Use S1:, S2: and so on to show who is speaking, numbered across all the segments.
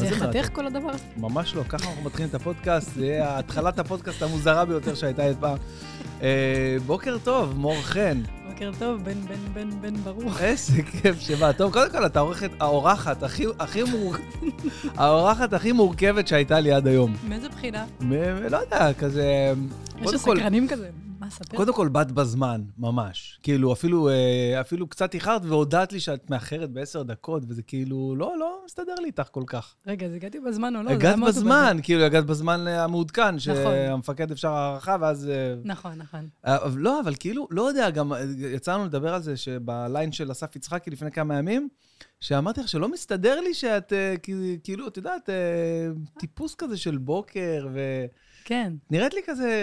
S1: בדעתך כל הדבר הזה?
S2: ממש לא, ככה אנחנו מתחילים את הפודקאסט, זה יהיה התחלת הפודקאסט המוזרה ביותר שהייתה אי פעם. אה, בוקר טוב, מור חן.
S1: בוקר טוב, בן בן בן בן ברוך.
S2: איזה כיף שבא. טוב, קודם כל, את העורכת, האורחת הכי, הכי מור... האורחת הכי מורכבת שהייתה לי עד היום.
S1: מאיזה בחינה?
S2: מ- לא יודע, כזה...
S1: יש
S2: קודם כל,
S1: סקרנים כזה. מה, ספר?
S2: קודם כל, באת בזמן, ממש. כאילו, אפילו, אה, אפילו קצת איחרת והודעת לי שאת מאחרת בעשר דקות, וזה כאילו, לא, לא מסתדר לי איתך כל כך.
S1: רגע, אז הגעתי בזמן או לא? זה נכון.
S2: הגעת
S1: למה אותו
S2: בזמן, כאילו, הגעת בזמן המעודכן, שהמפקד אפשר הערכה, ואז... אה,
S1: בזמן? נכון, נכון.
S2: אה, אבל לא, אבל כאילו, לא יודע, גם אה, יצאנו לדבר על זה שבליין של אסף יצחקי לפני כמה ימים, שאמרתי לך שלא מסתדר לי שאת, אה, כ- כאילו, את יודעת, אה, טיפוס כזה של בוקר, ונראית
S1: כן.
S2: לי כזה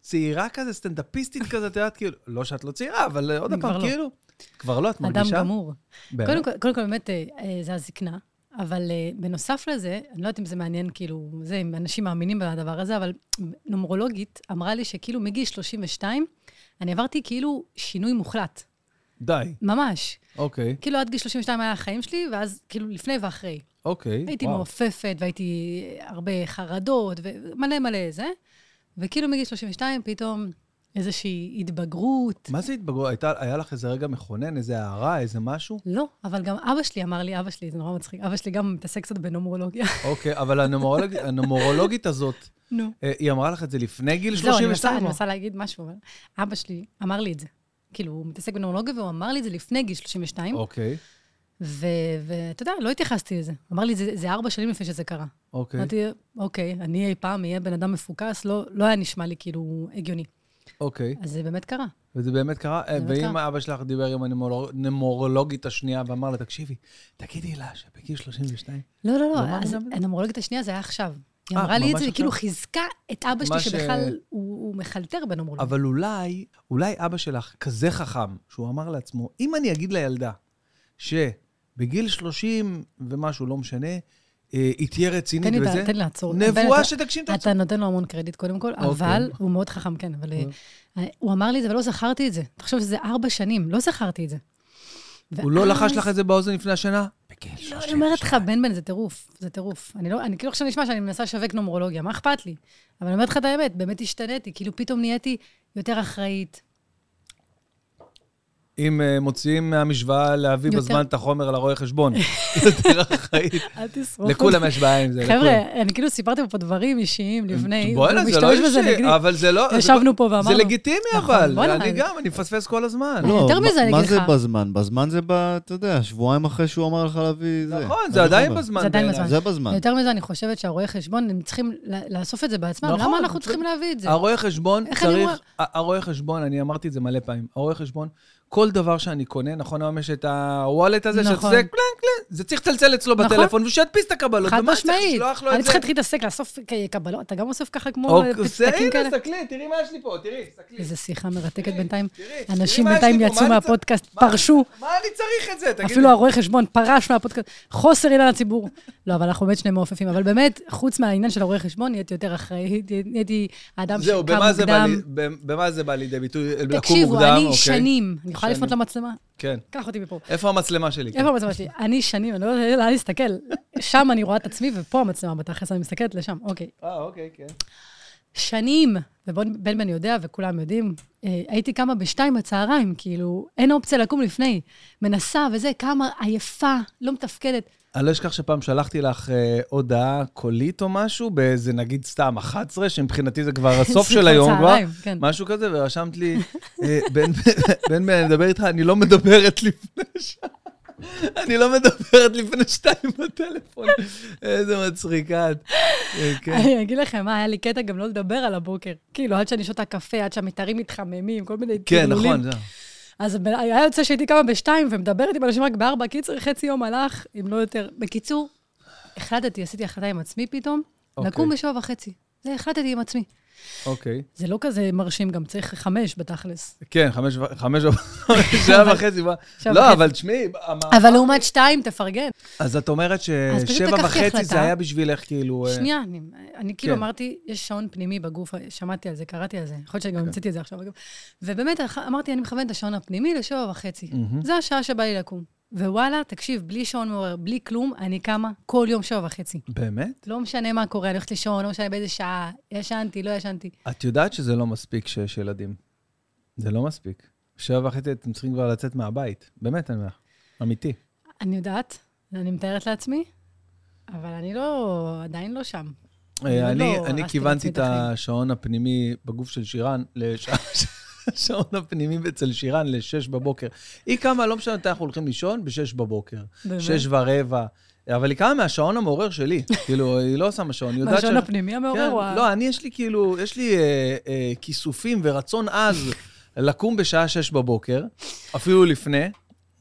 S2: צעירה כזה, סטנדאפיסטית כזה, את יודעת, כאילו, לא שאת לא צעירה, אבל אה, עוד
S1: אני
S2: פעם,
S1: כבר לא.
S2: כאילו, כבר לא, את
S1: אדם
S2: מרגישה?
S1: גמור.
S2: באמת?
S1: קודם כל, קודם כל, באמת, אה, אה, זה הזקנה, אבל אה, בנוסף לזה, אני לא יודעת אם זה מעניין, כאילו, זה, אם אנשים מאמינים בדבר הזה, אבל נומרולוגית אמרה לי שכאילו מגיל 32, אני עברתי כאילו שינוי מוחלט,
S2: די,
S1: ממש.
S2: אוקיי,
S1: כאילו, עד גיל 32 היה החיים שלי, ואז כאילו לפני ואחרי.
S2: אוקיי.
S1: הייתי
S2: וואו.
S1: מעופפת, והייתי הרבה חרדות, ומלא מלא זה. וכאילו מגיל 32, פתאום איזושהי התבגרות.
S2: מה זה התבגרות? הייתה- היה לך איזה רגע מכונן, איזה הערה, איזה משהו?
S1: לא, אבל גם אבא שלי אמר לי, אבא שלי, זה נורא מצחיק, אבא שלי גם מתעסק קצת בנומרולוגיה.
S2: אוקיי, אבל הנומרולוג- הנומרולוגית הזאת,
S1: נו.
S2: אה, היא אמרה לך את זה לפני גיל
S1: לא, אני
S2: 32?
S1: מנסה- אני מנסה להגיד משהו, אבל אבא שלי אמר לי את זה. כאילו, הוא מתעסק בנומרולוגיה, והוא אמר לי את זה לפני גיל 32,
S2: אוקיי,
S1: ו- ואתה יודע, לא התייחסתי לזה. אמר לי, "זה- זה ארבע שנים לפני שזה קרה.
S2: אוקיי,
S1: אמרתי, אוקיי, אני אי פעם אהיה בן אדם מפוקס, לא לא היה נשמע לי כאילו הגיוני.
S2: אוקיי.
S1: אז זה באמת קרה.
S2: וזה באמת קרה? אה,
S1: באמת
S2: ואם
S1: קרה.
S2: אבא שלך דיבר עם הנמורולוגית השנייה ואמר לה, תקשיבי, תגידי לה שבגיל 32...
S1: לא, לא,
S2: לא
S1: לא,
S2: אמרנו
S1: אז
S2: גם את זה?
S1: הנומרולוגית השנייה זה היה עכשיו. היא
S2: אה,
S1: אמרה לי את
S2: ממש
S1: זה, היא
S2: עכשיו?
S1: כאילו חיזקה את אבא שלי,
S2: מה ש-
S1: שבכלל הוא הוא מחלטר בנומרולוגיה.
S2: אבל אולי, אולי אבא שלך כזה חכם, שהוא אמר לעצמו, אם אני אגיד לילדה שבגיל 30 ומשהו, לא משנה, אה, היא תהיה רצינית
S1: תן לי את ה-
S2: וזה,
S1: תן לי לעצור. אבל
S2: נבואה
S1: אתה-
S2: שתגשים את
S1: אתה
S2: עצמה.
S1: נותן לו המון קרדיט קודם כל,
S2: אוקיי.
S1: אבל הוא מאוד חכם, כן, אבל אה, הוא אמר לי את זה, ולא זכרתי את זה. תחשוב שזה ארבע שנים, לא זכרתי את זה.
S2: הוא לא
S1: ואז-
S2: לחש לך את זה באוזן לפני השנה? בגיל
S1: לא,
S2: 30.
S1: אני אומרת לך, בן בן, זה טירוף, זה טירוף. אני לא, אני כאילו עכשיו נשמע שאני מנסה לשווק נומרולוגיה, מה אכפת לי? אבל אני אומרת לך את האמת, באמת השתניתי, כאילו פתאום נהייתי יותר אחראית.
S2: אם אה, מוציאים מהמשוואה להביא
S1: יותר.
S2: בזמן את החומר לרואה חשבון. יותר אחראית.
S1: אל תשרוף אותי.
S2: לכולם יש בעיה עם זה. לכולם.
S1: חבר'ה, אני כאילו סיפרתי פה אישיים לפני,
S2: בוא'נה, זה לא
S1: משתמש בזה
S2: אישי,
S1: נגדי.
S2: אבל זה לא... זה
S1: ישבנו פה
S2: לא-
S1: ואמרנו.
S2: זה לגיטימי
S1: נכון,
S2: אבל,
S1: בוא'נה,
S2: אני
S1: זה-
S2: גם, אני מפספס כל הזמן.
S1: לא, יותר
S3: מה-
S1: מזה אני
S3: מה
S1: אגיד
S3: זה
S1: לך.
S3: בזמן? בזמן זה ב... אתה יודע, שבועיים אחרי שהוא אמר לך להביא זה.
S2: נכון,
S3: אני
S2: זה עדיין
S3: אומר.
S2: בזמן.
S1: זה עדיין
S2: בעיניי.
S1: בזמן.
S3: זה בזמן.
S1: יותר מזה, אני חושבת שהרואי חשבון, הם צריכים ל- לאסוף את זה בעצמם.
S2: נכון,
S1: למה אנחנו
S2: זה-
S1: צריכים להביא את זה?
S2: הרואה חשבון
S1: איך אני
S2: צריך,
S1: אומר?
S2: ה- הרואה חשבון, אני אמרתי את זה מלא פעמים, הרואה חשבון, כל דבר שאני קונה, נכון היום יש את הוולט הזה, שזה
S1: נכון.
S2: קלנק, קלנק, זה צריך לצלצל אצלו
S1: נכון.
S2: בטלפון ושידפיס את הקבלות.
S1: חד
S2: ומה, צריך
S1: משמעית.
S2: לשלוח לו את
S1: אני
S2: זה?
S1: צריכה להתחיל להתעסק, לאסוף כ- קבלות. אתה גם אוסף ככה כמו
S2: או,
S1: אה,
S2: אוקיי, זה,
S1: פתקים כאלה?
S2: הנה, סתכלי, תראי מה יש לי פה, תראי, סתכלי.
S1: איזו שיחה מרתקת בינתיים.
S2: תראי, תראי
S1: אנשים
S2: מה יש לי
S1: בינתיים
S2: פה, מה
S1: יצאו
S2: אני
S1: מהפודקאסט,
S2: מה-
S1: פרשו.
S2: מה אני צריך את זה? תגידי.
S1: אפילו הרואה חשבון פרש מהפודקאסט, חוסר עניין לציבור. לא, אבל אנחנו באמת שני מעופפים. אבל באמת, חוץ מהעניין של הרואה חשבון, נהייתי יותר אחראית, נהייתי האדם שקם
S2: זהו, במה זה, בא,
S1: מוקדם.
S2: לי- במ- במה זה בא לידי ביטוי? לקום
S1: תקשיבו,
S2: מוקדם,
S1: אני
S2: אוקיי.
S1: שנים, אני יכולה
S2: שנים.
S1: לפנות למצלמה?
S2: כן.
S1: קח אותי מפה.
S2: איפה המצלמה שלי?
S1: איפה המצלמה שלי? אני שנים, אני לא יודעת לאן להסתכל. שם אני רואה את עצמי, ופה המצלמה בתכלס, אני מסתכלת לשם. אוקיי.
S2: אה, אוקיי, כן.
S1: שנים, ובן בן יודע, וכולם יודעים, אה, הייתי קמה בשתיים בצהריים, כאילו, אין אופציה לקום לפני. מנסה וזה, קמה עייפה, לא מתפקדת.
S2: אני לא אשכח שפעם שלחתי לך אה, הודעה קולית או משהו, באיזה נגיד סתם 11, שמבחינתי זה כבר הסוף
S1: זה
S2: של
S1: כבר
S2: היום כבר,
S1: צהריים, כן.
S2: משהו כזה, ורשמת לי, אה, בן בן, בן, אני מדבר איתך, אני לא מדברת לפני שעה. אני לא מדברת לפני שתיים בטלפון. איזה מצחיקה את. אה, כן.
S1: אני אגיד לכם, מה, היה לי קטע גם לא לדבר על הבוקר. כאילו, עד שאני שותה קפה, עד שהמיתרים מתחממים, כל מיני
S2: כן,
S1: טרלולים.
S2: נכון, זהו.
S1: אז ב- היה יוצא שהייתי קמה בשתיים ומדברת עם אנשים רק בארבע. קיצר, חצי יום הלך, אם לא יותר. בקיצור, החלטתי, עשיתי החלטה עם עצמי פתאום,
S2: אוקיי.
S1: לקום בשבע וחצי. זה החלטתי עם עצמי.
S2: אוקיי.
S1: זה לא כזה מרשים, גם צריך חמש בתכלס.
S2: כן, חמש ו- חמש ו- שעה וחצי. מה-
S1: שעה
S2: לא,
S1: וחצי.
S2: אבל תשמעי, אמר-
S1: אבל לעומת שתיים, תפרגן.
S2: אז את אומרת
S1: אז פשוט
S2: ששבע
S1: לקחתי
S2: וחצי
S1: החלטה.
S2: זה היה בשבילך, כאילו... אה,
S1: שנייה, אני, אני כאילו
S2: כן.
S1: אמרתי, יש שעון פנימי בגוף, שמעתי על זה, קראתי על זה, יכול להיות
S2: כן.
S1: שגם המצאתי את זה עכשיו, אגב. ובאמת, אח- אמרתי, אני מכוון את השעון הפנימי לשבע וחצי. זו השעה שבא לי לקום. ווואלה, תקשיב, בלי שעון מעורר, בלי כלום, אני קמה כל יום שבע וחצי.
S2: באמת?
S1: לא משנה מה קורה, אני הולכת לישון, לא משנה באיזה שעה, ישנתי, לא ישנתי.
S2: את יודעת שזה לא מספיק שיש ילדים. זה לא מספיק. שבע וחצי אתם צריכים כבר לצאת מהבית. באמת, אני אומר לך. אמיתי.
S1: אני יודעת, אני מתארת לעצמי, אבל אני לא, עדיין לא שם.
S2: אה,
S1: עוד
S2: אני,
S1: לא
S2: אני
S1: הרסתי
S2: כיוונתי
S1: לעצמי
S2: את
S1: את החיים.
S2: השעון הפנימי בגוף של שירן, לשע- השעון הפנימי אצל שירן לשש בבוקר. היא קמה, לא משנה מתי אנחנו הולכים לישון, בשש בבוקר.
S1: באמת?
S2: שש ורבע. אבל היא קמה מהשעון המעורר שלי. כאילו, היא לא שמה שעון, היא יודעת
S1: מהשעון
S2: שאני-
S1: הפנימי
S2: כן,
S1: המעורר, הוא ה-
S2: לא, אני יש לי כאילו, יש לי אה, אה, כיסופים ורצון עז לקום בשעה שש בבוקר, אפילו לפני.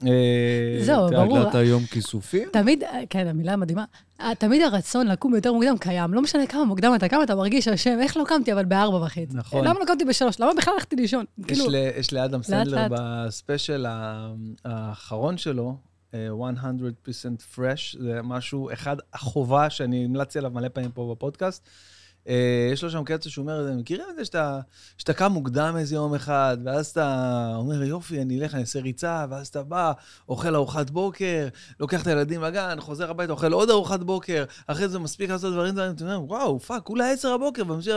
S2: אה,
S1: זהו,
S2: את
S1: ברור. לא?
S3: תעגלת היום כיסופים?
S1: תמיד, כן, המילה מדהימה, אה, תמיד הרצון לקום יותר מוקדם קיים. לא משנה כמה מוקדם אתה קם, אתה מרגיש אשם, איך לא קמתי אבל בארבע וחצי?
S2: נכון.
S1: למה לא קמתי בשלוש? למה בכלל הלכתי לישון?
S2: יש,
S1: כאילו,
S2: ל, יש לאדם סנדלר
S1: לאט.
S2: בספיישל ה- האחרון שלו, אה, 100% fresh, זה משהו, אחד החובה שאני המלצתי עליו מלא פעמים פה בפודקאסט. אה, יש לו שם קטע שהוא אומר, מכירים את זה שאתה, שאתה קם מוקדם איזה יום אחד, ואז אתה אומר, יופי, אני אלך, אני אעשה ריצה, ואז אתה בא, אוכל ארוחת בוקר, לוקח את הילדים לגן, חוזר הביתה, אוכל עוד ארוחת בוקר, אחרי זה מספיק לעשות דברים, אתה אומר, וואו, פאק, כולה עשר הבוקר, וממשיך...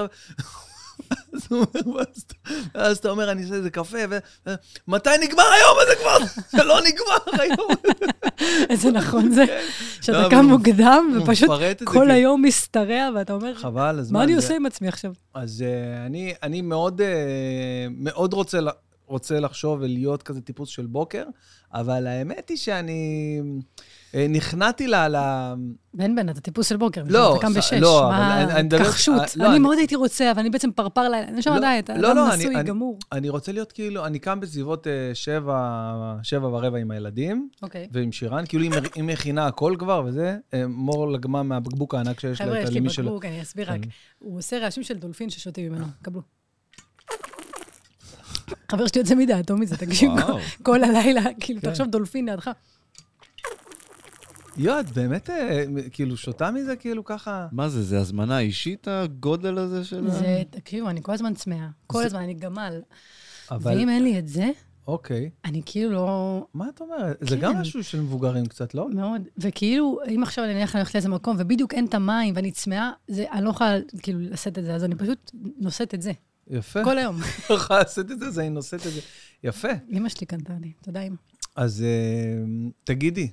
S2: אז הוא אומר, "ואז אתה- ואז אתה אומר, אני אעשה איזה קפה, ו... ו- מתי נגמר היום הזה כבר? זה לא נגמר היום.
S1: איזה נכון זה,
S2: לא,
S1: שאתה
S2: אבל
S1: קם
S2: הוא-
S1: מוקדם,
S2: הוא
S1: ופשוט
S2: מפרט את זה,
S1: כל
S2: כי-
S1: היום משתרע, ואתה אומר,
S2: חבל, הזמן.
S1: מה אני
S2: זה-
S1: עושה עם עצמי עכשיו?
S2: אז אה, אני, אני מאוד, אה, מאוד רוצה, ל- רוצה לחשוב ולהיות כזה טיפוס של בוקר, אבל האמת היא שאני אה, נכנעתי ל... ל...
S1: בן בן, אתה טיפוס של בוקר,
S2: לא,
S1: אתה קם
S2: ס-
S1: בשש,
S2: לא, אבל
S1: מה,
S2: אני- אני מדבר-
S1: התכחשות.
S2: אה, לא,
S1: אני
S2: אני-
S1: מאוד הייתי רוצה, אבל אני בעצם פרפר לילה, אני שם
S2: לא,
S1: עדיין, אתה
S2: לא,
S1: אדם
S2: לא, אני-
S1: נשוי
S2: אני-
S1: גמור.
S2: אני רוצה להיות כאילו, אני קם בסביבות אה, שבע, שבע ורבע עם הילדים.
S1: אוקיי.
S2: ועם שירן, כאילו היא מר- היא מכינה הכל כבר וזה, אה, מור לגמה מהבקבוק הענק שיש לה,
S1: חבר'ה,
S2: את
S1: יש לי
S2: הלמי שלה.
S1: בקבוק, אני אסביר רק. הוא עושה רעשים של דולפין ששותים ממנו, קבלו. חבר שלי יוצא מדעתו מזה, תקשיב,
S3: וואו.
S1: כל הלילה, כאילו,
S2: כן.
S1: תחשוב דולפין לידך.
S2: יואו, את באמת אה, כאילו שותה מזה כאילו ככה?
S3: מה זה, זה הזמנה אישית, הגודל הזה של... ה-
S1: זה, תקשיבו, אני כל הזמן צמאה, כל הזמן, אני גמל.
S2: אבל,
S1: ואם אין לי את זה,
S2: אוקיי.
S1: אני כאילו לא...
S2: מה את אומרת? זה
S1: כן.
S2: גם משהו של מבוגרים קצת, לא?
S1: מאוד. וכאילו, אם עכשיו אני הולכת לאיזה מקום, ובדיוק אין את המים ואני צמאה, זה, אני לא יכולה כאילו לשאת את זה, אז אני פשוט נושאת את זה.
S2: יפה.
S1: כל היום.
S2: לא יכולה לעשות את זה, אז אני נושאת את זה. יפה.
S1: אמא שלי קנתה לי, תודה אמא.
S2: אז אה, תגידי,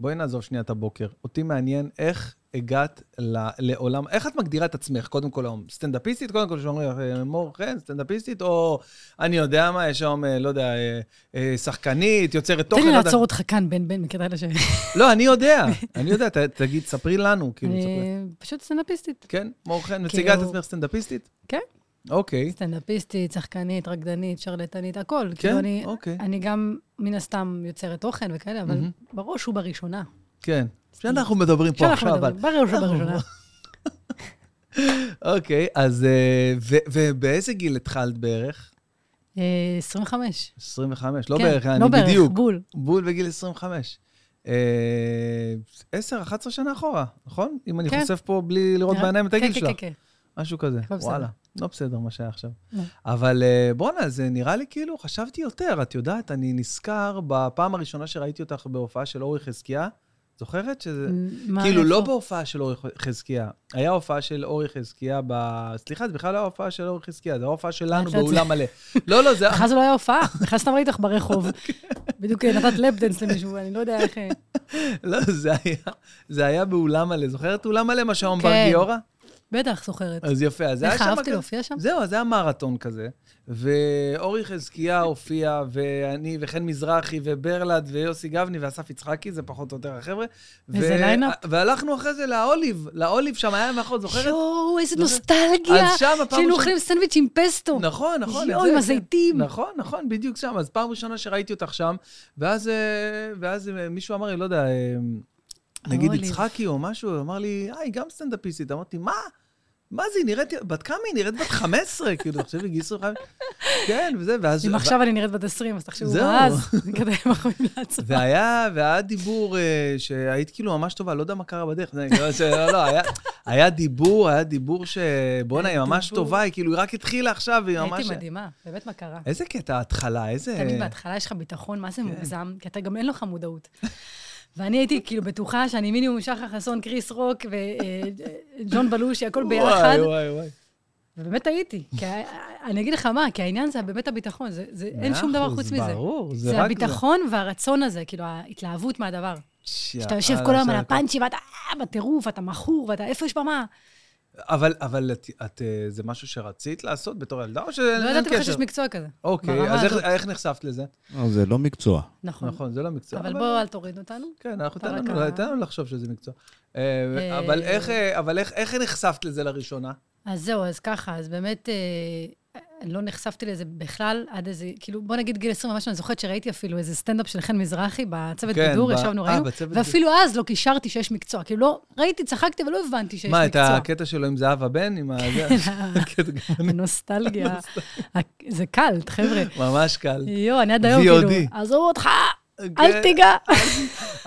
S2: בואי נעזוב שנייה את הבוקר. אותי מעניין איך הגעת ל- לעולם, איך את מגדירה את עצמך, קודם כל היום? סטנדאפיסטית, קודם כל, שאומרים לך, אה, מור חן, סטנדאפיסטית, או אני יודע מה, יש היום, אה, לא יודע, אה, אה, שחקנית, יוצרת
S1: תן
S2: תוכן,
S1: לי
S2: לא יודע.
S1: לעצור אותך כאן, בן בן, מכיר את האלה ש...
S2: לא, אני יודע, אני יודע, ת- תגיד, ספרי לנו, כאילו, ספרי.
S1: אני אה, פשוט סטנדאפיסטית.
S2: כן, מור חן, מציגה את
S1: כאילו-
S2: עצמך סטנדאפיסטית?
S1: כן.
S2: אוקיי.
S1: סטנדאפיסטית, שחקנית, רקדנית, שרלטנית, הכל.
S2: כן?
S1: כאילו, אני-
S2: אוקיי.
S1: אני גם, מן הסתם, יוצרת תוכן וכאלה, אבל
S2: מהמם.
S1: בראש ובראשונה.
S2: כן. שאנחנו מדברים פה
S1: שאנחנו
S2: עכשיו, אבל... לא.
S1: מדברים, בראש ובראשונה.
S2: אוקיי, אז... אה, ו- ובאיזה גיל התחלת בערך?
S1: אה, 25.
S2: 25, לא
S1: כן,
S2: בערך, אני
S1: לא בערך,
S2: בדיוק.
S1: בול.
S2: בול בגיל 25. אה, 10, 11 שנה אחורה, נכון? אם אני
S1: כן.
S2: חושף פה בלי לראות
S1: נראה-
S2: בעיניים את
S1: כן,
S2: הגיל
S1: כן,
S2: שלה.
S1: כן, כן.
S2: משהו כזה.
S1: הכל בסדר.
S2: וואלה, לא בסדר מה שהיה עכשיו.
S1: לא.
S2: אבל אה, בואנה, זה נראה לי כאילו, חשבתי יותר. את יודעת, אני נזכר בפעם הראשונה שראיתי אותך בהופעה של אורי חזקיה. זוכרת שזה...
S1: מה,
S2: כאילו, לא
S1: איפה?
S2: בהופעה של אורי חזקיה. היה הופעה של אורי חזקיה ב... סליחה, זה בכלל לא הופעה של אורי חזקיה, זה הופעה שלנו
S1: לאט לאט זה-
S2: באולם מלא. לא, לא, זה...
S1: בכלל זה לא היה הופעה, בכלל סתם ראיתי אותך ברחוב. בדיוק אה, נתת לפדנס למישהו, אני לא יודע איך... אה,
S2: לא, זה היה, זה היה באולם מלא. זוכרת אולם מלא, מה שהיום
S1: כן.
S2: בר גיורא?
S1: בטח, זוכרת.
S2: אז יפה, אז זה היה
S1: איך
S2: שם...
S1: אהבתי
S2: כזה-
S1: להופיע שם?
S2: זהו, אז זה היה מרתון כזה. ואורי חזקיה הופיע, ואני, וחן מזרחי, וברלד, ויוסי גבני, ואסף יצחקי, זה פחות או יותר החבר'ה.
S1: איזה ליינאפ.
S2: והלכנו אחרי זה לאוליב, לאוליב שם היה מאחור, זוכרת?
S1: יואו, איזה
S2: זוכרת?
S1: נוסטלגיה.
S2: אז שם הפעם
S1: שהיינו
S2: הראשונה-
S1: אוכלים סנדוויץ' עם פסטו.
S2: נכון, נכון. את
S1: יואו,
S2: זה,
S1: עם
S2: כן.
S1: הזיתים.
S2: נכון, נכון, בדיוק שם. אז פעם ראשונה שראיתי אותך שם, ואז, אה, ואז אה, מישהו אמר לי, לא יודע, אה, נגיד
S1: אוליב.
S2: יצחקי או משהו, הוא אמר לי, אה, היא גם סטנדאפיסטית. אמרתי, מה? מה זה, היא נראית, בת כמה היא נראית? בת 15, כאילו, עכשיו היא גיסו חמש... כן, וזה, ואז...
S1: אם עכשיו אני נראית בת 20, אז תחשבו,
S2: זהו.
S1: מה אז? כדי מחמיאים לעצמם.
S2: והיה, והיה דיבור אה, שהיית כאילו ממש טובה, לא יודע מה קרה בדרך, זה, כאילו, ש- לא, לא, היה, היה דיבור, היה דיבור שבואנה, היא
S1: היה
S2: ממש
S1: דיבור.
S2: טובה, היא כאילו, היא רק התחילה עכשיו, והיא ממש...
S1: הייתי מדהימה, באמת מה קרה.
S2: איזה כן. קטע, ההתחלה, איזה...
S1: תמיד בהתחלה יש לך ביטחון, מה זה מוגזם? כי אתה גם אין לך מודעות. ואני הייתי כאילו בטוחה שאני מינימום שחר חסון, קריס רוק וג'ון בלושי, הכל ביחד.
S2: וואי, וואי, וואי.
S1: ובאמת הייתי. כי ה- אני אגיד לך מה, כי העניין זה באמת הביטחון, זה, זה, אין שום דבר
S2: מאה
S1: חוץ
S2: אחוז,
S1: מזה.
S2: ברור, זה
S1: זה,
S2: רק...
S1: הביטחון והרצון הזה, כאילו ההתלהבות מהדבר. שאתה יושב כל
S2: יאללה,
S1: היום על
S2: שאתה-
S1: הפאנצ'י ואתה אה, בטירוף, אתה מכור, ואתה איפה יש במה.
S2: אבל, אבל את, את, אה, זה משהו שרצית לעשות בתור ילדה, או שאין
S1: לא
S2: אין
S1: ידעתי בכלל
S2: קשר?
S1: שיש מקצוע כזה.
S2: אוקיי,
S1: ברמה
S2: אז איך,
S1: הזאת.
S2: איך נחשפת לזה?
S1: אה,
S3: לא, זה לא מקצוע.
S1: נכון.
S2: נכון, זה לא מקצוע.
S1: אבל בוא, אל תוריד אותנו.
S2: כן, אנחנו
S1: אתה
S2: תן
S1: רק
S2: לנו,
S1: ה-
S2: תן לנו לחשוב שזה מקצוע. אה,
S1: אה,
S2: אבל איך, אה, אבל איך, איך נחשפת לזה לראשונה?
S1: אז זהו, אז ככה, אז באמת אה, לא נחשפתי לזה בכלל עד איזה, כאילו, בוא נגיד גיל 20 ומשהו, אני זוכרת שראיתי אפילו איזה סטנדאפ של חן מזרחי בצוות
S2: כן,
S1: בידור,
S2: ב-
S1: ישבנו,
S2: אה,
S1: ראינו,
S2: בצוות
S1: ואפילו אז לא קישרתי שיש מקצוע. כאילו, לא, ראיתי, צחקתי, אבל לא הבנתי שיש
S2: מה, את
S1: מקצוע. כן,
S2: הקטע שלו עם זהבה בן? עם ה... זה? הקטע גם אני-
S1: הנוסטלגיה. ה- זה קלט, חבר'ה.
S2: ממש קל.
S1: יואו, אני עד היום, כאילו,
S2: VOD.
S1: עזוב אותך,
S2: כן.
S1: אל תיגע.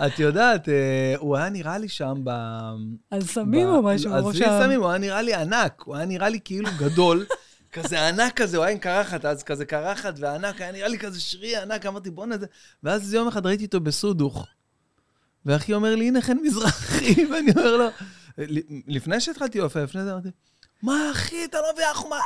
S2: את יודעת, אה, הוא היה נראה לי שם ב...
S1: אז סמים או
S2: ב-
S1: משהו, או
S2: עזבי
S1: שם.
S2: סמים, הוא היה נראה לי ענק, הוא היה נראה לי כאילו גדול, כזה ענק כזה, הוא היה עם קרחת, אז כזה קרחת וענק, היה נראה לי כזה שרי ענק, אמרתי בואנה זה... ואז איזה יום אחד ראיתי אותו בסודוך, ואחי אומר לי, הנה חן מזרחי, ואני אומר לו, ל- לפני שהתחלתי יופי, לפני זה אמרתי, מה אחי, אתה לא מבין, אנחנו מה-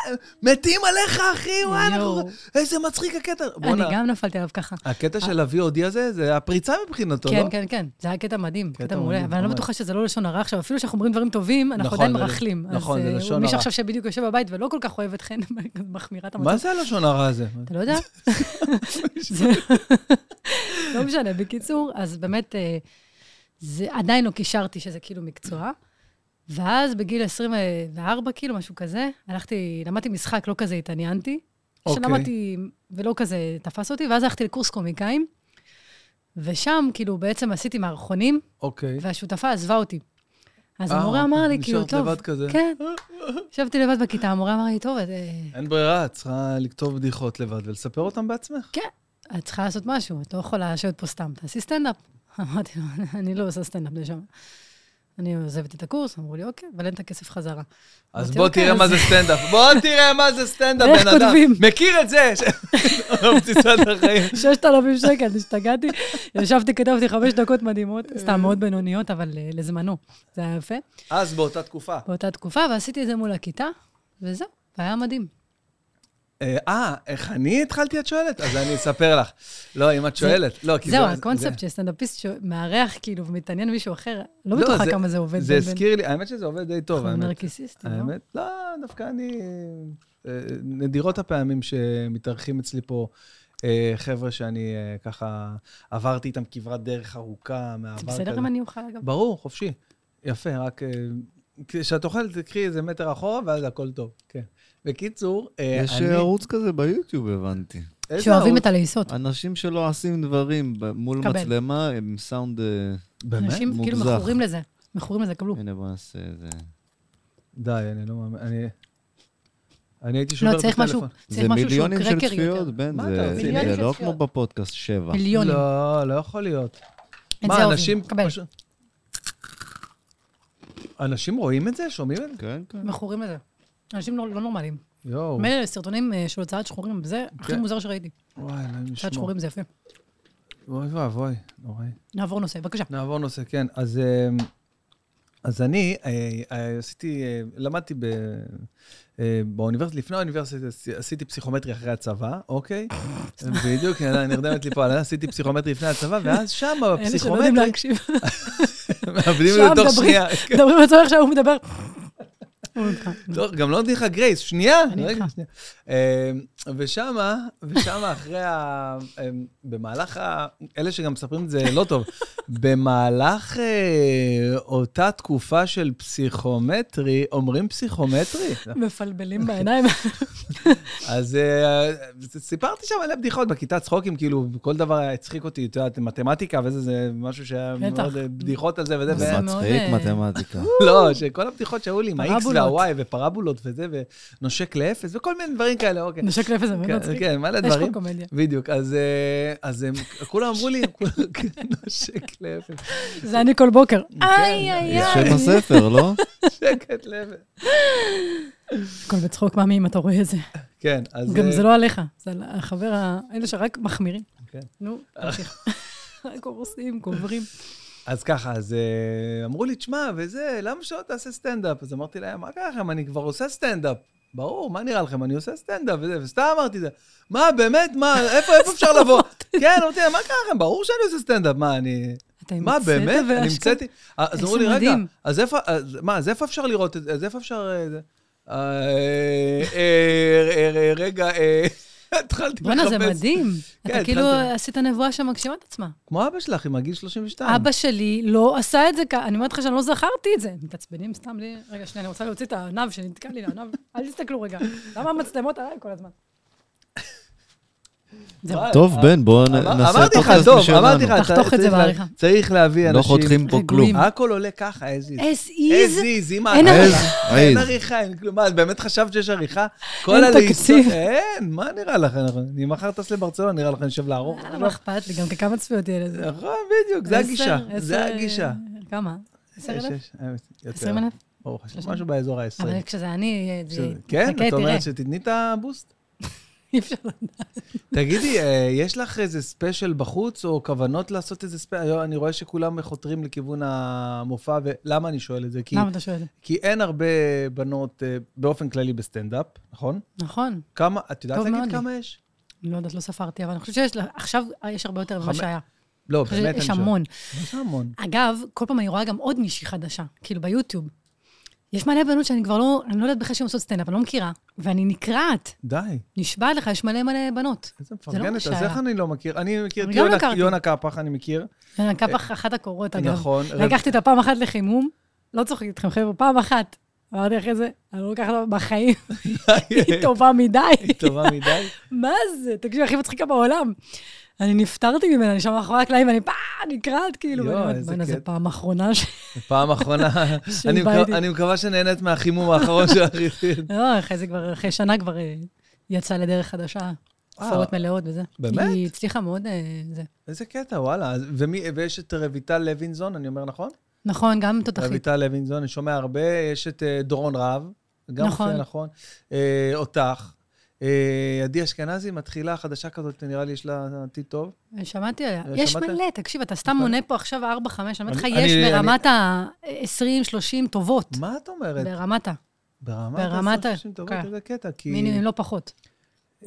S2: מתים עליך אחי, וואי, אנחנו...
S1: יואו.
S2: איזה מצחיק הקטע.
S1: אני
S2: בואנה,
S1: גם נפלתי עליו ככה.
S2: הקטע של ה-VOD הזה, זה הפריצה מבחינתו, לא?
S1: כן, כן, כן, זה היה קטע מדהים, קטע מעולה,
S2: מדהים,
S1: אבל אני לא
S2: ממש.
S1: בטוחה שזה לא לשון הרע עכשיו, אפילו כשאנחנו אומרים דברים טובים, אנחנו
S2: נכון,
S1: עדיין
S2: זה לא-
S1: מרכלים. אז,
S2: נכון, זה
S1: אה,
S2: לשון
S1: מי
S2: הרע.
S1: שעכשיו שבדיוק יושב בבית ולא כל כך אוהב את חן, מחמירה את
S2: מה
S1: המצב.
S2: זה הלשון הרע הזה?
S1: אתה לא יודע? זה- לא משנה, בקיצור, אז באמת, אה, זה עדיין לא קישרתי שזה כאילו מקצוע. ואז בגיל 24, כאילו, משהו כזה, הלכתי, למדתי משחק, לא כזה התעניינתי.
S2: אוקיי.
S1: שלמדתי ולא כזה תפס אותי, ואז הלכתי לקורס קומיקאים, ושם, כאילו, בעצם עשיתי מערכונים,
S2: אוקיי.
S1: והשותפה עזבה אותי. אז
S2: אה,
S1: המורה אמר לי,
S2: נשארת
S1: כאילו, טוב,
S2: לבד כזה."
S1: כן, ישבתי לבד בכיתה, המורה אמר לי, טוב, את, אה,
S2: אין ברירה, את צריכה לכתוב בדיחות לבד ולספר אותן בעצמך.
S1: כן, את צריכה לעשות משהו, את לא יכולה לשבת פה סתם, תעשי סטנדאפ. אמרתי לו, אני לא עושה סטנדאפ לשם. אני עוזבת את הקורס, אמרו לי, אוקיי, אבל אין את הכסף חזרה.
S2: אז
S1: אמרתי,
S2: בוא
S1: "אוקיי,
S2: תראה
S1: אז
S2: מה זה סטנדאפ. בוא תראה מה זה סטנדאפ,
S1: איך
S2: בן אדם.
S1: כותבים?
S2: מכיר את זה? בבסיסת החיים.
S1: 6,000 שקל, השתגעתי. ישבתי, כתבתי חמש דקות מדהימות,
S2: אה.
S1: סתם מאוד בינוניות, אבל אה, לזמנו, זה היה יפה.
S2: אז באותה תקופה.
S1: באותה תקופה, ועשיתי את זה מול הכיתה, וזהו, והיה מדהים.
S2: אה, אה, איך אני התחלתי, את שואלת? אז אני אספר לך. לא, אם את שואלת. לא, כי זה...
S1: זהו,
S2: זה-
S1: הקונספט של סטנדאפיסט שמארח כאילו ומתעניין מישהו אחר, לא
S2: לא,
S1: בטוחה
S2: זה-
S1: כמה זה עובד.
S2: זה
S1: בין- בין-
S2: הזכיר לי, האמת שזה עובד די טוב,
S1: אנחנו
S2: האמת.
S1: נרקיסיסטים, לא?
S2: האמת, לא, דווקא אני... אה, נדירות הפעמים שמתארחים אצלי פה אה, חבר'ה שאני אה, ככה עברתי איתם כברת דרך ארוכה מהעבר
S1: זה
S2: כזה.
S1: בסדר אם אני אוכל, אגב?
S2: ברור, חופשי. יפה, רק... אה, כשאת אוכלת, תקחי איזה מטר אחורה, ואז הכל טוב. כן. בקיצור, אה,
S3: יש
S2: אני...
S3: ערוץ כזה ביוטיוב, הבנתי.
S2: איזה
S1: שאוהבים
S2: ערוץ?
S1: את הלעיסות.
S3: אנשים שלא עושים דברים ב- מול
S1: קבל.
S3: מצלמה, עם סאונד... אה,
S2: באמת?
S1: אנשים כאילו
S3: מוגזך.
S1: מכורים לזה. מכורים לזה, קבלו.
S3: הנה, בוא נעשה איזה...
S2: די, אני לא מאמין. אני... אני הייתי שובר
S1: לא,
S2: את
S1: צריך
S2: הטלפון.
S1: משהו,
S3: זה
S1: צריך משהו שהוא
S3: מיליונים של
S1: קרקרי יותר.
S3: צפיות, בן,
S2: מה
S3: זה-
S2: אתה רציני?
S3: זה
S1: מיליונים
S3: לא
S1: של
S3: כמו בפודקאסט, שבע.
S1: מיליונים.
S2: לא, לא יכול להיות.
S1: את
S2: מה,
S1: זה אוהבים.
S2: אנשים...
S1: קבל.
S2: פשוט- אנשים רואים את זה? שומעים את זה?
S3: כן, כן.
S1: מכורים לזה. אנשים לא לא נורמליים.
S2: יואו.
S1: מילא סרטונים אה, של הוצאת שחורים, זה הכי
S2: כן.
S1: מוזר שראיתי.
S2: וואי, אלוהים
S1: הוצאת
S2: ישמור.
S1: שחורים זה יפה.
S2: אוי ואבוי, נוראי.
S1: נעבור נושא, בבקשה.
S2: נעבור נושא, כן. אז, אמ, אז אני אה, אה, עשיתי, אה, למדתי ב, אה, באוניברסיטה, לפני האוניברסיטה עשי- עשיתי פסיכומטרי אחרי הצבא, אוקיי? בדיוק, יאללה, נרדמת לי פה, עליי, עשיתי פסיכומטרי לפני הצבא, ואז שם
S1: אלה שלא יודעים
S2: בפסיכומטרי,
S1: להקשיב.
S2: מאבדים
S1: שם
S2: את זה
S1: מדברים.
S2: תוך שנייה. כן.
S1: מדברים על צורך שהוא מדבר. הוא איתך.
S2: טוב, גם לא נותנים לך גרייס, שנייה.
S1: אני
S2: רגע,
S1: איתך.
S2: שנייה. אמ, ושמה, ושמה אחרי ה... אמ, במהלך ה... אלה שגם מספרים את זה לא טוב, במהלך אה, אותה תקופה של פסיכומטרי, אומרים פסיכומטרי? כן.
S1: מפלבלים בעיניים.
S2: אז אה, סיפרתי שם מלא בדיחות בכיתה צחוקים, כאילו, כל דבר היה הצחיק אותי, את יודעת, מתמטיקה וזה, זה משהו שהיה
S1: בטח.
S2: מאוד אה, בדיחות על זה וזה,
S1: זה
S2: והיה
S1: מאוד,
S3: מצחיק
S1: אה,
S3: מתמטיקה.
S2: לא, שכל הבדיחות שהיו לי, עם ה-X
S1: פרבולות.
S2: וה-Y ופרבולות וזה, ונושק לאפס, וכל מיני דברים כאלה, אוקיי.
S1: נשק לאפס זה מאוד
S2: כן,
S1: מצחיק.
S2: כן, מלא
S1: יש פה
S2: דברים.
S1: קומדיה.
S2: בדיוק, אז אה, אז הם, כולם אמרו לי, כולם- כן, נושק לאפס,
S1: זה אני כל בוקר.
S2: כן,
S1: איי,
S2: זה
S1: איי,
S3: זה
S2: יאי.
S3: שם
S1: איי.
S3: הספר, לא?
S2: שקט לאפס.
S1: הכל בצחוק, מאמי, אם אתה רואה את זה.
S2: כן, אז...
S1: גם
S2: אה,
S1: זה לא עליך, זה על החבר, ה- אלה שרק מחמירים.
S2: כן.
S1: נו, תמשיך. רק הורסים, גוברים.
S2: אז ככה, אז אה, אמרו לי, תשמע, וזה, למה שלא תעשה סטנדאפ? אז אמרתי להם, מה קרה לכם, אני כבר עושה סטנדאפ. ברור, מה נראה לכם, אני עושה סטנדאפ וזה, וסתם אמרתי את זה. מה, באמת, מה, איפה, איפה אפשר לבוא? כן, אמרתי להם, מה קרה לכם, ברור שאני עושה סטנדאפ, מה, אני...
S1: אתה
S2: מה,
S1: המצאת
S2: באמת? אני
S1: והשקעת?
S2: המצאתי? אז
S1: איזה
S2: אמרו לי, רגע,
S1: מדהים."
S2: אז איפה, אז מה, אז איפה אפשר לראות את זה? אז איפה אפשר... אה, זה?" אה, אה, אה, אה, רגע, אה, התחלתי לחפש.
S1: בואנה, זה מדהים. אתה
S2: כן,
S1: כאילו
S2: התחלתי. כן.
S1: עשית נבואה שמגשימה את עצמה.
S2: כמו אבא שלך, עם הגיל 32.
S1: אבא שלי לא עשה את זה, כ- אני אומרת לך שאני לא זכרתי את זה. מתעצבנים סתם לי, רגע, שנייה, אני רוצה להוציא את הענב שנתקע לי לענב. אל תסתכלו רגע. למה המצלמות עליי כל הזמן? זהו.
S2: וואי,
S3: טוב, בן, בוא נ-
S2: אה, אמר-
S3: נעשה
S2: אמרתי לך,
S3: פודקאסט
S2: דוב,
S3: משלנו.
S2: אמרתי לך, אתה-
S1: תחתוך את זה
S2: צריך לה-
S1: בעריכה.
S2: צריך להביא אנשים.
S3: לא חותכים פה
S1: רגועים.
S3: כלום.
S2: הכל עולה ככה, as is.
S1: as
S2: as
S1: is,
S2: is, עם
S1: אין
S2: העריכה.
S1: עריכה.
S2: אין
S3: אין.
S2: עריכה, אין כלום. מה, את באמת חשבת שיש עריכה? כל
S1: אין
S2: הלעיסות-
S1: תקציב.
S2: אין, מה נראה לך? אנחנו- אני מחר טס לברצלון, נראה לך, אני יושב לערוך.
S1: יאללה, מה אה, לא אכפת לי, גם כמה צפיות יהיה לזה.
S2: נכון, בדיוק, זה
S1: עשר,
S2: הגישה.
S1: עשר, אה,
S2: זה הגישה.
S1: כמה? עשר
S2: שש,
S1: אלף?
S2: שש, יותר.
S1: עשרים אלף?
S2: ברוך השם, משהו באזור ה-20.
S1: אבל כשזה אני, זה...
S2: כן?
S1: חכה,
S2: את
S1: תראה.
S2: אומרת שתתני את הבוסט?
S1: אי אפשר לדעת.
S2: תגידי, אה, יש לך איזה ספיישל בחוץ, או כוונות לעשות איזה ספיישל? אני רואה שכולם חותרים לכיוון המופע, ולמה אני שואל את זה? כי,
S1: למה אתה שואל?
S2: כי אין הרבה בנות אה, באופן כללי בסטנדאפ, נכון?
S1: נכון.
S2: כמה, את יודעת
S1: טוב מאוד
S2: להגיד
S1: לי.
S2: כמה יש?
S1: אני לא יודעת, לא ספרתי, אבל אני חושבת שיש, לה- עכשיו יש הרבה יותר ממה
S2: חמש-
S1: שהיה.
S2: לא,
S1: אני חושבת
S2: באמת,
S1: שיש
S2: אני שואל.
S1: המון.
S2: יש המון.
S1: אגב, כל פעם אני רואה גם עוד מישהי חדשה, כאילו ביוטיוב. יש מלא בנות שאני כבר לא, אני לא יודעת בכלל שהן עושות סטנדאפ, אני לא מכירה, ואני נקרעת,
S2: די,
S1: נשבעת לך, יש מלא מלא בנות.
S2: איזה
S1: לא מה
S2: מפרגנת. אז
S1: שהיה.
S2: איך אני לא מכיר? אני מכיר
S1: אני
S2: את
S1: גם
S2: יונה-
S1: הכרתי.
S2: יונה קפח, אני מכיר.
S1: אני קפח אחת הקורות, אגב.
S2: נכון. אה, רב-
S1: לקחתי אותה פעם אחת לחימום, לא צוחקת איתכם, חבר'ה, פעם אחת. אמרתי אחרי זה, אני לא לוקחת אותה בחיים, היא טובה מדי.
S2: היא טובה מדי.
S1: מה זה? תקשיב, הכי מצחיקה בעולם. אני נפטרתי ממנה, אני שם מאחורי הקלעים, ואני פאה, נקרעת, כאילו,
S2: יואו,
S1: ואני אומרת,
S2: איזה
S1: בואנה, זו
S2: קטע."
S1: פעם אחרונה ש...
S2: פעם אחרונה, אני
S1: בא
S2: מקו-
S1: איתי.
S2: אני מקווה שנהנית מהחימום האחרון שלך. איתי.
S1: לא, אחרי זה כבר, אחרי שנה כבר אה, יצאה לדרך חדשה,
S2: אה,
S1: הופעות מלאות וזה.
S2: באמת?
S1: היא הצליחה מאוד, אה, זה.
S2: איזה קטע, וואלה. אז- ומי- ויש את רויטל לוינזון, אני אומר נכון?
S1: נכון, גם תותחית.
S2: רויטל לוינזון, אני שומע הרבה, יש את אה, דורון רהב, גם
S1: נכון.
S2: נכון, נכון. אה, אותך. אה, עדי אשכנזי, מתחילה חדשה כזאת, נראה לי יש לה עתיד טוב.
S1: שמעתי עליה.
S2: אה,
S1: יש
S2: שמעת?
S1: מלא, תקשיב, אתה סתם
S2: נכון.
S1: מונה פה עכשיו 4-5, אני אומרת לך,
S2: אני-
S1: יש
S2: אני-
S1: ברמת ה-20-30 טובות.
S2: מה את אומרת?
S1: ברמת ה...
S2: ברמת
S1: ברמת ה-
S2: ה-30 טובות,
S1: כן.
S2: איזה קטע, כי...
S1: מינימום, אם לא פחות.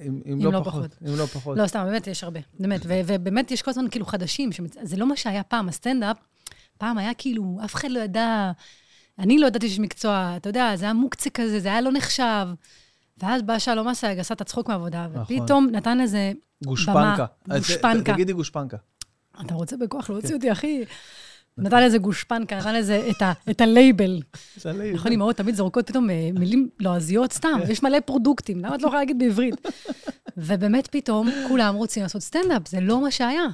S2: אם- אם לא פחות. אם לא פחות.
S1: לא, סתם, באמת, יש הרבה. באמת, ו- ובאמת יש כל הזמן כאילו חדשים. שמצ- זה לא מה שהיה פעם, הסטנדאפ, פעם היה כאילו, אף אחד לא ידע, אני לא ידעתי שיש מקצוע, אתה יודע, זה היה מוקצה כזה, זה היה לא נחשב. ואז בא שלום אסייג, עשה את הצחוק מהעבודה,
S2: נכון.
S1: ופתאום נתן איזה,
S2: גושפנקה.
S1: במה,
S2: אז אה, כן.
S1: גושפנקה.
S2: ת- תגידי גושפנקה.
S1: אתה רוצה בכוח להוציא אותי, אחי?
S2: נכון.
S1: נתן איזה גושפנקה, נתן איזה את, ה, את הלייבל.
S2: לא
S1: נכון, אמהות תמיד זורקות פתאום אה, מילים לועזיות סתם,
S2: כן.
S1: יש מלא פרודוקטים, למה את לא יכולה להגיד בעברית? ובאמת פתאום כולם רוצים לעשות סטנדאפ, זה לא מה שהיה.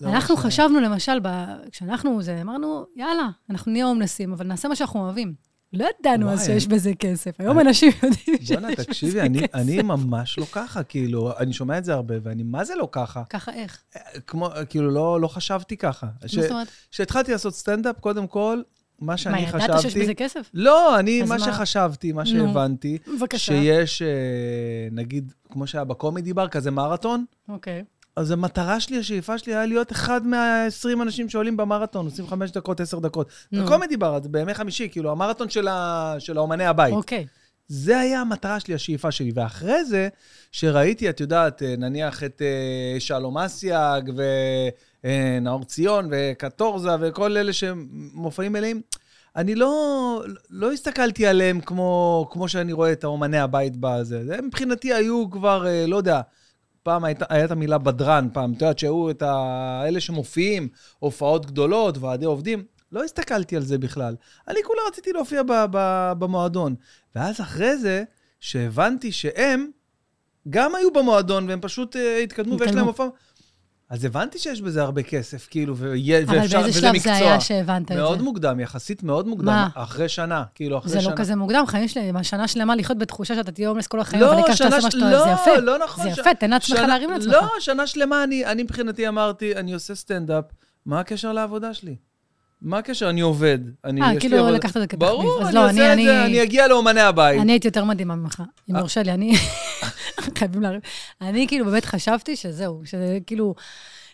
S2: לא
S1: אנחנו
S2: משנה.
S1: חשבנו, למשל, ב- כשאנחנו זה, אמרנו, יאללה, אנחנו נהיה הומלסים, אבל נעשה מה שאנחנו אוהבים. לא ידענו אז
S2: וואי,
S1: שיש בזה כסף. היום
S2: אני-
S1: אנשים יודעים שיש
S2: בואנה, תקשיבי,
S1: בזה
S2: אני-
S1: כסף.
S2: אני ממש לא ככה, כאילו, אני שומע את זה הרבה, ואני מה זה לא ככה?
S1: ככה איך?
S2: כמו, כאילו, לא, לא חשבתי ככה. ש-
S1: מה זאת אומרת?
S2: כשהתחלתי לעשות סטנדאפ, קודם כל, מה
S1: מה,
S2: שאני
S1: ידעת שיש בזה
S2: חשבתי...
S1: כסף?
S2: לא, אני,
S1: אז
S2: מה
S1: מה?
S2: שחשבתי, מה
S1: נו.
S2: שהבנתי,
S1: בבקשה.
S2: שיש, אה, נגיד, כמו שהיה בקומדי בר, כזה מרתון,
S1: אוקיי.
S2: אז המטרה שלי, השאיפה שלי, היה להיות אחד מה-20 אנשים שעולים במרתון, עושים 5 דקות, 10 דקות.
S1: נו.
S2: בקומדי בר, אז בימי חמישי, כאילו, המרתון של, ה... של האומני הבית.
S1: אוקיי.
S2: זה היה המטרה שלי, השאיפה שלי. ואחרי זה, שראיתי, את יודעת, אה, נניח את אה, שלום אסיאג ונאור ציון וקטורזה וכל אלה שהם מופעים מלאים, אני לא, לא הסתכלתי עליהם כמו, כמו שאני רואה את האומני הבית בזה. זה מבחינתי היו כבר, אה, לא יודע, פעם הייתה, היה את המילה בדרן, פעם, את יודעת, שהיו את האלה שמופיעים, הופעות גדולות, ועדי עובדים. לא הסתכלתי על זה בכלל. אני כולה רציתי להופיע ב, ב, במועדון. ואז אחרי זה, שהבנתי שהם גם היו במועדון, והם פשוט אה, התקדמו, ויש
S1: התקדמו.
S2: להם הופעה. אז הבנתי שיש בזה הרבה כסף, כאילו, ויה-
S1: אבל
S2: ואפשר,
S1: באיזה
S2: וזה
S1: שלב זה היה
S2: מקצוע.
S1: שהבנת את זה?
S2: מאוד מוקדם, יחסית מאוד מוקדם.
S1: מה?
S2: אחרי שנה, כאילו, אחרי
S1: זה
S2: שנה.
S1: לא כזה מוקדם, חיים שלהם, שנה שלמה לחיות בתחושה שאתה תהיה הומלס כל החיים,
S2: לא,
S1: אבל העיקר שאתה
S2: שנה
S1: עושה מה
S2: ש-
S1: שאתה אוהב, זה
S2: לא,
S1: יפה.
S2: לא נכון,
S1: זה
S2: ש-
S1: יפה, תן לעצמך
S2: שנה-
S1: להרים לעצמך.
S2: לא, שנה שלמה אני, אני מבחינתי אמרתי, אני עושה סטנדאפ, מה הקשר לעבודה שלי? מה הקשר? אני עובד. אני,
S1: אה,
S2: יש לי
S1: כאילו
S2: עבודה.
S1: לקחת את זה כתחביב.
S2: ברור,
S1: אז
S2: אני
S1: לא,
S2: עושה
S1: אני-
S2: את זה,
S1: אני-
S2: אני אגיע לאומני הבית.
S1: אני הייתי יותר מדהימה ממך, אם
S2: אה.
S1: יורשה לי, אני... חייבים להרים. אני כאילו באמת חשבתי שזהו, שזה כאילו...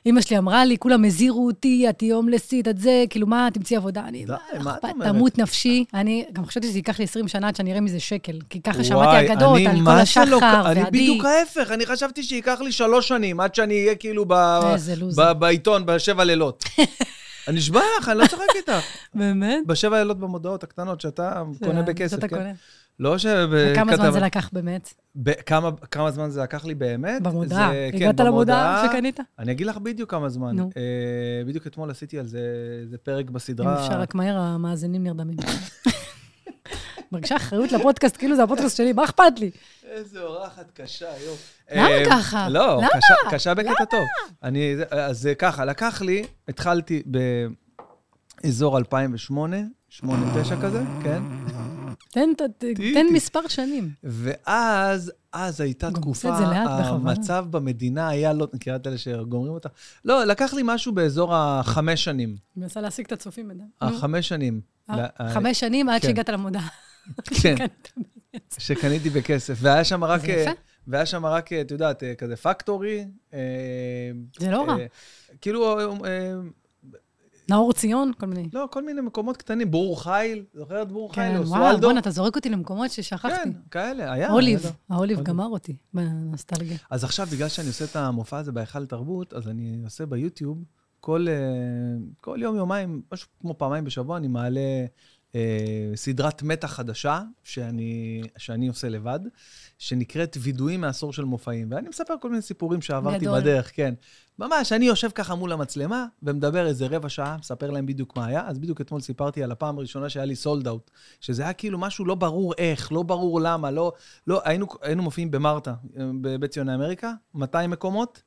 S1: אימא שלי אמרה לי, כולם הזהירו אותי, את תהיי הומלסית, את זה, כאילו, מה, תמצאי עבודה. אני, "לא
S2: די, מה את
S1: אכפת,
S2: אומרת?
S1: תמות נפשי. אני גם חשבתי שזה ייקח לי 20 שנה עד שאני אראה מזה שקל, כי ככה
S2: וואי,
S1: שמעתי אגדות
S2: אני
S1: על כל
S2: מה זה לא-
S1: השחר
S2: אני
S1: ועדי.
S2: בדיוק ההפך, אני חשבתי שייקח לי שלוש שנים עד שאני אהיה כאילו ב-
S1: איזה לוזר.
S2: ב- בעיתון, בשבע לילות. אני נשבע לך, אני לא צוחק איתך.
S1: באמת?
S2: בשבע לילות במודעות הקטנות שאתה קונה
S1: זה-
S2: בכסף,
S1: זאת
S2: כן?
S1: הקונה.
S2: לא ש...
S1: כמה זמן זה לקח באמת?
S2: ב- כמה, כמה זמן זה לקח לי באמת?
S1: במודעה.
S2: זה- כן,
S1: הגעת למודעה שקנית?
S2: אני אגיד לך בדיוק כמה זמן.
S1: נו.
S2: אה, בדיוק אתמול עשיתי על זה איזה פרק
S1: אם
S2: בסדרה.
S1: אפשר רק מהר, המאזינים נרדמים. מרגישה אחריות לפודקאסט, כאילו זה הפודקאסט שלי, מה אכפת לי?
S2: איזה אורחת קשה, יום.
S1: למה ככה?
S2: לא,
S1: למה?
S2: קשה, קשה בקטע טוב. אני, זה- אז אה, ככה, לקח לי, התחלתי באזור 2008, 8-9 כזה, כן?
S1: תן, ת- ת- תן מספר שנים.
S2: ואז, אז הייתה
S1: גם
S2: תקופה,
S1: עושה את זה לאט, בכוונה.
S2: המצב במדינה היה לא, מכירה את אלה שגומרים אותה? לא, לקח לי משהו באזור החמש שנים.
S1: אני מנסה להשיג את הצופים בינתיים. נו,
S2: החמש שנים.
S1: אה,
S2: ל-
S1: חמש שנים עד
S2: כן.
S1: שהגעת למודעה.
S2: כן, שקניתי בכסף. והיה שם רק...
S1: זה יפה.
S2: אה, והיה שם רק, אה, את יודעת, אה, כזה פקטורי. אה,
S1: זה לא רע.
S2: אה, כאילו, אה, אה,
S1: נאור ציון, כל מיני.
S2: לא, כל מיני מקומות קטנים. ברור חיל, זוכרת ברור חיל?
S1: כן, וואו,
S2: אוסוולדו?
S1: בואנה, אתה זורק אותי למקומות ששכחתי.
S2: כן, כאלה, היה.
S1: אוליב,
S2: היה לו.
S1: האוליב
S2: אוליב.
S1: גמר אותי בנוסטלגיה.
S2: אז עכשיו, בגלל שאני עושה את המופע הזה בהיכל תרבות, אז אני עושה ביוטיוב כל, אה, כל יום, יומיים, משהו כמו פעמיים בשבוע, אני מעלה אה, סדרת מתח חדשה, שאני, שאני עושה לבד, שנקראת וידויים מעשור של מופעים. ואני מספר כל מיני סיפורים שעברתי
S1: גדול.
S2: בדרך, כן. ממש, אני יושב ככה מול המצלמה ומדבר איזה רבע שעה, מספר להם בדיוק מה היה. אז בדיוק אתמול סיפרתי על הפעם הראשונה שהיה לי סולד אאוט, שזה היה כאילו משהו לא ברור איך, לא ברור למה, לא... לא, היינו, היינו מופיעים במרתה, בבית ציוני אמריקה, 200 מקומות,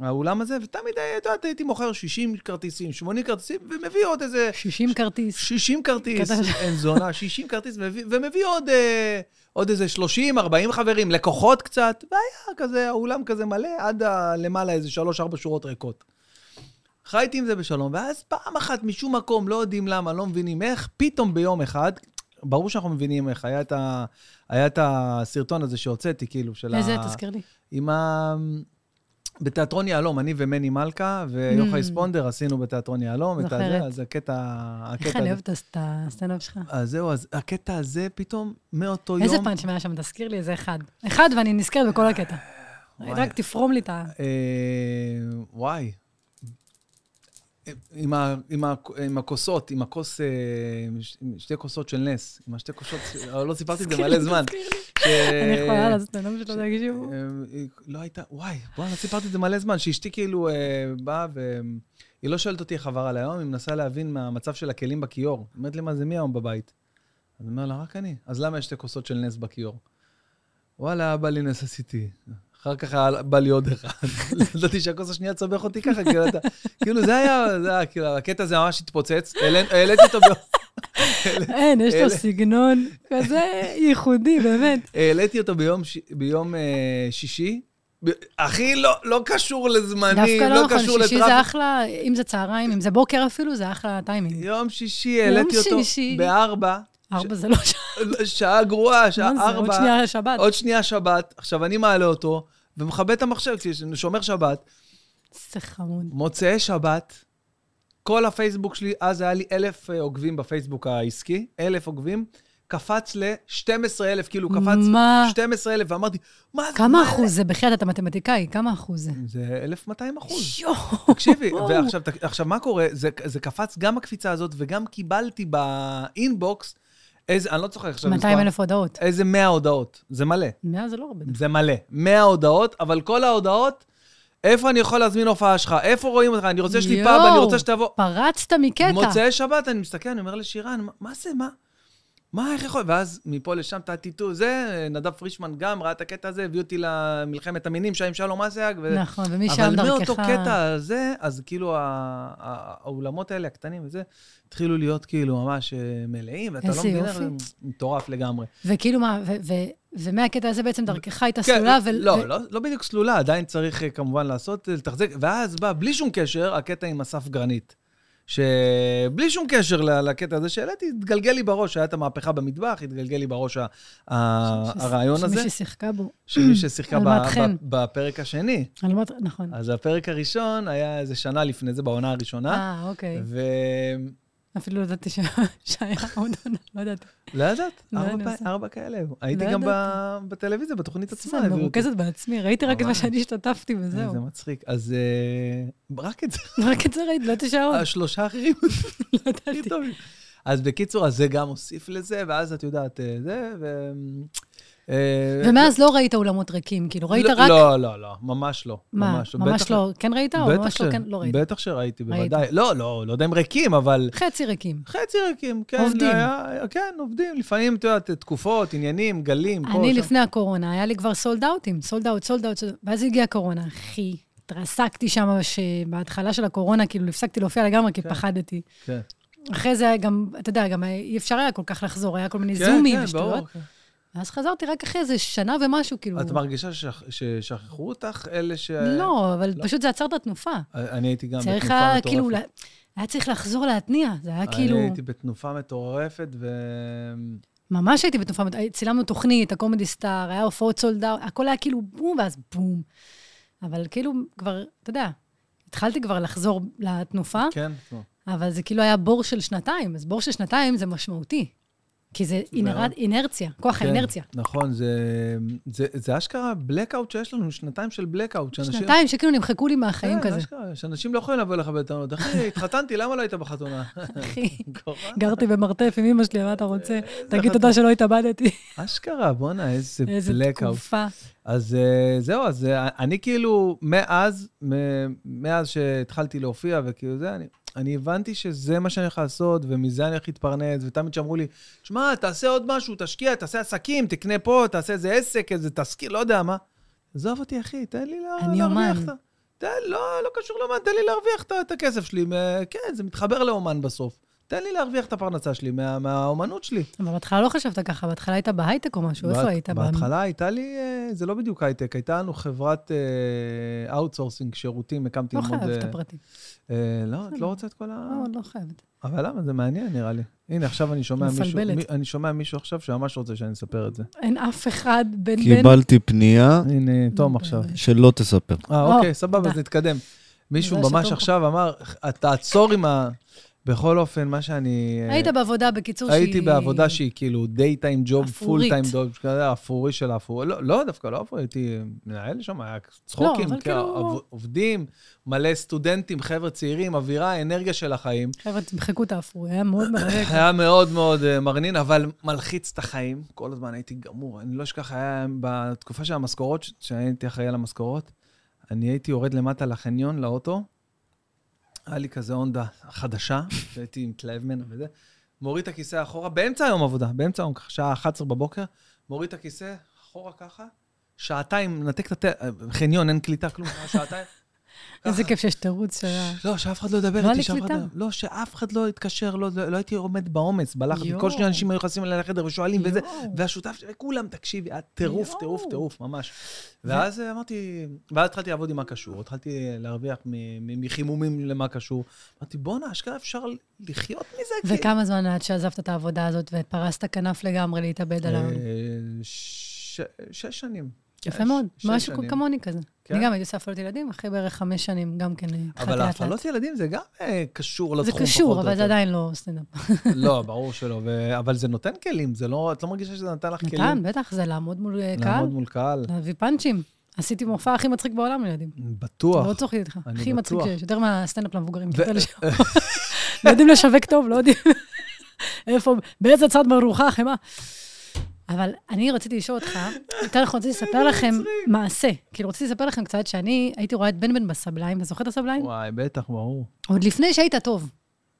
S2: האולם הזה, ותמיד, אה, את יודעת, הייתי מוכר 60 כרטיסים, 80 כרטיסים, ומביא עוד איזה
S1: 60 כרטיס.
S2: 60 כרטיס,
S1: קטן.
S2: אין זונה, 60 כרטיס, מביא- ומביא עוד, אה, עוד איזה 30, 40 חברים, לקוחות קצת, והיה כזה, האולם כזה מלא, עד ה- למעלה איזה 3-4 שורות ריקות. חייתי עם זה בשלום, ואז פעם אחת, משום מקום, לא יודעים למה, לא מבינים איך, פתאום ביום אחד, ברור שאנחנו מבינים איך, היה את, ה, היה את הסרטון הזה שהוצאתי, כאילו, של
S1: איזה,
S2: ה...
S1: תזכיר לי.
S2: עם ה... בתיאטרון יהלום, אני ומני מלכה ויוחאי
S1: Mm.
S2: ספונדר עשינו בתיאטרון יהלום, את הזה,
S1: זוכרת.
S2: אז הקטע...
S1: איך
S2: הקטע
S1: אני
S2: הזה-
S1: אוהבת את הסטנדאפ שלך.
S2: אז זהו, אז הקטע הזה פתאום, מאותו יום...
S1: איזה פאנצ'ים היה שם? תזכיר לי איזה אחד. אחד, ואני נזכרת בכל הקטע.
S2: אה, וואי.
S1: רק תפרום לי את ה...
S2: אה, וואי. עם, ה, עם, ה, עם הכוסות, עם הכוס, אה, עם ש- עם שתי כוסות של נס, עם השתי כוסות, אה, לא סיפרתי את זה
S1: תזכיר
S2: מלא
S1: לי,
S2: זמן.
S1: תזכיר לי.
S2: ש-
S1: אני יכולה לעשות סטנדאפ שלו, תקשיבו.
S2: אה, לא הייתה, וואי, בואנה, סיפרתי את זה מלא זמן, שאשתי כאילו אה, באה ו... היא לא שואלת אותי איך עבר על היום, היא מנסה להבין מהמצב של הכלים בכיור. היא אומרת לי, מה זה, מי היום בבית? אז אני אומר לה, רק אני. אז למה יש שתי כוסות של נס בכיור? וואלה, בא לי נס עשיתי. אחר כך היה- בא לי עוד אחד. לא ידעתי שהכוס השנייה תסבך אותי ככה, כאילו, אתה... כאילו, זה היה, זה היה, כאילו, הקטע הזה ממש התפוצץ. העלן- העליתי אותו ב...
S1: אין, יש לו
S2: אה, אלה-
S1: סגנון כזה ייחודי, באמת.
S2: העליתי אותו ביום, ש... ביום אה, שישי. ב... הכי לא, לא קשור לזמנים,
S1: דווקא
S2: לא,
S1: לא נכון,
S2: קשור
S1: שישי
S2: לטראפיק.
S1: זה אחלה, אם זה צהריים, אם זה בוקר אפילו, זה אחלה טיימינג.
S2: יום שישי העליתי אותו
S1: שישי.
S2: בארבע,
S1: ארבע זה לא שעה,
S2: לא, שעה גרועה, שעה
S1: זה
S2: ארבע.
S1: עוד שנייה שבת.
S2: עוד שנייה שבת. עכשיו, אני מעלה אותו, ומכבה את המחשב, כי אני שומר שבת.
S1: זה חמוד.
S2: מוצאי שבת, כל הפייסבוק שלי, אז היה לי אלף אה, עוקבים בפייסבוק העסקי, אלף עוקבים, קפץ ל-12 אלף, כאילו קפץ
S1: מה?
S2: 12 אלף, ואמרתי, מה זה?
S1: כמה
S2: מה
S1: אחוז זה? בחייאת, אתה מתמטיקאי, כמה אחוז זה?
S2: זה 1,200 אחוז.
S1: יואו.
S2: תקשיבי, ועכשיו ת- עכשיו, מה קורה? זה, זה קפץ גם הקפיצה הזאת, וגם קיבלתי באינבוקס, איזה, אני לא צוחק עכשיו,
S1: 200
S2: מספר,
S1: אלף הודעות.
S2: איזה 100 הודעות. זה מלא,
S1: מאה זה לא הרבה.
S2: זה מלא. 100 הודעות, אבל כל ההודעות, איפה אני יכול להזמין הופעה שלך? איפה רואים אותך? אני רוצה שליפה,
S1: יואו,
S2: ואני רוצה שתבוא.
S1: פרצת מקטע.
S2: מוצאי שבת, אני מסתכל, אני אומר לשירן, "מה- מה זה, מה? מה, איך יכול? ואז מפה לשם טה-טי-טו, זה, נדב פרישמן גם ראה את הקטע הזה, הביא אותי למלחמת המינים שהיה עם שלום אסיאג. ו...
S1: נכון, ומשם
S2: אבל
S1: דרכך...
S2: מאותו קטע הזה, אז כאילו ה- ה- האולמות האלה, הקטנים וזה, התחילו להיות כאילו ממש אה, מלאים, ואתה לא
S1: איזה
S2: מבין איך
S1: יופי.
S2: זה מטורף לגמרי.
S1: וכאילו מה, ו- ו- ומהקטע הזה בעצם דרכך הייתה
S2: כן,
S1: סלולה, ו-
S2: לא,
S1: ו-
S2: לא, לא בדיוק סלולה, עדיין צריך אה, כמובן לעשות, אה, לתחזק, ואז בא, בלי שום קשר, הקטע עם אסף גרנית. שבלי שום קשר ל- לקטע הזה שהעליתי, התגלגל לי בראש, היה את המהפכה במטבח, התגלגל לי בראש ה- ה-
S1: ש-
S2: הרעיון הזה,
S1: שמי ששיחקה בו.
S2: שמי ששיחקה ב-
S1: אלמת חן.
S2: ב- בפרק השני.
S1: על מה אתה- נכון.
S2: אז הפרק הראשון היה איזה שנה לפני זה, בעונה הראשונה.
S1: אה, אוקיי.
S2: ו...
S1: אפילו לא ידעתי ש- שהיה עוד עונה, לא ידעתי.
S2: לא ידעת,
S1: לא,
S2: ארבע
S1: אני
S2: פע-
S1: עושה.
S2: ארבע כאלה. הייתי
S1: לא
S2: גם ב- בטלוויזיה, בתוכנית עצמה.
S1: אני
S2: הביאו אותי.
S1: מרוכזת בעצמי, ראיתי רק את מה
S2: ממש.
S1: שאני השתתפתי וזהו.
S2: זה מצחיק. אז אה, רק את זה, אה,
S1: רק את זה ראיתי, לא תשאר עוד,
S2: השלושה האחרים
S1: לא
S2: הכי
S1: ידעתי.
S2: טובים. אז בקיצור, אז זה גם הוסיף לזה, ואז את יודעת, אה, זה, ו... אה,
S1: ומאז לא ראית אולמות ריקים, כאילו, ראית
S2: לא-
S1: רק...
S2: לא, לא, לא, ממש לא.
S1: מה, ממש
S2: בטח-
S1: לא, כן ראית או
S2: בטח
S1: ממש לא
S2: ש-
S1: כן, לא ראית?
S2: בטח שראיתי,
S1: ראית.
S2: בוודאי. לא, לא, לא יודע אם ריקים, אבל...
S1: חצי ריקים.
S2: חצי ריקים, כן.
S1: עובדים.
S2: היה- כן, עובדים. לפעמים, את יודעת, תקופות, עניינים, גלים, פה, שם.
S1: אני לפני הקורונה, היה לי כבר סולד אאוטים, סולד אאוט, סולד אאוט, ואז הגיעה הקורונה, אחי, התרסקתי שם, שבהתחלה של הקורונה, כאילו, הפסקתי להופיע לגמרי, כי
S2: כן.
S1: פחדתי.
S2: כן.
S1: אחרי זה היה גם, אתה יודע, גם אי אפשר היה כל כך לחזור, היה כל מיני
S2: כן,
S1: זומים
S2: כן, ברור,
S1: ושטויות.
S2: כן.
S1: ואז חזרתי רק אחרי איזה שנה ומשהו, כאילו...
S2: את מרגישה ששכ- ששכחו אותך, אלה ש...
S1: לא, אבל
S2: לא.
S1: פשוט זה עצר את התנופה.
S2: אני הייתי גם
S1: צריך
S2: בתנופה
S1: היה,
S2: מטורפת.
S1: כאילו, לה- היה צריך לחזור להתניע, זה היה כאילו...
S2: אני הייתי בתנופה מטורפת, ו...
S1: ממש הייתי בתנופה, מת- צילמנו תוכנית, הקומדי סטאר, היה הופעות סולד אאוט, הכל היה כאילו בום, ואז בום. אבל כאילו, כבר, אתה יודע, התחלתי כבר לחזור לתנופה,
S2: כן, נו.
S1: אבל זה כאילו היה בור של שנתיים, אז בור של שנתיים זה משמעותי. כי זה אינר-
S2: מאוד.
S1: אינרציה, כוח
S2: כן,
S1: האינרציה.
S2: נכון, זה, זה, זה אשכרה בלקאוט שיש לנו, שנתיים של בלקאוט. שאנשים-
S1: שנתיים שכאילו נמחקו לי מהחיים
S2: כן,
S1: כזה.
S2: אשכרה, שאנשים לא יכולים לבוא אליך בטענות. אחי, התחתנתי, למה לא היית בחתונה?
S1: אחי,
S2: קורה.
S1: גרתי במרתף עם אמא שלי, מה אתה רוצה? תגיד תודה שלא התאבדתי.
S2: אשכרה, בואנה, איזה
S1: איזה
S2: בלקאוט.
S1: תקופה.
S2: אז אה, זהו, אז אה, אני כאילו, מאז, מ- מאז שהתחלתי להופיע וכאילו זה, אני, אני הבנתי שזה מה שאני הולך לעשות, ומזה אני הולך להתפרנס, ותמיד שאמרו לי, שמע, תעשה עוד משהו, תשקיע, תעשה עסקים, תקנה פה, תעשה איזה עסק, איזה תשכיר, לא יודע מה. עזוב אותי, אחי, תן לי לה-
S1: אני
S2: להרוויח
S1: אומן.
S2: את ה... תן, לא, לא קשור לאומן, תן לי להרוויח את ה- את הכסף שלי. מ- כן, זה מתחבר לאומן בסוף. תן לי להרוויח את הפרנסה שלי מה, מהאומנות שלי.
S1: אבל בהתחלה לא חשבת ככה, בהתחלה היית בהייטק או משהו, איפה
S2: בהת-
S1: היית? ב-
S2: בהתחלה הייתה לי, אה, זה לא בדיוק הייטק, הייתה לנו חברת אאוטסורסינג, שירותים, הקמתי
S1: לא
S2: ללמוד...
S1: חייב את
S2: אה,
S1: הפרטים.
S2: אה, לא, את
S1: בסדר.
S2: לא רוצה את כל ה...
S1: לא, לא חייבת.
S2: אבל למה? זה מעניין, נראה לי. הנה, עכשיו אני שומע מישהו,
S1: מפלבלת.
S2: מי- אני שומע מישהו עכשיו שממש רוצה שאני אספר את זה.
S1: אין אף אחד בין בין...
S3: קיבלתי פנייה
S2: הנה, תום
S1: נו,
S2: עכשיו.
S1: באמת.
S3: שלא תספר.
S2: אה,
S1: או,
S2: אוקיי, סבבה,
S1: אוקיי. תודה.
S2: אז נתקדם. מישהו
S1: תודה
S2: ממש
S1: שתום פה.
S2: עכשיו אמר, "את תעצור עם ה... בכל אופן, מה שאני... אה,
S1: היית בעבודה, בקיצור, שהיא...
S2: הייתי בעבודה שהיא כאילו דייטיים ג'וב, פול
S1: אפרורית.
S2: טיים ג'וב, כזה אפורי של האפורי. לא, לא, דווקא לא אפורי, הייתי מנהל שם, היה צחוקים,
S1: אבל
S2: כאילו,
S1: כאילו-
S2: עב- עובדים, מלא סטודנטים, חבר'ה צעירים, אווירה, אנרגיה של החיים.
S1: חבר'ה, תמחקו את האפרו, היה מאוד מרתק.
S2: היה מאוד מאוד אה, מרנין, אבל מלחיץ את החיים. כל הזמן הייתי גמור. אני לא אשכח, היה בתקופה של המשכורות, ש- שאני הייתי אחראי על המשכורות, אני הייתי יורד למטה לחניון, לאוטו, היה לי כזה הונדה חדשה, שהייתי מתלהב ממנה וזה, מוריד את הכיסא אחורה, באמצע היום עבודה, באמצע היום, ככה, שעה 11 בבוקר, מוריד את הכיסא אחורה ככה, שעתיים, מנתק את הטל... אה, חניון, אין קליטה, כלום, שעתיים.
S1: איזה
S2: ככה.
S1: כיף שיש תירוץ שלה.
S2: לא, שאף אחד לא ידבר
S1: לא
S2: איתי,
S1: היה
S2: שאף אחד
S1: קליטה.
S2: לא... לא, שאף אחד לא יתקשר, לא, לא, לא הייתי עומד בעומס, בלחץ.
S1: יואו.
S2: כל שני אנשים היו נכנסים אליי לחדר ושואלים וזה,
S1: יואו.
S2: והשותף שלי, כולם, תקשיבי, היה טירוף,
S1: יואו.
S2: טירוף, טירוף, ממש. ואז אה, אמרתי, ואז התחלתי לעבוד עם מה קשור, התחלתי להרוויח מ- מ- מחימומים למה קשור. אמרתי, בואנה, אשכרה אפשר לחיות מזה, כאילו."
S1: וכמה זמן עד שעזבת את העבודה הזאת ופרסת כנף לגמרי להתאבד עליו?
S2: אה, ש- שש שנים.
S1: יפה מאוד,
S2: ש- שש
S1: משהו
S2: שנים.
S1: כמוני כזה.
S2: כן.
S1: אני גם הייתי עושה הפעלות ילדים, אחרי בערך חמש שנים גם כן אה, התחלתי
S2: אבל
S1: לאט לאט.
S2: ההפעלות ילדים זה גם אה, קשור
S1: זה
S2: לתחום. פחות
S1: קשור,
S2: או
S1: אבל זה
S2: יותר.
S1: עדיין לא סטנדאפ.
S2: לא, ברור שלא, ו... אבל זה נותן כלים, זה לא, את לא מרגישה שזה נתן לך כלים?
S1: נתן, בטח, זה לעמוד מול אה, קהל,
S2: לעמוד מול קהל,
S1: להביא פאנצ'ים. עשיתי מופע הכי מצחיק בעולם לילדים. לא
S2: בטוח.
S1: צוחקת איתך.
S2: אני
S1: הכי מצחיק
S2: בטוח.
S1: שיש, יותר מהסטנדאפ למבוגרים. אתה
S2: ו-
S1: יודע לשם. לא יודעים לשווק טוב, לא יודעים איפה, באיזה צד מרוחה החמאה. אבל אני רציתי לשאול אותך, יותר נכון, רציתי לספר לכם מעשה. כאילו, רציתי לספר לכם קצת שאני הייתי רואה את בן בן בסבליים, אתה זוכר את הסבליים?
S2: וואי, בטח, ברור.
S1: עוד לפני שהיית טוב.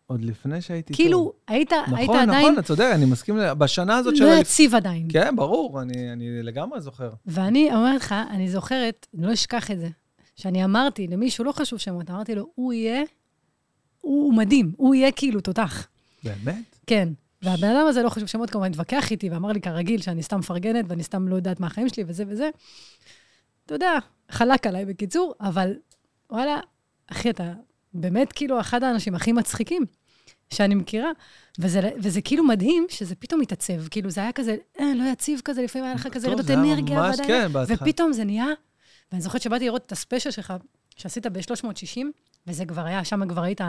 S2: עוד לפני שהייתי
S1: כאילו, היית,
S2: טוב.
S1: היית
S2: נכון,
S1: עדיין
S2: נכון, אתה צודק, אני מסכים, ל- בשנה הזאת של...
S1: לא
S2: ה-
S1: יציב עדיין.
S2: כן, ברור, אני, אני לגמרי זוכר.
S1: ואני אומרת לך, אני זוכרת, אני לא אשכח את זה, שאני אמרתי למישהו, לא חשוב שמות, אמרתי לו, הוא יהיה, הוא מדהים, הוא יהיה כאילו תותח.
S2: באמת?
S1: כן. והבן אדם הזה לא חשוב שמות, כמובן התווכח איתי ואמר לי כרגיל שאני סתם מפרגנת ואני סתם לא יודעת מה החיים שלי וזה וזה. אתה יודע, חלק עליי בקיצור, אבל וואלה, אחי, אתה באמת כאילו אחד האנשים הכי מצחיקים שאני מכירה, וזה, וזה כאילו מדהים שזה פתאום מתעצב, כאילו זה היה כזה, אה, לא יציב כזה, לפעמים היה לך כזה
S2: טוב,
S1: רעידות
S2: זה היה
S1: אנרגיה,
S2: ממש-
S1: ועדיין
S2: כן, בהתחלה.
S1: ופתאום זה נהיה, ואני זוכרת שבאתי לראות את הספיישל שלך, שעשית ב-360, וזה כבר היה, שם כבר היית,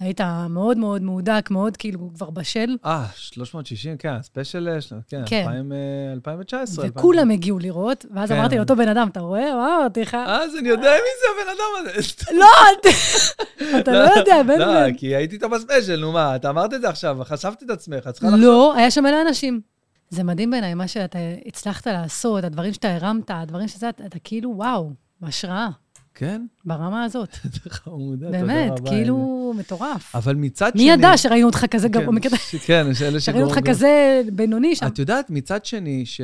S1: היית מאוד מאוד מהודק, מאוד כאילו כבר בשל,
S2: אה, 360, כן, הספיישל, אה, של- כן,
S1: כן.
S2: 2000, אה, 2019.
S1: וכולם הגיעו לראות, ואז
S2: כן.
S1: אמרתי לאותו בן אדם, אתה רואה? מה אמרתי לך?
S2: 2000. אז אני יודע מי זה הבן אדם הזה.
S1: לא, אתה- אתה לא יודע, בן בן.
S2: אה, לא, כי הייתי איתו בספיישל, נו מה, את אמרת את זה עכשיו, חשפת את עצמך, את צריכה לחשוב.
S1: לא, היה שם מלא אנשים. זה מדהים בעיניי, מה שאתה הצלחת לעשות, הדברים שאתה הרמת, הדברים שזה, אתה אתה כאילו, וואו, השראה,
S2: כן,
S1: ברמה הזאת.
S2: זה חמודה, תודה רבה.
S1: באמת,
S2: הנה.
S1: כאילו, מטורף.
S2: אבל מצד
S1: מי
S2: שני...
S1: ידע שראינו אותך כזה
S2: כן,
S1: גרוע? מכיוון-
S2: ש- כן, יש אלה
S1: שראינו אותך
S2: שגורמים-
S1: כזה בינוני שם.
S2: את יודעת, מצד שני, ש...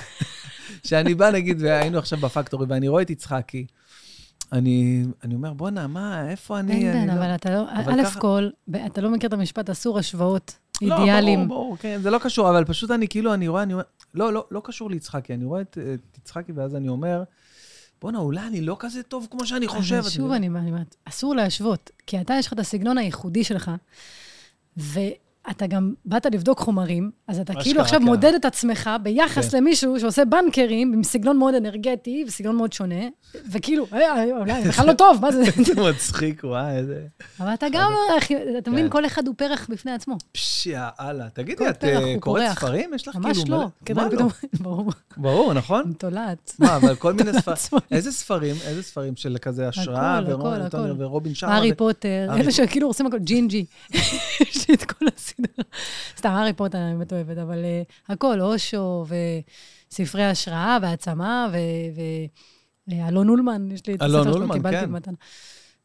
S2: שאני בא, נגיד, והיינו עכשיו בפקטורי, ואני רואה את יצחקי, אני, אני אומר, בואנה, מה, איפה אני?
S1: אין
S2: אני
S1: בן,
S2: לא-
S1: אבל אתה לא,
S2: אבל
S1: א'
S2: ככה-
S1: כל, ב- אתה לא מכיר את המשפט, אסור השוואות
S2: לא,
S1: אידיאליים.
S2: ברור, ברור, כן, זה לא קשור, אבל פשוט אני כאילו, אני רואה, אני אומר, לא, לא, לא קשור ליצחקי, אני רואה את, את יצחקי, ואז אני אומר, בואנה, אולי אני לא כזה טוב כמו שאני
S1: אבל
S2: חושב.
S1: שוב אני אני אומרת, אסור להשוות, כי אתה, יש לך את הסגנון הייחודי שלך, ואתה גם באת לבדוק חומרים, אז אתה
S2: אשכרה,
S1: כאילו עכשיו
S2: כן.
S1: מודד את עצמך ביחס
S2: כן.
S1: למישהו שעושה בנקרים עם סגנון מאוד אנרגטי וסגנון מאוד שונה, וכאילו, "אה, אה, אולי זה בכלל לא טוב, מה זה?
S2: זה מצחיק, וואי, איזה...
S1: אבל אתה גם, אחי, אתה מבין,
S2: כן.
S1: כל אחד הוא פרח בפני עצמו.
S2: פשיעה, אללה.
S1: כל
S2: תגידי, את
S1: פרח
S2: אה,
S1: הוא
S2: קוראת
S1: קורח.
S2: ספרים? יש לך כאילו...
S1: ממש לא.
S2: מלא-
S1: כדאי
S2: מה לא?
S1: פתאום- ברור,
S2: ברור, נכון?
S1: תולעת.
S2: מה, אבל כל מיני ספרים.
S1: עצמו.
S2: איזה ספרים? איזה ספרים של כזה השראה?
S1: הכל,
S2: ורון
S1: הכל,
S2: אלטונר
S1: הכל.
S2: ורובין שרמה.
S1: הארי
S2: ו-
S1: פוטר,
S2: הארי
S1: אלה שכאילו הורסים הכל, ג'ינג'י. יש לי את כל הסדרה. סתם, הארי פוטר אני באמת אוהבת, אבל אה, הכל, אושו, וספרי השראה, והעצמה, ו... ו- אה, אלון אולמן, יש לי את
S2: אלון
S1: הספר שלו,
S2: אולמן,
S1: קיבלתי
S2: כן.
S1: במתנה.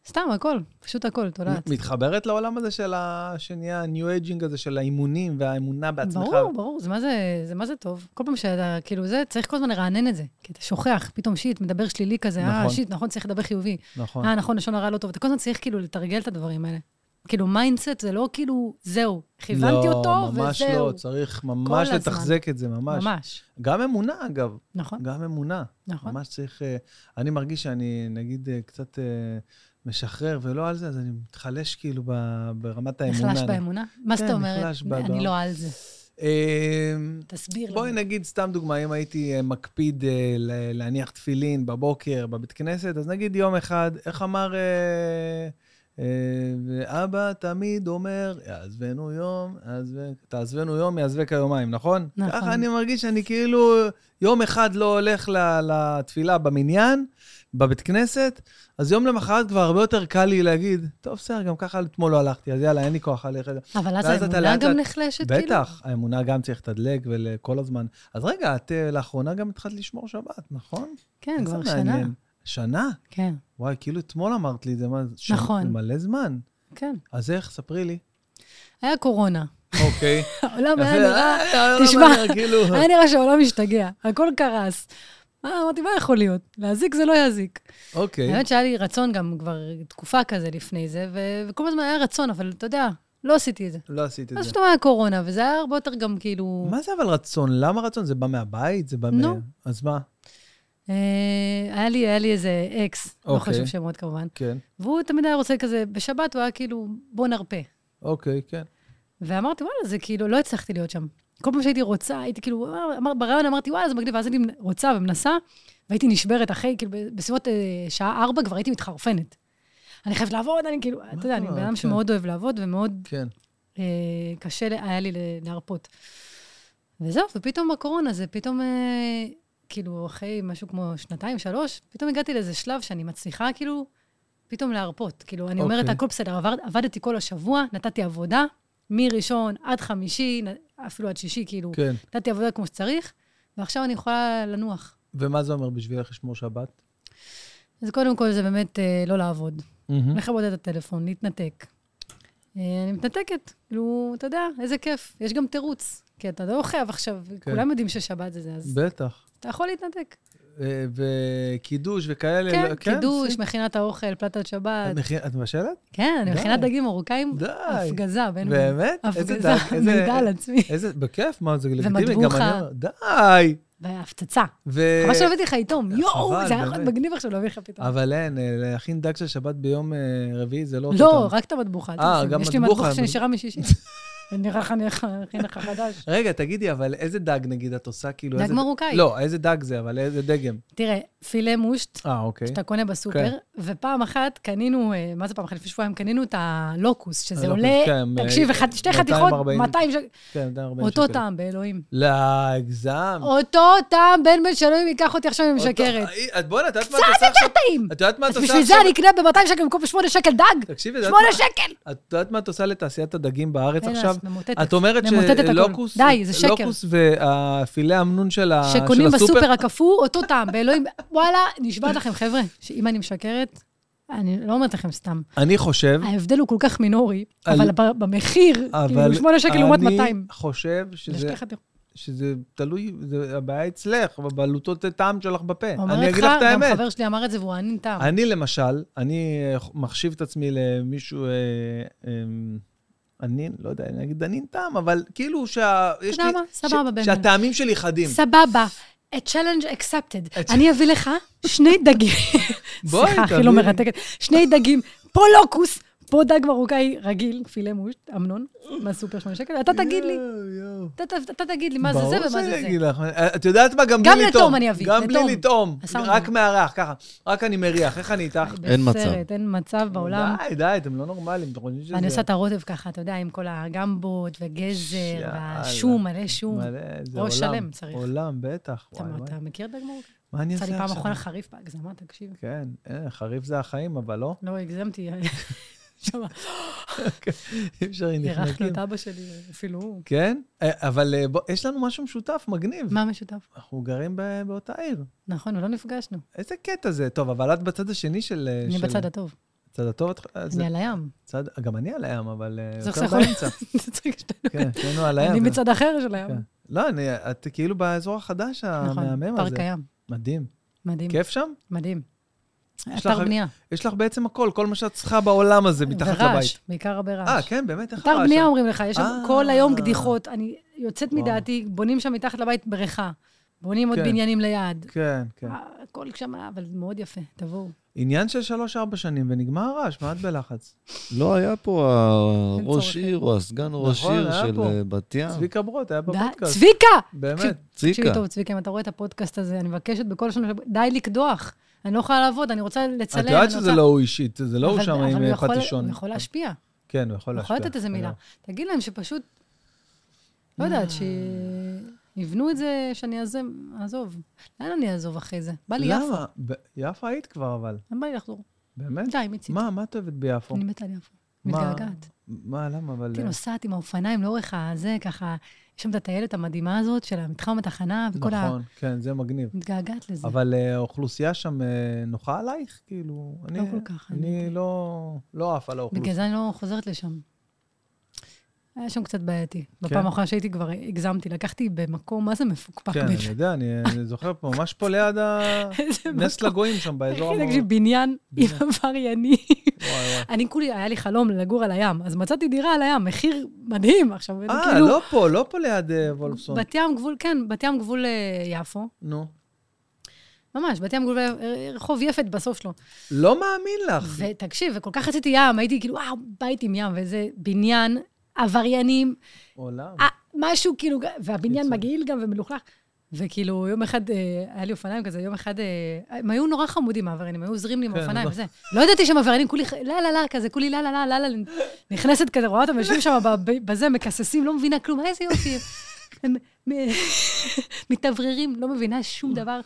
S1: סתם, הכל, פשוט הכל, תולעת.
S2: מ- מתחברת לעולם הזה של ה... שנהיה הניו אייג'ינג הזה של האימונים והאמונה בעצמך.
S1: ברור, ברור, זה מה זה, זה מה זה טוב. כל פעם שאתה, כאילו זה, צריך כל הזמן לרענן את זה. כי אתה שוכח, פתאום שיט, מדבר שלילי כזה, אה,
S2: נכון.
S1: שיט, נכון, צריך לדבר חיובי.
S2: נכון.
S1: אה, נכון, לשון הרע לא טוב. אתה כל הזמן צריך כאילו לתרגל את הדברים האלה. כאילו, מיינדסט זה לא כאילו, זהו, כיוונתי אותו,
S2: לא, ממש
S1: וזהו.
S2: לא, צריך ממש
S1: כל הזמן.
S2: לתחזק את זה, ממש.
S1: ממש.
S2: גם אמונה, אגב.
S1: נכון,
S2: גם אמונה.
S1: נכון.
S2: ממש צריך... אה, אני מרגיש שאני, נגיד, אה, קצת אה, משחרר ולא על זה, אז אני מתחלש כאילו ב- ברמת האמונה.
S1: נחלש
S2: אני-
S1: באמונה? מה זאת
S2: כן,
S1: אומרת?
S2: נחלש ב-
S1: אני
S2: ב-
S1: לא על זה.
S2: אמ,
S1: תסביר לי.
S2: בואי נגיד, סתם דוגמה, אם הייתי אה, מקפיד אה, ל- להניח תפילין בבוקר בבית כנסת, אז נגיד יום אחד, איך אמר אה, אה, אבא תמיד אומר, יעזבנו יום, יעזבנו- תעזבנו יום, יעזבק היומיים, נכון?
S1: נכון.
S2: ככה אני מרגיש שאני כאילו יום אחד לא הולך ל- לתפילה במניין, בבית כנסת, אז יום למחרת כבר הרבה יותר קל לי להגיד, טוב, בסדר, גם ככה אתמול לא הלכתי, אז יאללה, אין לי כוח ללכת.
S1: אבל אז
S2: ואז אתה
S1: האמונה
S2: לאט
S1: גם
S2: לאט-
S1: נחלשת, כאילו?
S2: בטח, האמונה גם צריך לתדלק וכל הזמן. אז רגע, את אה, לאחרונה גם התחלת לשמור שבת, נכון?
S1: כן,
S2: איזה
S1: כבר שנה.
S2: מעניין. שנה?
S1: כן,
S2: וואי, כאילו אתמול אמרת לי את זה, מה זה? שנה-
S1: נכון.
S2: זה מלא זמן.
S1: כן.
S2: אז איך? ספרי לי.
S1: היה קורונה.
S2: אוקיי.
S1: העולם היה
S2: יפה,
S1: נראה...
S2: אה, אה, לא
S1: תשמע,
S2: מעניין, כאילו...
S1: היה נראה שהעולם השתגע, הכל קרס. מה, אמרתי, מה יכול להיות? להזיק זה לא יזיק.
S2: אוקיי.
S1: האמת שהיה לי רצון גם כבר תקופה כזה לפני זה, ו- וכל הזמן היה רצון, אבל אתה יודע, לא עשיתי את זה.
S2: לא עשית את
S1: אז
S2: זה.
S1: פתאום היה קורונה, וזה היה הרבה יותר גם כאילו...
S2: מה זה אבל רצון? למה רצון? זה בא מהבית? זה בא מה...
S1: נו.
S2: אז מה?
S1: אה, היה לי, היה לי איזה אקס, לא
S2: אוקיי.
S1: חשוב שמות כמובן,
S2: כן.
S1: והוא תמיד היה רוצה כזה, בשבת הוא היה כאילו, בוא נרפה.
S2: אוקיי, כן.
S1: ואמרתי, וואלה, זה כאילו, לא הצלחתי להיות שם. כל פעם שהייתי רוצה, הייתי כאילו, "אה", אמר, ברעיון אמרתי, וואלה, זה מגניב, ואז הייתי רוצה ומנסה, והייתי נשברת אחרי, כאילו, ב- בסביבות אה, שעה ארבע כבר הייתי מתחרפנת. אני חייבת לעבוד, אני כאילו, אתה יודע, אני
S2: קרה?
S1: בן אדם
S2: כן.
S1: שמאוד אוהב לעבוד ומאוד
S2: כן.
S1: אה, קשה ל- היה לי ל- להרפות. וזהו, ופתאום בקורונה זה פתאום, אה, כאילו, אחרי משהו כמו שנתיים, שלוש, פתאום הגעתי לאיזה שלב שאני מצליחה, כאילו, פתאום להרפות. כאילו, אני אומרת,
S2: אוקיי.
S1: הכל בסדר, עבד, עבדתי כל השבוע, נתתי עבודה, מראשון עד חמישי, נ- אפילו עד שישי, כאילו,
S2: כן.
S1: נתתי עבודה כמו שצריך, ועכשיו אני יכולה לנוח.
S2: ומה זה אומר בשבילך לשמור שבת?
S1: אז קודם כל, זה באמת אה, לא לעבוד.
S2: מהמם.
S1: לכבוד את הטלפון, להתנתק. אה, אני מתנתקת. כאילו, אתה יודע, איזה כיף. יש גם תירוץ, כי אתה לא חייב עכשיו,
S2: כן.
S1: כולם יודעים ששבת זה זה, אז
S2: בטח.
S1: אתה יכול להתנתק.
S2: אה, וקידוש וכאלה.
S1: כן,
S2: לא-
S1: קידוש,
S2: עושים? את
S1: מכינת האוכל, פלטת שבת.
S2: מכין- את מבשלת?
S1: כן, אני
S2: די.
S1: מכינת דגים מרוקאים,
S2: די.
S1: הפגזה, בין
S2: באמת? איזה
S1: הפגזה,
S2: דג? איזה- אה,
S1: מעידה על עצמי.
S2: איזה, בכיף, מה, זה לגיטימי. גם
S1: ומטבוחה.
S2: אני- די!
S1: והפצצה.
S2: ו-
S1: חבל שלא הבאתי לך יתום, יואו,
S2: אה, חבל,
S1: זה היה יכול להיות
S2: באמת.
S1: מגניב עכשיו להביא לך פתאום.
S2: אבל אין, אה, להכין דג של שבת ביום אה, רביעי זה לא אותו
S1: לא,
S2: טעם.
S1: רק את המטבוחה. אל
S2: אה,
S1: תגזים.
S2: גם
S1: יש לי
S2: מטבוחה,
S1: מטבוחה
S2: אבל-
S1: שנשארה משישי. נראה לך אני אכין לך חדש.
S2: רגע, תגידי, אבל איזה דג נגיד את עושה? כאילו,
S1: דג
S2: איזה-
S1: מרוקאי.
S2: לא, איזה דג זה, אבל איזה דגם.
S1: תראה, פילה מושט,
S2: אה, אוקיי. כן.
S1: שאתה קונה בסופר, ופעם אחת קנינו, אה, מה זה פעם אחת? לפני שבועיים קנינו את הלוקוס, שזה
S2: הלוקוס,
S1: עולה,
S2: כן,
S1: תקשיב,
S2: אה,
S1: אחד- שתי חתיכות,
S2: 240.
S1: 200 שקל.
S2: כן, 240 שקל.
S1: אותו טעם, באלוהים.
S2: לא, הגזם.
S1: אותו טעם, בן בן שלום ייקח אותי עכשיו אם
S2: אותו-
S1: משקרת.
S2: אה, את בוא'נה, את יודעת מה
S1: קצת
S2: את עושה עכשיו?
S1: יותר טעים.
S2: את יודעת מה את
S1: אז
S2: עושה
S1: בשביל זה
S2: עכשיו?
S1: אני אקנה ב-200 שקל במקום 8 שקל דג?
S2: תקשיבי, את יודעת
S1: 8
S2: מה-
S1: שקל!
S2: את יודעת מה את עושה לתעשיית הדגים בארץ
S1: אין, אז
S2: עכשיו?
S1: ממוטטת.
S2: את אומרת
S1: ממוטטת הכל.
S2: שלוקוס...
S1: די, זה שקר.
S2: לוקוס והפילה אמנון של ה- אה, של הסופר...
S1: שקונים בסופר הקפוא, אותו טעם, באלוהים, וואלה, נשבעת לכם, חבר'ה, שאם אני משקרת, אני לא אומרת לכם סתם.
S2: אני חושב...
S1: ההבדל הוא כל כך מינורי,
S2: על-
S1: אבל ב- במחיר,
S2: אבל
S1: כאילו 8 שקל לעומת 200.
S2: אני חושב שזה,
S1: זה שתי חתיכות.
S2: שזה תלוי, זה הבעיה אצלך, בבעלותות טעם שלך בפה. אני
S1: אומרת
S2: אגיד
S1: לך,
S2: לך את
S1: גם
S2: האמת.
S1: חבר שלי אמר את זה והוא ענין טעם.
S2: אני למשל, אני אה, מחשיב את עצמי למישהו, אה, אה, אני, לא יודע, אני אגיד ענין טעם, אבל כאילו שה... יש
S1: יודע
S2: לי-
S1: מה?
S2: ש-
S1: סבבה, בן בן.
S2: שהטעמים שלי חדים.
S1: סבבה. A challenge accepted. אני אביא לך שני דגים.
S2: בואי,
S1: סליחה, הכי
S2: תביאי.
S1: לא מרתקת. שני דגים, פה לוקוס, פה דג מרוקאי רגיל, פילה מושט, אמנון, מהסופר שמונה שקל, ואתה תגיד לי,
S2: יואו, יואו.
S1: אתה ת- אתה תגיד לי מה זה זה
S2: ברור
S1: ומה זה
S2: שאני
S1: זה.
S2: אגיד לך. את יודעת מה? גם בלי
S1: גם
S2: לטעום.
S1: לטעום אני אביא,
S2: גם בלי
S1: לטעום.
S2: לטעום.
S1: הסאונד.
S2: רק מהריח, ככה. רק אני מריח, איך אני איתך?
S3: אין מצב.
S1: בסרט, אין מצב בעולם.
S2: די, די, אתם לא נורמלים. אתם חושבים שזה...
S1: ואני עושה את הרוטב ככה, אתה יודע, עם כל הגמבות וגזר,
S2: יאללה.
S1: והשום, מלא שום.
S2: מלא, זה
S1: ראש
S2: עולם.
S1: שלם צריך.
S2: עולם, בטח.
S1: אתה-
S2: וואי, וואי.
S1: אתה מכיר דג מרוקאי?
S2: מה אני
S1: יצא
S2: עושה
S1: לי
S2: עכשיו?
S1: פעם אחרונה חריף בהגזמה, תקשיב.
S2: כן, אה, חריף זה החיים, אבל לא.
S1: לא, הגזמתי. שמע,
S2: אי אפשר, היא
S1: אירחנו
S2: נחנקים.
S1: את אבא שלי, אפילו הוא.
S2: כן? אה, אבל אה, בוא, יש לנו משהו משותף, מגניב.
S1: מה משותף?
S2: אנחנו גרים ב- באותה עיר.
S1: נכון, ולא נפגשנו.
S2: איזה קטע זה. טוב, אבל את בצד השני של... אה,
S1: אני
S2: של-
S1: בצד הטוב,
S2: בצד הטוב? את- אה, זה-
S1: אני על הים.
S2: צד... גם אני על הים, אבל אה,
S1: זה
S2: יותר
S1: עכשיו
S2: באמצע.
S1: מצחיק שאתה-
S2: כן, שנינו על הים.
S1: אני בצד אחר של הים.
S2: כן. לא, אני, את כאילו באזור החדש
S1: נכון,
S2: המהמם הזה.
S1: פארק הים.
S2: מדהים.
S1: מדהים,
S2: כיף שם?
S1: מדהים.
S2: יש
S1: אתר
S2: לך-
S1: בנייה.
S2: יש לך בעצם הכל, כל מה שאת צריכה בעולם הזה, מתחת
S1: ורעש,
S2: לבית.
S1: בעיקר הרבה רעש.
S2: אה, כן, באמת, איך
S1: אתר
S2: הרעש
S1: בנייה
S2: שם?
S1: אומרים לך, יש שם
S2: אה.
S1: כל היום קדיחות. אני יוצאת
S2: וואו.
S1: מדעתי, בונים שם מתחת לבית בריכה. בונים עוד
S2: כן.
S1: בניינים ליד.
S2: כן, כן.
S1: אה, הכל שם, אבל מאוד יפה, תבואו.
S2: עניין של שלוש-ארבע שנים, ונגמר הרעש, מה את בלחץ?
S3: לא היה פה
S1: אין
S3: הראש
S1: צורך.
S3: עיר או הסגן ראש
S2: נכון,
S3: עיר
S2: היה
S3: של
S2: פה.
S3: אה, בת ים.
S2: צביקה ברוט היה
S1: די,
S2: בפודקאסט.
S1: צביקה!
S2: באמת.
S1: תקשיב, תקשיבי
S3: צביקה.
S1: טוב, צביקה, אם אתה רואה את הפודקאסט הזה, אני מבקשת בכל שנה, די לקדוח. אני לא יכולה לעבוד, אני רוצה לצלם.
S2: את יודעת
S1: אני
S2: שזה
S1: רוצה-
S2: לא הוא אישית, זה לא הוא
S1: אבל-
S2: שם
S1: אבל הוא
S2: עם
S1: יכול-
S2: פטישון.
S1: הוא יכול להשפיע,
S2: כן, הוא יכול
S1: הוא
S2: להשפיע.
S1: יכול לתת איזה מילה.
S2: לא.
S1: תגיד להם שפשוט, לא יודעת, שיבנו את זה, שאני אעזב, אעזוב. לאן אני אעזוב אחרי זה? בא לי יפו.
S2: למה? ב- יפו היית כבר, אבל.
S1: למה בא לי לחזור?
S2: באמת?
S1: די, מיצית.
S2: אה? מה, מה את אוהבת ביפו?
S1: אני מתה על יפו.
S2: מה-
S1: מתגעגעת.
S2: מה, למה, אבל... אה,
S1: הייתי נוסעת עם האופניים לאורך הזה, ככה, יש שם את הטיילת המדהימה הזאת של המתחם התחנה, וכל ה...
S2: נכון, כן, זה מגניב.
S1: מתגעגעת לזה.
S2: אבל אה, האוכלוסייה שם אה, נוחה עלייך? כאילו, אני...
S1: לא כל כך,
S2: אני
S1: האמת.
S2: לא לא עף על
S1: בגלל
S2: האוכלוסייה.
S1: זה אני לא חוזרת לשם. היה שם קצת בעייתי.
S2: כן?
S1: בפעם האחרונה שהייתי כבר הגזמתי, לקחתי במקום, מה זה מפוקפק
S2: כן, אני
S1: בעיניי.
S2: יודע, אני אני זוכר פה, ממש פה ליד ה-
S1: איזה
S2: נס לגויים שם, באזור
S1: מקום.
S2: המערב.
S1: תקשיב, בניין עם
S2: בניין.
S1: עבריינים.
S2: וואי, וואי.
S1: אני כולי, היה לי חלום לגור על הים, אז מצאתי דירה על הים, מחיר מדהים עכשיו. אני
S2: אה,
S1: כאילו,
S2: לא פה, לא פה ליד אה, וולפסון.
S1: בת ים גבול, כן, בת ים גבול אה, יפו.
S2: נו.
S1: ממש, בת ים גבול, אה, רחוב יפת בסוף שלו.
S2: לא מאמין לך.
S1: ותקשיב, וכל כך רציתי ים, הייתי כאילו, וואו, בית עם ים, וזה בניין, עבריינים,
S2: עולם.
S1: אה, משהו כאילו, והבניין
S2: קיצור.
S1: מגעיל גם ומלוכלך. וכאילו, יום אחד, אה, היה לי אופניים כזה, יום אחד, אה, הם היו נורא חמודים העבריינים, היו עוזרים לי עם
S2: כן,
S1: האופניים
S2: אבל-
S1: וזה. לא ידעתי שהם עבריינים, כולי, ח- לה, לה, לה, כזה, כולי, לה, לה, לה, לה, לה, נכנסת כזה, רואה אותם, יושבים שם ב- ב- בזה, מכססים, לא מבינה כלום, איזה יופי. הם מ- מתאווררים, לא מבינה שום דבר.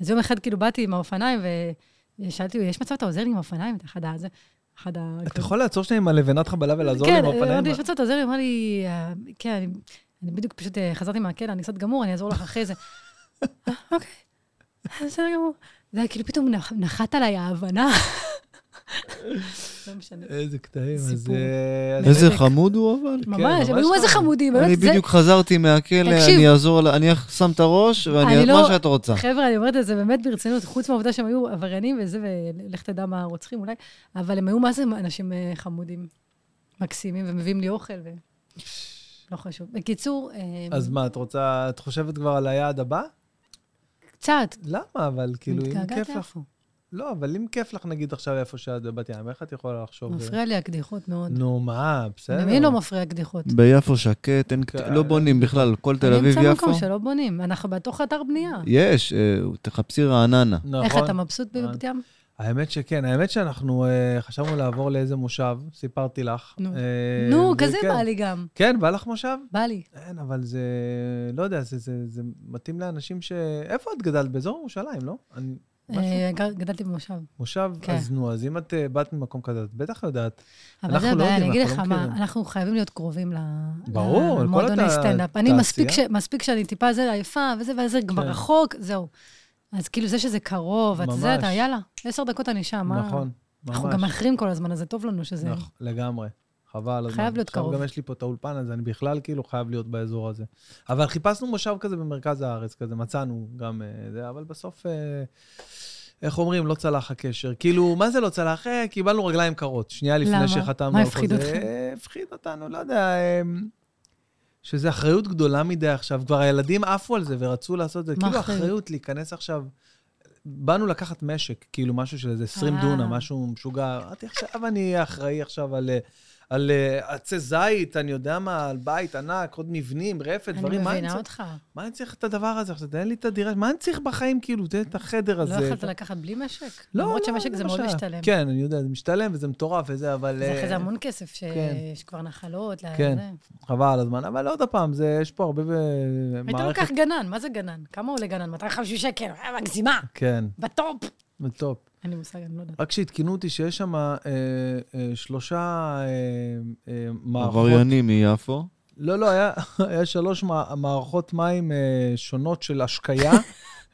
S1: אז יום אחד, כאילו, באתי עם האופניים, ושאלתי, יש מצב אתה עוזר לי עם האופניים? את אחד הזה, אחד ה...
S2: אתה יכול לעצור שנייה עם הלבנת חבלה ולעזור לי
S1: כן,
S2: עם האופניים?
S1: אמרתי, יש מצב, תעזור לי, אמר לי, "אה, כן, אני- אני בדיוק פשוט אה, חזרתי מהכלא, אני קצת גמור, אני אעזור לך אחרי זה. "אה, אוקיי, בסדר גמור. זה היה כאילו פתאום נח- נחת עליי ההבנה לא משנה.
S2: איזה קטעים, אז...
S1: סיפור.
S2: אה, אז-
S3: איזה
S1: באמת.
S3: חמוד הוא אבל.
S1: ממש, הם
S2: כן, ממש
S1: היו איזה
S2: חמוד.
S1: חמודים,
S3: אני
S1: באמת, זה...
S3: בדיוק חזרתי מהכלא,
S1: תקשיב.
S3: אני אעזור, לה- אני שם את הראש, ואני...
S1: אני לא-
S3: מה שאת רוצה.
S1: חבר'ה, אני אומרת את זה באמת ברצינות, חוץ מהעובדה שהם היו עבריינים וזה, ולך תדע מה רוצחים אולי, אבל הם היו מה זה אנשים אה, חמודים, מקסימים, ומביאים לי אוכל, ו... לא חשוב. בקיצור, אה,
S2: אז מה, את רוצה, את חושבת כבר על היעד הבא?
S1: קצת,
S2: למה, אבל כאילו, אם
S1: מתגעגעת
S2: כיף לך...
S1: לאיפה.
S2: לא, אבל אם כיף לך, נגיד עכשיו איפה שאת בבת ים, איך את יכולה לחשוב? אה,
S1: מפריע לי הקדיחות מאוד.
S2: נו, מה, בסדר.
S1: למי לא מפריע הקדיחות?
S3: ביפו שקט, אין-
S2: כן.
S3: לא בונים בכלל, כל תל אביב
S1: אני אמצא
S3: יפו.
S1: מקום שלא בונים, אנחנו בתוך אתר בנייה.
S3: יש, אה, תחפשי רעננה.
S2: נכון.
S1: איך אתה מבסוט
S2: נכון.
S1: בבת ים?
S2: האמת שכן, האמת שאנחנו אה, חשבנו לעבור לאיזה מושב, סיפרתי לך.
S1: נו.
S2: אה,
S1: נו,
S2: זה-
S1: כזה
S2: כן.
S1: בא לי גם.
S2: כן, בא לך מושב?
S1: בא לי.
S2: אין, אבל זה, לא יודע, זה, זה, זה מתאים לאנשים ש... איפה את גדלת? באזור ירושלים, לא? אני, משהו?
S1: אה, גר- גדלתי במושב.
S2: מושב,
S1: כן.
S2: אז נו, אז אם את אה, באת ממקום כזה, את בטח יודעת.
S1: אבל
S2: אנחנו
S1: זה
S2: לא
S1: הבעיה, אני אגיד
S2: יודעים, אנחנו
S1: לך
S2: לא
S1: מה,
S2: מכירים.
S1: אנחנו חייבים להיות קרובים ל...
S2: ברור, לכל
S1: למועדוני
S2: הת-
S1: סטנדאפ. אני
S2: תעשייה.
S1: מספיק, ש... מספיק שאני טיפה זה עייפה, וזה וזה כבר
S2: כן.
S1: רחוק, זהו. אז כאילו זה שזה קרוב, את זה, אתה
S2: ממש.
S1: יאללה, עשר דקות אני שם, מה?
S2: נכון, ממש.
S1: אנחנו גם מאחרים כל הזמן, אז זה טוב לנו שזה...
S2: נכון, לגמרי. חבל על הזמן.
S1: חייב להיות קרוב.
S2: עכשיו גם יש לי פה את האולפן הזה, אני בכלל כאילו חייב להיות באזור הזה. אבל חיפשנו מושב כזה במרכז הארץ, כזה, מצאנו גם אה, זה, אבל בסוף, אה, איך אומרים, לא צלח הקשר. כאילו, מה זה לא צלח? אה, קיבלנו רגליים קרות, שנייה
S1: למה?
S2: לפני שחתמנו
S1: מה
S2: על
S1: הפחיד
S2: חוזה.
S1: אתכם?
S2: אה, הפחיד אותנו, לא יודע. אה, שזה אחריות גדולה מדי עכשיו. כבר הילדים עפו על זה ורצו לעשות את זה.
S1: מה
S2: כאילו,
S1: אחריות?
S2: אחריות להיכנס עכשיו... באנו לקחת משק, כאילו משהו של איזה 20
S1: אה.
S2: דונם, משהו משוגע. אמרתי, עכשיו אני אהיה אחראי עכשיו על, אה, על אה, עצי זית, אני יודע מה, על בית ענק, עוד מבנים, רפת,
S1: אני
S2: דברים. מה
S1: מבינה
S2: צריך-
S1: אותך.
S2: מה אני צריך את הדבר הזה עכשיו? תן לי את הדירה, מה אני צריך בחיים, כאילו, תן לי את החדר
S1: לא
S2: הזה.
S1: יכלת לקחת בלי משק? למרות שמשק
S2: לא, זה
S1: זה
S2: מה
S1: מאוד
S2: שהיה.
S1: משתלם.
S2: כן, אני יודע, זה משתלם וזה מטורף וזה, אבל...
S1: זה אחרי זה
S2: אה,
S1: המון כסף, ש-
S2: כן.
S1: שכבר נחלות, ל-
S2: כן.
S1: זה.
S2: חבל על הזמן, אבל עוד פעם, זה, יש פה הרבה אה,
S1: היית
S2: מערכת...
S1: לוקח גנן, מה זה גנן? כמה עולה גנן? 250 שקל, אה, מגזימה,
S2: כן,
S1: בטופ.
S2: טופ.
S1: אין לי מושג, אני לא יודעת.
S2: רק שעדכנו אותי שיש שם אה, אה, שלושה אה, אה, מערכות...
S3: עבריינים מיפו.
S2: לא, לא, היה, היה שלוש מע- מערכות מים אה, שונות של השקיה,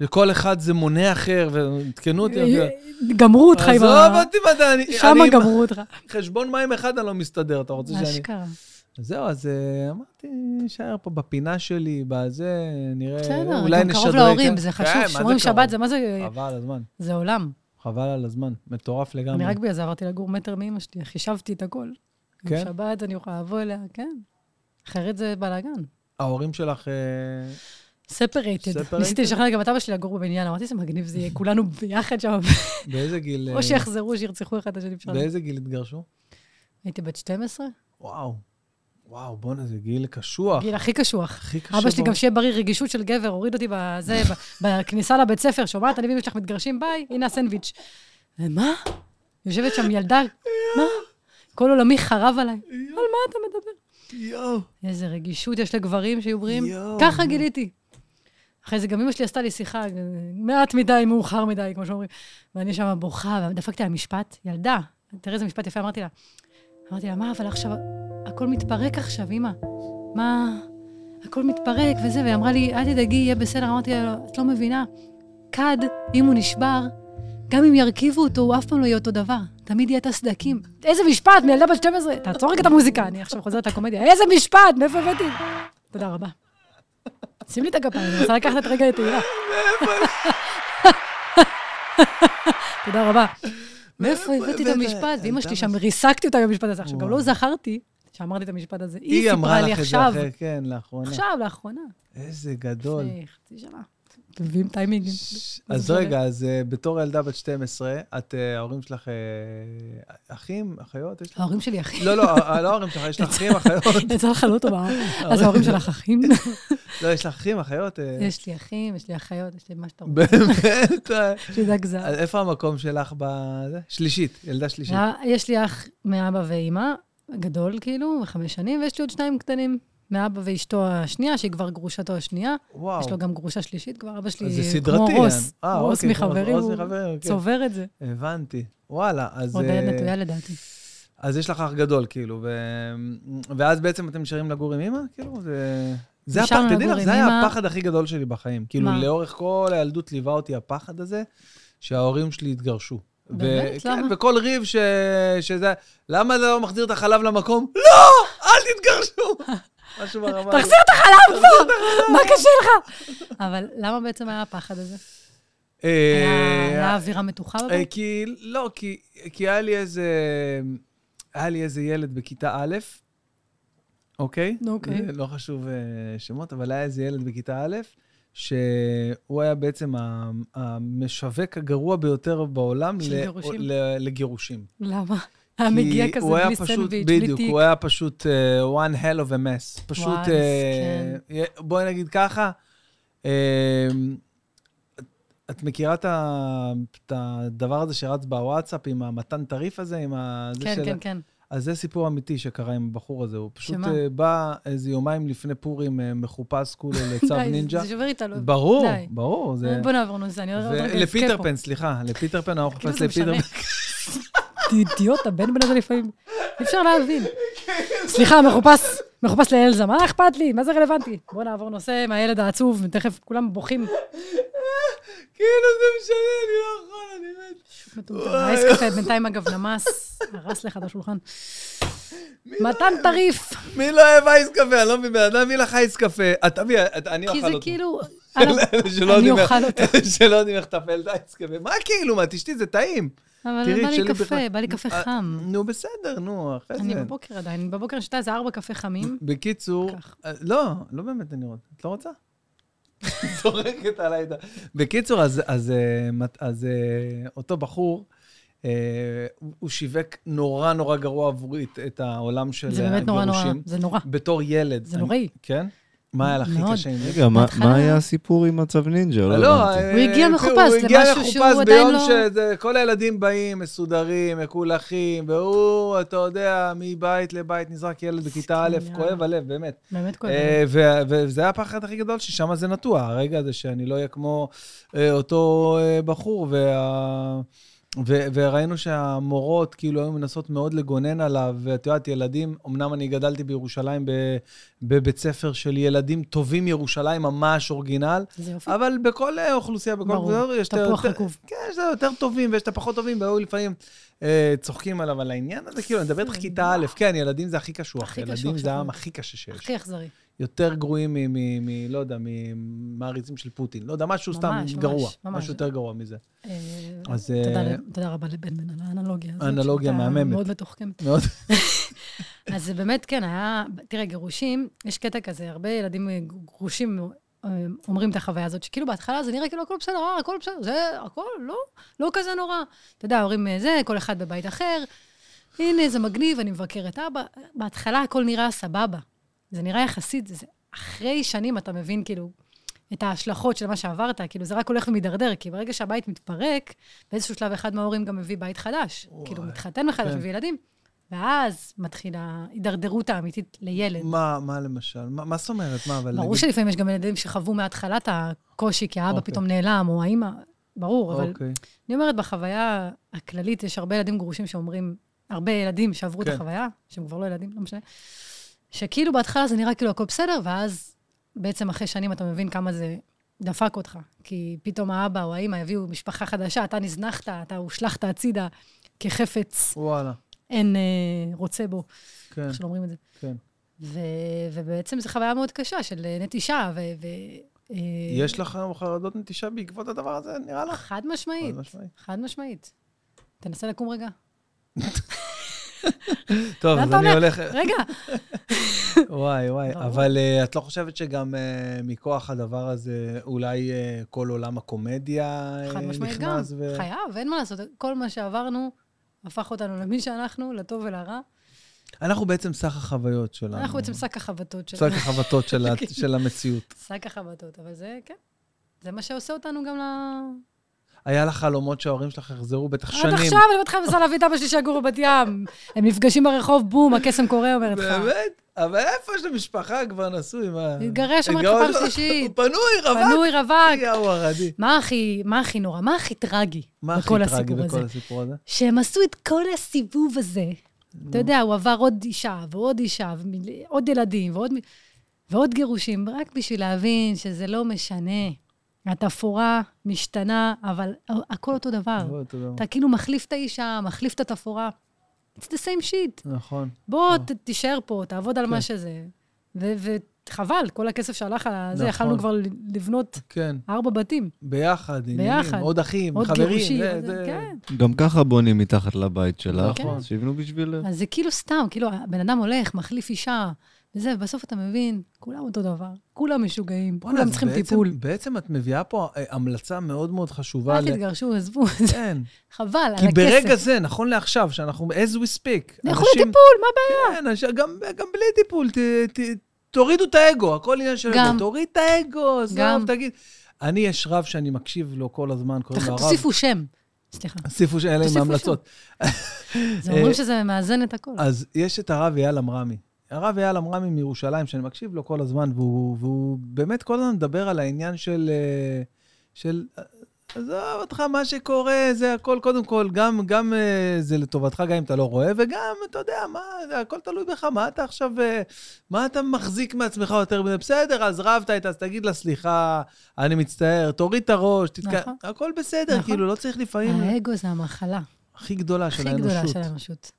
S2: וכל אחד זה מונה אחר, ועדכנו אותי. אמרתי לה,
S1: אה, גמרו אותך עם
S2: עזוב אותי מדע, אני...
S1: שם
S2: אני עם
S1: גמרו אותך.
S2: חשבון מים אחד אני לא מסתדר, אתה רוצה שאני... אה,
S1: אשכרה.
S2: זהו, אז אה, אמרתי, נשאר פה בפינה שלי, בזה, נראה...
S1: בסדר,
S2: אולי
S1: גם
S2: נשדרג,
S1: קרוב
S2: כן?
S1: להורים, זה
S2: כן,
S1: חשוב.
S2: מה זה
S1: שומרים
S2: קרוב?
S1: שבת, זה מה זה...
S2: חבל על הזמן,
S1: זה עולם.
S2: חבל על הזמן, מטורף
S1: אני
S2: לגמרי.
S1: רק בגלל זה עברתי לגור מטר מאמא שלי, חישבתי את הכל.
S2: כן?
S1: כן. שבת, אני יכולה לבוא אליה, כן. אחרת זה בלאגן.
S2: ההורים שלך... אה,
S1: ספרייטד.
S2: Separated?
S1: ניסיתי לשכנע גם את אבא שלי לגור בבניין, אמרתי, זה מגניב, זה יהיה כולנו ביחד שם.
S2: באיזה גיל...
S1: או
S2: אה,
S1: שיחזרו, שירצחו אחד את השני אפשר.
S2: באיזה גיל התגרשו?
S1: הייתי בת 12,
S2: וואו, וואו, בואנה, זה גיל קשוח.
S1: גיל הכי קשוח.
S2: הכי קשה.
S1: אבא שלי
S2: בעולם.
S1: גם שיהיה בריא, רגישות של גבר, הוריד אותי בזה, ב- בכניסה לבית ספר, שומעת, אני ואמא שלך מתגרשים, ביי, הנה הסנדוויץ'. מה? יושבת שם ילדה, מה? כל עולמי חרב עליי. על מה אתה מדבר?
S2: יואו.
S1: איזה רגישות יש לגברים שיהיו בריאים.
S2: יואו.
S1: ככה גיליתי. אחרי זה גם אמא שלי עשתה לי שיחה, אה, מעט מדי, מאוחר מדי, כמו שאומרים. ואני שם בוכה, ודפקתי על משפט, ילדה, תראה איזה משפט יפה, אמרתי לה. אמרתי לה, מה, אבל עכשיו, הכל מתפרק עכשיו, אמא. מה, הכל מתפרק וזה, והיא אמרה לי, אל תדאגי, יהיה בסדר. אמרתי לה, את לא מבינה, כד, אם הוא נשבר, גם אם ירכיבו אותו, הוא אף פעם לא יהיה אותו דבר. תמיד יהיה את הסדקים. איזה משפט, מילדה בת 12, תעצור רגע את המוזיקה, אני עכשיו חוזרת לקומדיה. איזה משפט, מאיפה הבאתי? תודה רבה. שים לי את הגפיים, אני רוצה לקחת את רגע לתהילה. תודה רבה. מאיפה הבאתי את
S2: הבאת?
S1: המשפט? ואימא שלי
S2: הילדה
S1: שם,
S2: הזאת.
S1: ריסקתי אותה במשפט הזה. עכשיו, גם
S2: וואו.
S1: לא זכרתי שאמרתי את המשפט הזה. היא
S2: היא אמרה
S1: סיפרה לי
S2: לך את זה
S1: עכשיו,
S2: אחרי, כן, לאחרונה.
S1: עכשיו, לאחרונה,
S2: איזה גדול.
S1: לפני חצי שנה. אתם מביאים טיימינגים.
S2: ש-
S1: מה
S2: אז
S1: זה
S2: רגע, אז אה, בתור ילדה בת 12, את, אה, ההורים שלך אה, אחים, אחיות? יש לך?
S1: ההורים שלי אחים.
S2: לא, לא, אה, לא ההורים שלך, יש לך אחים, אחיות.
S1: יצא לך לא טובה. אז ההורים שלך אחים?
S2: לא, יש לך אחים, אחיות? אה,
S1: יש לי אחים, יש לי אחיות, יש לי מה שאתה רוצה.
S2: באמת? אה,
S1: שזה הגזר.
S2: אז איפה המקום שלך בזה? שלישית, ילדה שלישית.
S1: אה, יש לי אח מאבא ואימא, גדול כאילו, חמש שנים, ויש לי עוד שניים קטנים. מאבא ואשתו השנייה, שהיא כבר גרושתו השנייה.
S2: וואו.
S1: יש לו גם גרושה שלישית כבר, אבא שלי
S2: אז זה
S1: כמו
S2: סדרתי.
S1: רוס.
S2: אה,
S1: רוס
S2: אוקיי, כמו
S1: מחברים,
S2: רוס
S1: הוא
S2: מחברים, אוקיי.
S1: צובר את זה.
S2: הבנתי. וואלה, אז...
S1: עוד ילד
S2: אה,
S1: נטויה לדעתי.
S2: אז יש לך אח גדול, כאילו, ו... ואז בעצם אתם נשארים לגור עם אמא? כאילו, זה... זה הפחד,
S1: נשארנו
S2: תדעי
S1: לגור
S2: לך,
S1: עם
S2: זה היה
S1: אמא.
S2: הפחד הכי גדול שלי בחיים. כאילו,
S1: מה?
S2: לאורך כל הילדות ליווה אותי הפחד הזה שההורים שלי יתגרשו.
S1: באמת?
S2: וכן,
S1: למה?
S2: וכל ריב ש... שזה... למה אתה לא מחזיר את החלב למקום? לא! אל
S1: אה,
S2: תתגרשו! משהו ברמה הזאת.
S1: תחזיר את החלב כבר! מה קשה לך? אבל למה בעצם היה הפחד הזה? היה
S2: אה,
S1: היה אווירה מתוחה
S2: אה,
S1: בבית?
S2: כי, לא, כי, כי היה לי איזה... היה לי איזה ילד בכיתה א', אוקיי?
S1: אוקיי.
S2: אה, לא חשוב אה, שמות, אבל היה איזה ילד בכיתה א', שהוא היה בעצם ה- המשווק הגרוע ביותר בעולם
S1: של
S2: ל-
S1: גירושים?
S2: ל- לגירושים.
S1: למה? היה מגיע
S2: אה, כי
S1: כזה
S2: הוא היה
S1: בלי
S2: פשוט-
S1: סנדוויץ', בלי
S2: בדיוק,
S1: תיק.
S2: הוא היה פשוט אה, one hell of a mess. פשוט,
S1: וואי,
S2: אה, בואי נגיד ככה, אה, את- את מכירה את ה- את הדבר הזה שרץ בוואטסאפ עם המתן טריף הזה, עם ה... זה
S1: כן,
S2: של-
S1: כן, כן.
S2: אז זה סיפור אמיתי שקרה עם הבחור הזה. הוא פשוט
S1: שמה?
S2: אה, בא איזה יומיים לפני פורים אה, מחופש כולו לצו
S1: די, זה-
S2: נינג'ה.
S1: זה שובר איתנו.
S2: ברור,
S1: די.
S2: ברור. זה-
S1: בוא נעבור נושא, אני עוד
S2: ו-
S1: רגע אבכה
S2: לפיטר
S1: פה.
S2: פן, סליחה, לפיטר פן, אנחנו
S1: כאילו
S2: מחפש
S1: זה
S2: לפיטר
S1: משנה.
S2: פן.
S1: אידיוט, הבן בן הזה לפעמים. אי אפשר להבין. סליחה, מחופש, מחופש לאלזה, מה אכפת לי? מה זה רלוונטי? בוא נעבור נושא מהילד העצוב, תכף כולם בוכים.
S2: כאילו זה משנה, אני לא יכול, אני מת.
S1: מטומטם. האייס קפה בינתיים, אגב, נמס, הרס לך את השולחן. מתן טריף,
S2: מי לא אוהב אייס קפה? אני לא מבין, בן אדם הביא לך אייס קפה. את תביא, את- אני אוכל
S1: כי
S2: אותו.
S1: זה כאילו... על ה-
S2: אלה שלא
S1: אני
S2: יודעים איך-
S1: אוכל אותו.
S2: אלה שלא יודעים איך לטפל את האייס קפה. מה כאילו, מה, תשתי, זה טעים.
S1: אבל
S2: תראי,
S1: בא לי
S2: שלי
S1: קפה,
S2: בכלל-
S1: בא לי קפה
S2: אה,
S1: חם.
S2: נו, בסדר, נו, אחרי
S1: אני
S2: זה.
S1: בבוקר עדיין, בבוקר שתה איזה ארבע קפה חמים.
S2: בקיצור,
S1: כך.
S2: אה, לא, לא באמת אני רוצה. את לא רוצה? זורקת עליי את ה... בקיצור, אז- אז אה, מת- אז אה, אותו בחור, אה, הוא- הוא שיווק נורא נורא גרוע עבורי את- את העולם של אה,
S1: זה באמת נורא נורא,
S2: הגירושים.
S1: זה נורא.
S2: בתור ילד.
S1: זה
S2: אני-
S1: נוראי.
S2: כן? מה היה לך הכי
S1: מאוד.
S2: קשה עם זה? אה,
S3: רגע, מה-
S1: בהתחלה-
S3: מה היה הסיפור עם הצו נינג'ה? לא הבנתי.
S1: הוא הגיע מחופש
S2: הוא הגיע
S1: למשהו שהוא
S2: מחופש
S1: עדיין
S2: ביום
S1: לא-
S2: שכל הילדים באים, מסודרים, מקולחים, והוא, אתה יודע, מבית לבית נזרק ילד בכיתה א',
S1: מסכנה.
S2: כואב הלב, באמת.
S1: באמת כואב.
S2: אה, ו- ו- וזה היה הפחד הכי גדול, ששם זה נטוע, הרגע הזה שאני לא אהיה כמו אה, אותו אה, בחור, וה... ו- וראינו שהמורות כאילו היו מנסות מאוד לגונן עליו, ואת יודעת, ילדים, אמנם אני גדלתי בירושלים ב- בבית ספר של ילדים טובים ירושלים, ממש אורגינל,
S1: זה יופי.
S2: אבל בכל אה, אוכלוסייה, בכל
S1: ברור,
S2: גזור, יש את
S1: תפוח
S2: היותר-
S1: רקוב.
S2: כן, יש את היותר טובים ויש את הפחות טובים, והיו לפעמים אה, צוחקים עליו על העניין הזה, כאילו, אני מדבר איתך כיתה א', כן, ילדים זה הכי קשוח,
S1: הכי
S2: ילדים
S1: קשוח
S2: זה
S1: שאתה
S2: העם
S1: מכיר.
S2: הכי קשה שיש.
S1: הכי אכזרי.
S2: יותר גרועים מ... מ, מ לא יודע, ממעריצים של פוטין. לא יודע, משהו סתם
S1: ממש, ממש,
S2: גרוע.
S1: ממש.
S2: משהו יותר גרוע מזה.
S1: אה,
S2: אז,
S1: תודה
S2: אה,
S1: ל- תודה רבה לבן בן על האנלוגיה הזאת.
S2: האנלוגיה
S1: שהייתה
S2: מהממת.
S1: מאוד מתוחכמת.
S2: מאוד.
S1: אז זה באמת, כן, היה... תראה, גירושים, יש קטע כזה, הרבה ילדים אה, גרושים אה, אומרים את החוויה הזאת, שכאילו בהתחלה זה נראה כאילו הכל בסדר, אה, הכל בסדר, זה הכל, לא, לא כזה נורא. אתה יודע, ההורים אה, זה, כל אחד בבית אחר, הנה, זה מגניב, אני מבקר את אבא. בהתחלה הכל נראה סבבה. זה נראה יחסית, זה, זה אחרי שנים אתה מבין, כאילו, את ההשלכות של מה שעברת, כאילו, זה רק הולך ומידרדר, כי ברגע שהבית מתפרק, באיזשהו שלב אחד מההורים גם מביא בית חדש.
S2: וואי.
S1: כאילו, מתחתן מחדש,
S2: כן.
S1: מביא ילדים. ואז מתחילה ההידרדרות האמיתית לילד.
S2: מה, מה למשל? מה, מה זאת אומרת? מה, אבל...
S1: ברור
S2: נגיד-
S1: שלפעמים יש גם ילדים שחוו מההתחלה את הקושי, כי האבא
S2: אוקיי.
S1: פתאום נעלם, או האימא, ברור, אבל
S2: אוקיי.
S1: אני אומרת, בחוויה הכללית, יש הרבה ילדים גרושים שאומרים, הרבה ילדים שעברו את
S2: כן.
S1: החוויה, שהם כבר לא ילדים, לא משנה, שכאילו בהתחלה זה נראה כאילו הכל בסדר, ואז בעצם אחרי שנים אתה מבין כמה זה דפק אותך. כי פתאום האבא או האימא הביאו משפחה חדשה, אתה נזנחת, אתה הושלכת הצידה כחפץ,
S2: וואלה,
S1: אין אה, רוצה בו,
S2: כן,
S1: איך שלא אומרים את זה.
S2: כן.
S1: ו- ובעצם זו חוויה מאוד קשה של אה, נטישה, ו... ו- אה, לא,
S2: יש לך חרדות נטישה בעקבות הדבר הזה? נראה לך?
S1: חד משמעית,
S2: חד משמעית.
S1: חד משמעית. תנסה לקום רגע. לאן
S2: טוב, אז
S1: אתה
S2: אני
S1: הולך?
S2: הולך...
S1: רגע,
S2: וואי, וואי.
S1: ברור.
S2: אבל אה, את לא חושבת שגם אה, מכוח הדבר הזה, אולי אה, כל עולם הקומדיה אה, נכנס?
S1: חד משמעית גם.
S2: ו-
S1: חייב, אין מה לעשות. כל מה שעברנו הפך אותנו למי שאנחנו, לטוב ולרע.
S2: אנחנו בעצם שק החוויות שלנו.
S1: אנחנו בעצם שק החבטות שלנו.
S2: שק החבטות של ה- של המציאות.
S1: שק החבטות, אבל זה, כן. זה מה שעושה אותנו גם ל...
S2: היה לך חלומות שההורים שלך יחזרו בטח
S1: עד
S2: שנים.
S1: עכשיו אני אומרת לך, אני מנסה להביא את אבא שלי שיגור בבת ים. הם נפגשים ברחוב, בום, הקסם קורה, אומרת לך.
S2: באמת? אבל איפה יש למשפחה כבר נשוי? מה?
S1: התגרש, אומרת לך
S2: התגרש?
S1: פעם שלישית.
S2: הוא פנוי, רווק.
S1: פנוי רווק.
S2: יאו, ערדי.
S1: מה הכי, מה הכי נורא? מה הכי טרגי
S2: מה הכי
S1: בכל
S2: טרגי
S1: הסיפור הזה?
S2: בכל הסיפור הזה?
S1: שהם עשו את כל הסיבוב הזה. אתה יודע, הוא עבר עוד אישה ועוד אישה ועוד ילדים ועוד, מ- ועוד גירושים, רק בשביל להבין שזה לא משנה. התפאורה משתנה, אבל הכל אותו דבר.
S2: נכון, אתה יודע.
S1: אתה כאילו מחליף את האישה, מחליף את התפאורה. It's the same shit.
S2: נכון.
S1: בוא,
S2: נכון.
S1: ת- תישאר פה, תעבוד על
S2: כן.
S1: מה שזה. ו- וחבל, כל הכסף שהלך על זה, יכלנו
S2: נכון.
S1: כבר ל- לבנות
S2: כן,
S1: ארבע בתים,
S2: ביחד, עניינים,
S1: ביחד.
S2: עוד אחים,
S1: עוד
S2: חברים.
S1: גירושים.
S2: זה-
S1: עוד-
S2: זה-
S1: כן.
S3: גם ככה בונים מתחת לבית שלך,
S1: נכון.
S3: אז שיבנו בשבילך.
S1: אז זה כאילו סתם, כאילו, הבן אדם הולך, מחליף אישה, וזה, ובסוף אתה מבין, כולם אותו דבר, כולם משוגעים,
S2: בואנה,
S1: כולם
S2: אז
S1: צריכים
S2: בעצם-
S1: טיפול.
S2: בעצם את מביאה פה אה, המלצה מאוד מאוד חשובה.
S1: אל
S2: ל-
S1: תתגרשו, עזבו, זה
S2: כן.
S1: חבל, על הכסף.
S2: כי ברגע זה, נכון לעכשיו, שאנחנו, as we speak,
S1: לכו לטיפול, מה הבעיה?
S2: כן, אנש- גם, גם בלי טיפול, ת, ת, תורידו את האגו, הכל עניין של
S1: גם.
S2: אגו. תוריד את האגו,
S1: גם.
S2: עזוב, תגיד. אני, יש רב שאני מקשיב לו כל הזמן, קוראים לו הרב.
S1: תוסיפו שם. סליחה,
S2: תוסיפו שאלה עם
S1: תוסיפו
S2: ההמלצות.
S1: זה
S2: אה,
S1: אומרים שזה מאזן את הכל.
S2: אז יש את הרב אייל עמרמי. הרב אייל עמרמי מירושלים, שאני מקשיב לו כל הזמן, והוא, והוא באמת כל הזמן מדבר על העניין של... אה, של אה, עזוב אותך, מה שקורה, זה הכל, קודם כל, גם, גם אה, זה לטובתך, גם אם אתה לא רואה, וגם, אתה יודע, מה, זה הכל תלוי בך, מה אתה עכשיו, אה, מה אתה מחזיק מעצמך יותר מדי? בסדר, אז רבת איתה, אז תגיד לה, סליחה, אני מצטער, תוריד את הראש, תתקע...
S1: נכון.
S2: הכל בסדר,
S1: נכון.
S2: כאילו, לא צריך לפעמים...
S1: האגו זה המחלה
S2: הכי גדולה של
S1: הכי גדולה
S2: האנושות.
S1: של האנושות.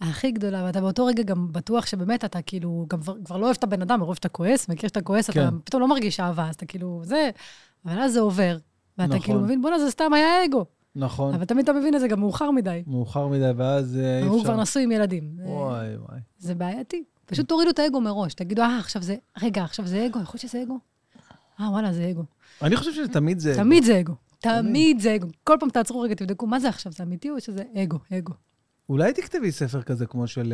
S1: הכי גדולה, ואתה באותו רגע גם בטוח שבאמת אתה כאילו, גם כבר- כבר לא אוהב את הבן אדם, מרוב שאתה כועס, מכיר שאתה כועס, אתה
S2: כן.
S1: פתאום לא מרגיש אהבה, אז אתה כאילו, זה... אבל אז זה עובר, ואתה
S2: נכון.
S1: כאילו מבין, בואנה, זה סתם היה אגו.
S2: נכון.
S1: אבל תמיד אתה מבין את זה גם מאוחר מדי.
S2: מאוחר מדי, ואז אה, אי
S1: הוא
S2: אפשר...
S1: כבר נשוי עם ילדים. זה-
S2: וואי, וואי.
S1: זה בעייתי. פשוט תורידו את האגו מראש, תגידו, אה, עכשיו זה, רגע, עכשיו זה אגו, יכול להיות שזה אגו? אה, וואלה, זה אגו.
S2: אני חושב שתמיד זה...
S1: תמיד זה אגו. תמיד זה אגו. כל פעם תעצרו רגע, תבדקו, מה זה עכשיו, זה אמיתי או שזה אגו, אגו?
S2: אולי תכתבי ספר כזה כמו של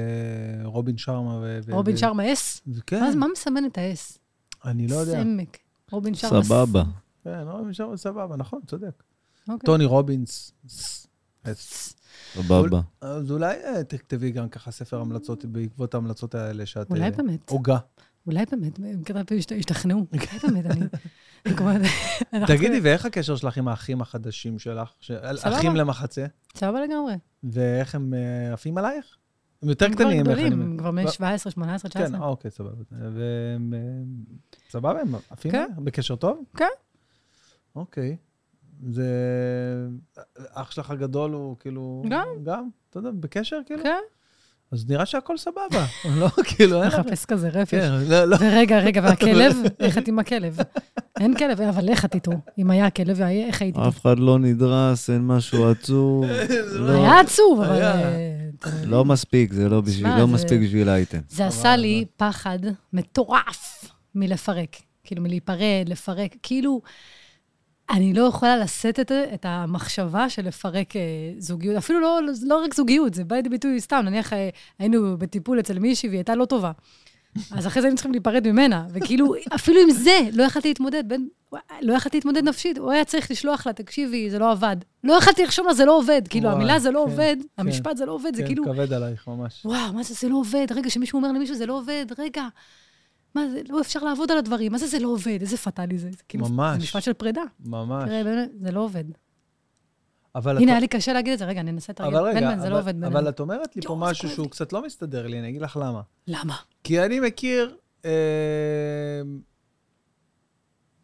S2: אה, רובין שרמה ו... ו-
S1: רובין
S2: ו-
S1: שרמה אס?
S2: זה- כן,
S1: מה מסמן את האס?
S2: אני לא יודע.
S1: סמק. רובין שרמה.
S3: סבבה.
S2: כן, רובין שרמה, סבבה, נכון, צודק.
S1: אוקיי.
S2: טוני רובינס. ס- אז-
S3: סבבה.
S2: אז אולי אה, תכתבי גם ככה ספר המלצות בעקבות ההמלצות האלה שאת... אה,
S1: אולי באמת,
S2: הוגה.
S1: אולי באמת, כדאי פה ישת- ישתכנעו. אולי באמת, אני... אני כבר- אנחנו-
S2: תגידי, ואיך הקשר שלך עם האחים החדשים שלך? ש-
S1: סבבה.
S2: אחים למחצה?
S1: סבבה לגמרי.
S2: ואיך הם אה, עפים עלייך? הם יותר
S1: הם כבר
S2: קטנים, איך
S1: גדולים,
S2: אני- לא.
S1: הם כבר מ- 17, 18,
S2: כן,
S1: 19.
S2: אה, אוקיי, סבבה. והם... אה, סבבה, הם עפים?
S1: כן.
S2: כן. בקשר טוב?
S1: כן.
S2: אוקיי. זה... אח שלך הגדול הוא כאילו...
S1: גם.
S2: גם? אתה יודע, בקשר כאילו?
S1: כן,
S2: אז נראה שהכל סבבה. לא, כאילו, אין לך...
S1: מחפש כזה רפש.
S2: כן, לא, לא.
S1: ורגע, רגע, והכלב? איך את עם הכלב? אין כלב, אבל איך את איתו? אם היה כלב, היה- איך היית איתו?
S3: אף אחד לא נדרס, אין משהו עצוב. לא-
S1: היה עצוב, אבל...
S2: היה.
S1: אה, אתה מבין.
S3: לא מספיק, זה לא בשביל-
S1: שמע,
S3: לא
S1: זה-
S3: מספיק בשביל אייטם.
S1: זה עשה לי פחד מטורף מלפרק. כאילו, מלהיפרד, לפרק. כאילו, אני לא יכולה לשאת את, את המחשבה של לפרק אה, זוגיות. אפילו לא, לא רק זוגיות, זה בא לידי ביטוי סתם. נניח אה, היינו בטיפול אצל מישהי והיא הייתה לא טובה. אז אחרי זה היינו צריכים להיפרד ממנה. וכאילו, אפילו עם זה לא יכלתי להתמודד. בין, לא יכלתי להתמודד נפשית. הוא היה צריך לשלוח לה, תקשיבי, זה לא עבד. לא יכלתי לרשום לה, זה לא עובד. כאילו,
S2: וואי,
S1: המילה זה לא
S2: כן,
S1: עובד,
S2: כן.
S1: המשפט זה לא עובד, זה
S2: כן,
S1: כאילו...
S2: כבד עלייך ממש.
S1: וואו, מה זה, זה לא עובד? רגע, שמישהו אומר למישהו, זה לא עובד, רגע. מה זה, לא אפשר לעבוד על הדברים, מה זה, זה לא עובד? איזה פטאלי זה. זה כאילו,
S2: ממש.
S1: זה משפט של פרידה.
S2: ממש.
S1: תראה, באמת, זה לא עובד.
S2: אבל את-
S1: הנה, היה לי קשה להגיד את זה, רגע, אני אנסה לתרגם.
S2: אבל רגע,
S1: בן בן, זה לא
S2: אבל-
S1: עובד בן
S2: אבל
S1: בן.
S2: את אומרת לי פה
S1: יואו, זה
S2: משהו
S1: כואב
S2: שהוא
S1: לי.
S2: קצת לא מסתדר לי, אני אגיד לך למה.
S1: למה?
S2: כי אני מכיר, אה,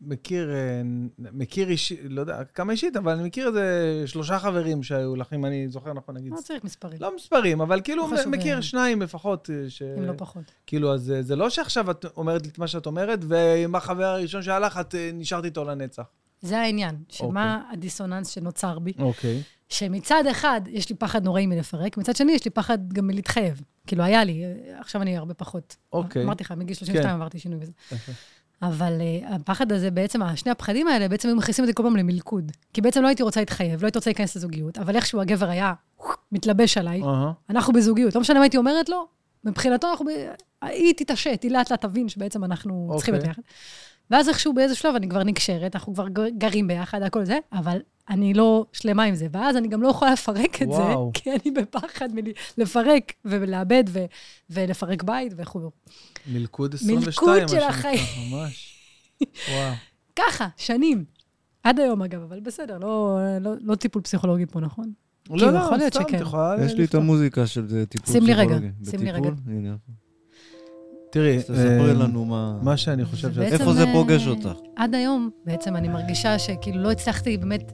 S2: מכיר, אה, מכיר אישית, לא יודע כמה אישית, אבל אני מכיר איזה שלושה חברים שהיו לך, אם אני זוכר נכון, נגיד.
S1: לא צריך מספרים,
S2: לא מספרים, אבל כאילו
S1: לא חשוב,
S2: מכיר
S1: אה.
S2: שניים לפחות, אה, ש...
S1: אם לא פחות.
S2: כאילו, אז אה, זה לא שעכשיו את אומרת לי את מה שאת אומרת, ועם החבר הראשון שהלך, את אה, נשארת איתו לנצח.
S1: זה העניין, שמה הדיסוננס שנוצר בי?
S2: אוקיי.
S1: שמצד אחד, יש לי פחד נוראי מלפרק, מצד שני, יש לי פחד גם מלהתחייב. כאילו, היה לי, אה, עכשיו אני הרבה פחות.
S2: אוקיי.
S1: אמרתי לך, מגיל 32
S2: כן.
S1: עברתי שינוי וזה.
S2: יפה.
S1: אבל אה, הפחד הזה, בעצם, שני הפחדים האלה, בעצם היו מכניסים אותי כל פעם למלכוד. כי בעצם לא הייתי רוצה להתחייב, לא הייתי רוצה להיכנס לזוגיות, אבל איכשהו הגבר היה מתלבש עליי,
S2: אהה.
S1: אנחנו בזוגיות. לא משנה מה הייתי אומרת לו, מבחינתו אנחנו... ב... היא תתעשת, היא לאט לאט תבין שבעצם אנחנו צריכים את
S2: אוקיי.
S1: ביחד. ואז איכשהו באיזה שלב אני כבר נקשרת, אנחנו כבר גר- גרים ביחד, הכל זה, אבל אני לא שלמה עם זה. ואז אני גם לא יכולה לפרק את
S2: וואו.
S1: זה, כי אני בפחד מלפרק ולאבד ו... ולפרק בית וכו'.
S2: מלכוד 22,
S1: מלכוד
S2: מה
S1: של
S2: שנקרא,
S1: החיים.
S2: ממש. וואו.
S1: ככה, שנים. עד היום, אגב, אבל בסדר, לא, לא, לא טיפול פסיכולוגי פה, נכון?
S2: לא,
S1: יכול
S2: לא,
S1: להיות
S2: סתם,
S1: שכן.
S2: את יכולה...
S3: יש לי את המוזיקה של זה, טיפול
S1: שים לי רגע,
S3: פסיכולוגי.
S1: שים לי
S3: בטיפול? הנה.
S2: תראי,
S3: אז תספרי
S2: אה,
S3: לנו מה...
S2: מה שאני חושב שאת...
S1: בעצם,
S3: איפה זה
S1: אה,
S3: פוגש אותך?
S1: עד היום, בעצם אני מרגישה שכאילו לא הצלחתי באמת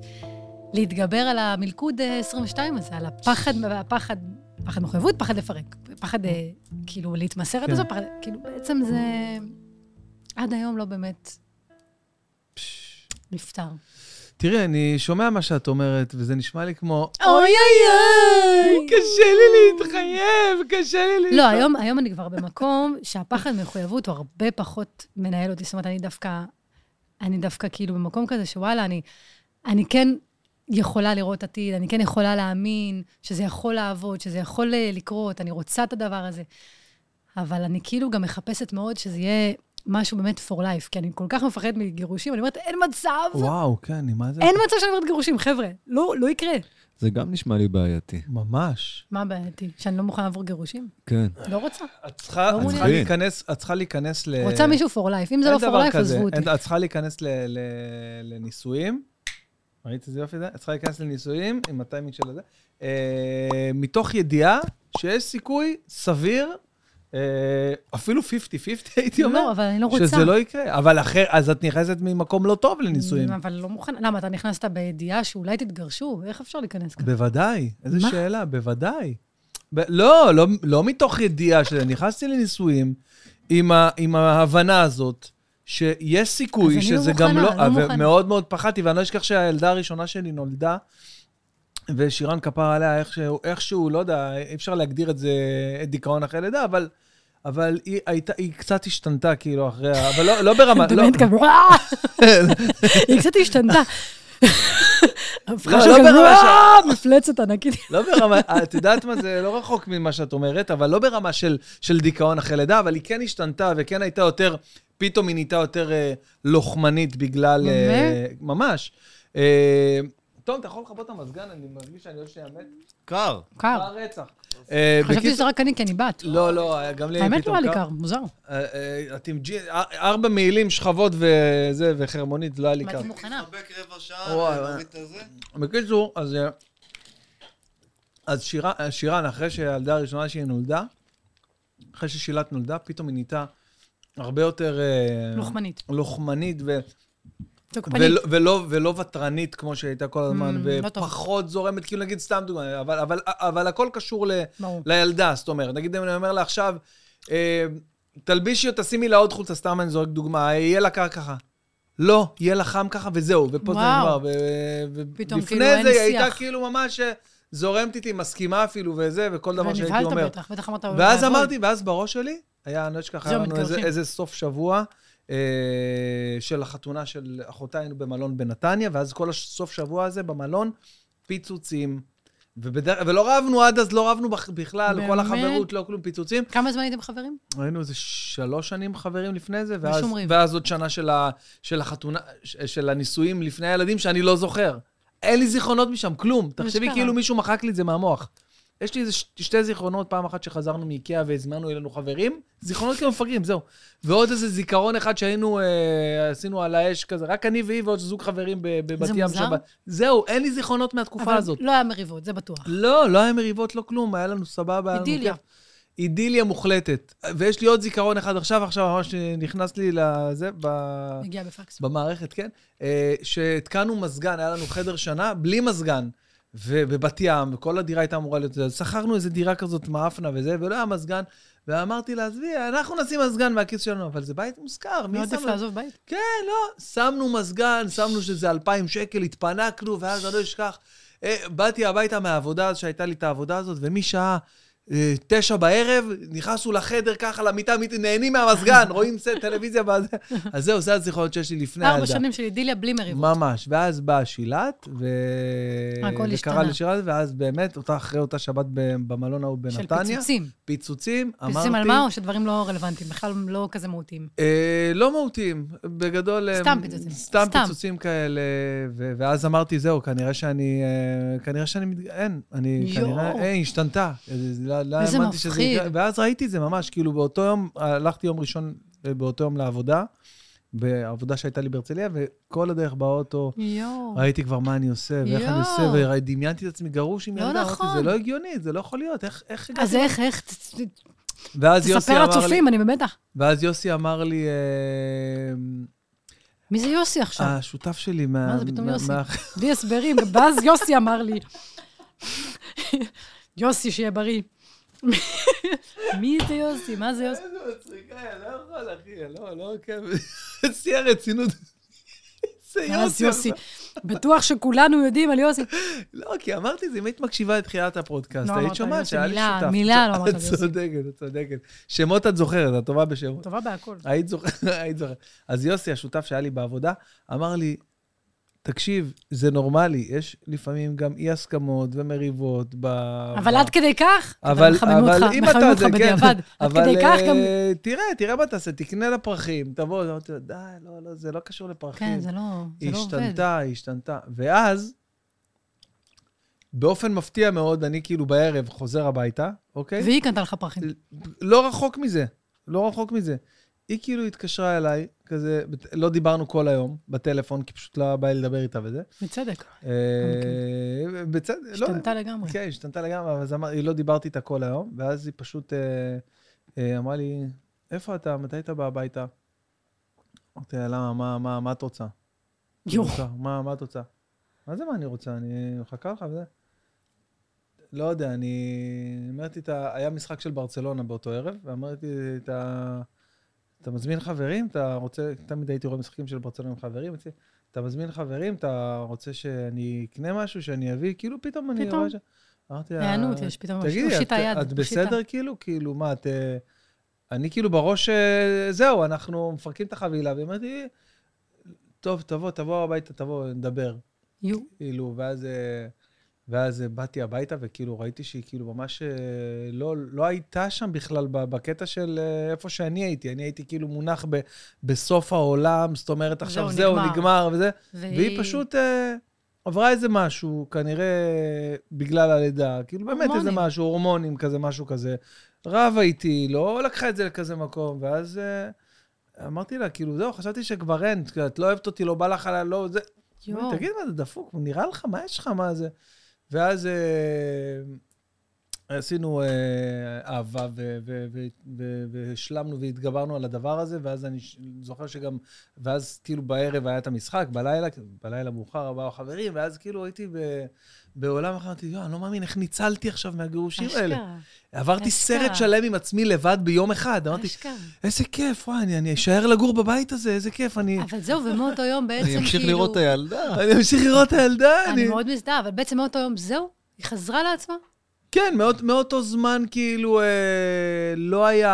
S1: להתגבר על המלכוד אה, 22 הזה, על הפחד, הפחד, פחד מחויבות, פחד לפרק, פחד אה, כאילו להתמסר עד
S2: כן.
S1: הסוף, פחד- כאילו בעצם זה עד היום לא באמת נפתר.
S2: תראי, אני שומע מה שאת אומרת, וזה נשמע לי כמו...
S1: אוי אוי אוי!
S2: קשה לי להתחייב, קשה לי להתחייב.
S1: לא, היום, היום אני כבר במקום שהפחד מחויבות הוא הרבה פחות מנהל אותי. זאת אומרת, אני דווקא, אני דווקא כאילו במקום כזה שוואלה, אני, אני כן יכולה לראות עתיד, אני כן יכולה להאמין שזה יכול לעבוד, שזה יכול אה, לקרות, אני רוצה את הדבר הזה. אבל אני כאילו גם מחפשת מאוד שזה יהיה משהו באמת for life, כי אני כל כך מפחדת מגירושים, אני אומרת, אין מצב,
S2: וואו, כן, אני- מה זה?
S1: אין מצב שאני אומרת גירושים, חבר'ה, לא, לא יקרה.
S3: זה גם נשמע לי בעייתי.
S2: ממש.
S1: מה בעייתי? שאני לא מוכנה לעבור גירושים?
S3: כן.
S1: לא רוצה.
S2: את צריכה
S1: לא
S2: את צריכה
S3: מעוניין.
S2: להיכנס, את צריכה להיכנס ל...
S1: רוצה מישהו for life, אם זה לא
S2: אה,
S1: for
S2: אין דבר
S1: life,
S2: כזה.
S1: עזבו אותי.
S2: אין- את צריכה להיכנס ל- ל- לנישואים. ראית איזה יופי זה? את צריכה להיכנס לנישואים, עם הטיימינג של הזה. אה, מתוך ידיעה שיש סיכוי סביר, אה, אפילו 50-50 הייתי אומר,
S1: לא, אבל אני לא רוצה.
S2: שזה לא יקרה. אבל אחר, אז את נכנסת ממקום לא טוב לנישואים.
S1: אבל לא מוכן. למה, אתה נכנסת בידיעה שאולי תתגרשו? איך אפשר להיכנס ככה?
S2: בוודאי, איזה
S1: מה?
S2: שאלה, בוודאי. ב- לא, לא, לא מתוך ידיעה של... נכנסתי לנישואים עם, ה, עם ההבנה הזאת שיש
S1: אז
S2: סיכוי
S1: אני
S2: שזה
S1: לא
S2: גם
S1: מוכנה,
S2: לא...
S1: לא מוכנה.
S2: מאוד מאוד פחדתי, ואני לא אשכח שהילדה הראשונה שלי נולדה, ושירן כפר עליה איכשהו, איכשהו, לא יודע, אי אפשר להגדיר את זה, את דיכאון אחרי לידה, אבל... אבל היא הייתה, היא קצת השתנתה, כאילו, אחרי ה... אבל לא, לא ברמה... לא,
S1: באמת כזה, "אה!" היא קצת השתנתה. הפכה
S2: לא,
S1: שם
S2: לא
S1: כזה,
S2: ברמה ש-
S1: "אה!" מפלצת ענקית.
S2: לא ברמה, את יודעת מה, זה לא רחוק ממה שאת אומרת, אבל לא ברמה של, של דיכאון אחרי לידה, אבל היא כן השתנתה וכן הייתה יותר, פתאום היא נהייתה יותר אה, לוחמנית בגלל... אה, ממש. אה, תום, אתה יכול לכבות את המזגן? אני מרגיש שאני עוד שנייה מת.
S3: קר.
S1: קר.
S2: קר רצח. אה,
S1: אה. חשבתי
S2: בקיצור-
S1: שזה רק אני כי אני בת.
S2: לא, לא, היה גם לי
S1: האמת לא היה לי קר, מוזר.
S2: אה, אה, את עם ג'י... אה, ארבע מעילים, שכבות וזה, וחרמונית, לא היה לי
S1: מה,
S2: קר.
S1: אתם מוכנה?
S3: רבע
S2: וואי, נוריד בקיצור, אז, אה, אז שירן, אה, שירן, אחרי שהילדה הראשונה שהיא נולדה, אחרי ששילת נולדה, פתאום היא נהייתה הרבה יותר... אה,
S1: לוחמנית.
S2: לוחמנית ו-
S1: תוקפנית.
S2: ולא, ולא, ולא ותרנית כמו שהייתה כל הזמן,
S1: Mm, לא טוב.
S2: ופחות זורמת, כאילו נגיד סתם דוגמא, אבל, אבל, אבל הכל קשור ל,
S1: ברור.
S2: לילדה, זאת אומרת, נגיד אם אני אומר לה עכשיו, אה, תלבישי או תשימי לה עוד חולצה, סתם אני זורק דוגמה, יהיה לה קר ככה. לא, יהיה לה חם ככה וזהו, ופה זה נגמר.
S1: וואו.
S2: ו- ו-
S1: פתאום
S2: ולפני
S1: כאילו אין
S2: זה היא הייתה
S1: שיח.
S2: כאילו ממש אה, זורמת איתי, מסכימה אפילו וזה, וכל דבר לא שהייתי אומר.
S1: ונבהלת בטח, בטח אמרת... "אוי,
S2: ואז
S1: ואבוי".
S2: אמרתי, ואז בראש שלי, היה, אני לא אשכח, היה
S1: זהו,
S2: לנו איזה,
S1: מתגרשים.
S2: איזה סוף שבוע אה, של החתונה של אחותה, היינו במלון בנתניה, ואז כל הסוף שבוע הזה במלון, פיצוצים. ובדר... ולא רבנו עד אז, לא רבנו בכ- בכלל, כל
S1: באמת?
S2: החברות, לא כלום, פיצוצים.
S1: כמה זמן הייתם חברים?
S2: היינו איזה שלוש שנים חברים לפני זה, ואז,
S1: ושומרים.
S2: ואז עוד שנה של, ה... של החתונה, ש- של הנישואים לפני הילדים, שאני לא זוכר. אין לי זיכרונות משם, כלום. תחשבי
S1: אשכרה.
S2: כאילו מישהו מחק לי את זה מהמוח. יש לי איזה ש... שתי זיכרונות, פעם אחת שחזרנו מאיקאה והזמנו אלינו חברים, זיכרונות כאילו מפגרים, זהו. ועוד איזה זיכרון אחד שהיינו, אה, עשינו על האש כזה, רק אני והיא ועוד זוג חברים ב- בבת
S1: זה
S2: ים
S1: מוזר.
S2: שבת. זהו, אין לי זיכרונות מהתקופה
S1: אבל
S2: הזאת.
S1: לא היה מריבות, זה בטוח.
S2: לא, לא היה מריבות, לא כלום, היה לנו סבבה. היה לנו
S1: אידיליה.
S2: כיף. אידיליה מוחלטת. ויש לי עוד זיכרון אחד עכשיו, עכשיו ממש נכנס לי לזה, ב...
S1: הגיע בפקס.
S2: במערכת, כן? אה, שהתקנו מזגן, היה לנו חדר שנה בלי מזגן. ובבת ים, וכל הדירה הייתה אמורה להיות, אז שכרנו איזה דירה כזאת, מאפנה וזה, ולא היה מזגן. ואמרתי לה, עזבי, אנחנו נשים מזגן מהכיס שלנו, אבל זה בית מושכר, מי
S1: מאוד
S2: שם
S1: עדיף לעזוב בית.
S2: כן, לא, שמנו מזגן, שמנו שזה 2,000 שקל, התפנקנו, ואז אני לא אשכח. אה, באתי הביתה מהעבודה, אז שהייתה לי את העבודה הזאת, ומשעה אה, תשע בערב, נכנסנו לחדר ככה, למיטה, מת- נהנים מהמזגן, רואים ס- טלוויזיה, ואז- אז זהו, זה הזיכרונות שיש לי לפני
S1: ארבע
S2: הילדה.
S1: שנים של אידיליה בלי מריבות.
S2: ממש. ואז באה שילת, ו...
S1: הכל
S2: וקרא
S1: השתנה.
S2: לשירת, ואז באמת, אותה, אחרי אותה שבת ב- במלון ההוא
S1: של
S2: בנתניה,
S1: פיצוצים.
S2: פיצוצים, אמרתי...
S1: פיצוצים על מה או שדברים לא רלוונטיים, בכלל לא כזה מהותיים.
S2: אה, לא מהותיים, בגדול... אה,
S1: סתם פיצוצים.
S2: סתם
S1: סתם.
S2: פיצוצים כאלה, ו- ואז אמרתי, זהו, כנראה שאני... אה, כנראה שאני... מת- אין, אני
S1: יואו.
S2: כנראה... אין, השתנתה. אה, לא- לא
S1: איזה
S2: האמנתי שזה
S1: מפחיד.
S2: יקרה. ואז ראיתי את זה ממש, כאילו באותו יום, הלכתי יום ראשון, אה, באותו יום לעבודה, בעבודה שהייתה לי בהרצליה, וכל הדרך באוטו...
S1: יואו.
S2: ראיתי כבר מה אני עושה, ואיך אני עושה,
S1: יואו.
S2: ודמיינתי את עצמי גרוש עם
S1: לא
S2: ילדה, אמרתי,
S1: נכון.
S2: זה לא הגיוני, זה לא יכול להיות, איך איך הגעתי
S1: אז איך, איך?
S2: ואז יוסי
S1: תספר
S2: אמר לי,
S1: לצופים, אני במתח.
S2: ואז יוסי אמר לי, אה,
S1: מי זה יוסי עכשיו?
S2: השותף שלי מה...
S1: מה זה פתאום
S2: מה-
S1: יוסי?
S2: מה-
S1: בלי הסברים, גם ואז יוסי אמר לי. יוסי, שיהיה בריא. מי זה יוסי? מה זה יוסי?
S2: איזה מצחיקה, אני לא יכול, אחי, אני לא, לא עוקב. שיא הרצינות. זה
S1: אז
S2: יוסי.
S1: יוסי. בטוח שכולנו יודעים על יוסי.
S2: לא, כי אמרתי את זה, אם היית מקשיבה לתחילת הפודקאסט,
S1: לא
S2: היית
S1: אמרת
S2: שומעת
S1: יוסי,
S2: שהיה לי
S1: מילה-
S2: שותף.
S1: מילה לא אמרת
S2: את
S1: יוסי.
S2: צודקת, את צודקת. שמות את זוכרת, את טובה בשמות.
S1: טובה בהכל.
S2: היית זוכרת, היית זוכרת. אז יוסי, השותף שהיה לי בעבודה, אמר לי, תקשיב, זה נורמלי, יש לפעמים גם אי-הסכמות ומריבות ב...
S1: אבל
S2: ב-
S1: עד כדי כך,
S2: אבל,
S1: מחממים
S2: אבל
S1: אותך,
S2: אם
S1: מחממים
S2: אתה
S1: אותך
S2: זה, כן,
S1: בדיעבד. עד
S2: אבל
S1: כדי כך גם...
S2: אה, תראה, תראה מה תעשה, תקנה לה פרחים, תבוא, אמרתי לו, די, לא, לא, זה לא קשור לפרחים.
S1: כן, זה לא זה
S2: היא
S1: לא עובד.
S2: השתנתה, היא השתנתה. ואז, באופן מפתיע מאוד, אני כאילו בערב חוזר הביתה, אוקיי?
S1: והיא קנתה לך פרחים.
S2: לא רחוק מזה, לא רחוק מזה. היא כאילו התקשרה אליי, כזה, בת- לא דיברנו כל היום בטלפון, כי פשוט לא בא לי לדבר איתה וזה.
S1: בצדק.
S2: אה, בצד, לא,
S1: אוקיי. השתנתה לגמרי.
S2: כן, השתנתה לגמרי, אבל זה אמר, היא לא דיברתי איתה כל היום, ואז היא פשוט אה, אה, אמרה לי, איפה אתה? מתי אתה בא הביתה? אמרתי לה, למה, מה, מה, מה את רוצה?
S1: יו,
S2: רוצה, כאילו, מה, מה את רוצה? מה זה מה אני רוצה? אני מחכה לך וזה. לא יודע, אני... אמרתי את ה... היה משחק של ברצלונה באותו ערב, ואמרתי את ה... אתה מזמין חברים? אתה רוצה... תמיד הייתי רואה משחקים של ברצלונה עם חברים. אצלי. אתה מזמין חברים? אתה רוצה שאני אקנה משהו, שאני אביא? כאילו, פתאום אני
S1: פתאום.
S2: רואה ש... אמרתי אה, לה...
S1: הענות יש פתאום,
S2: תגידי, את,
S1: הושיטה יד.
S2: את
S1: הושיטה.
S2: בסדר כאילו? כאילו, מה, את... אה, אני כאילו בראש, אה, זהו, אנחנו מפרקים את החבילה, והיא אומרת לי, טוב, תבוא, תבוא הביתה, תבוא, נדבר.
S1: יו,
S2: כאילו, ואז, אה, ואז אה, באתי הביתה, וכאילו ראיתי שהיא כאילו ממש אה, לא, לא הייתה שם בכלל ב- בקטע של אה, איפה שאני הייתי. אני הייתי כאילו מונח ב, בסוף העולם, זאת אומרת, עכשיו
S1: זהו,
S2: זהו,
S1: נגמר.
S2: נגמר וזה. והיא פשוט אה, עברה איזה משהו, כנראה בגלל הלידה, כאילו באמת
S1: הורמונים.
S2: איזה משהו, הורמונים כזה, משהו כזה. רבה איתי, לא לקחה את זה לכזה מקום, ואז אה, אמרתי לה, כאילו, זהו, חשבתי שכבר אין, כאילו, את לא אוהבת אותי, לא בא לך, על ה- לא, זה...
S1: יו,
S2: אמרתי, תגיד, מה זה דפוק? נראה לך, מה יש לך, מה זה? ואז אה, עשינו אה, אהבה ו- ו- ו- ו- והשלמנו והתגברנו על הדבר הזה, ואז אני ש- זוכר שגם, ואז כאילו בערב היה את המשחק, בלילה, בלילה מאוחר באו החברים, ואז כאילו הייתי ב- בעולם אחר, אמרתי, "יואו, אני לא מאמין איך ניצלתי עכשיו מהגירושים האלה.
S1: אשכרה,
S2: עברתי
S1: אשכרה.
S2: סרט שלם עם עצמי לבד ביום אחד, אמרתי,
S1: אשכרה.
S2: איזה כיף, וואי, אני- אני אשאר לגור בבית הזה, איזה כיף, אני
S1: אבל זהו, ומאותו יום בעצם
S3: אני
S1: כאילו...
S3: אמשיך לראות אה, את הילדה.
S2: אני אמשיך לראות את הילדה,
S1: אני מאוד מזדהה, אבל בעצם מאותו יום, זהו, היא חזרה לעצמה.
S2: כן, מאות, מאותו זמן כאילו אה, לא היה...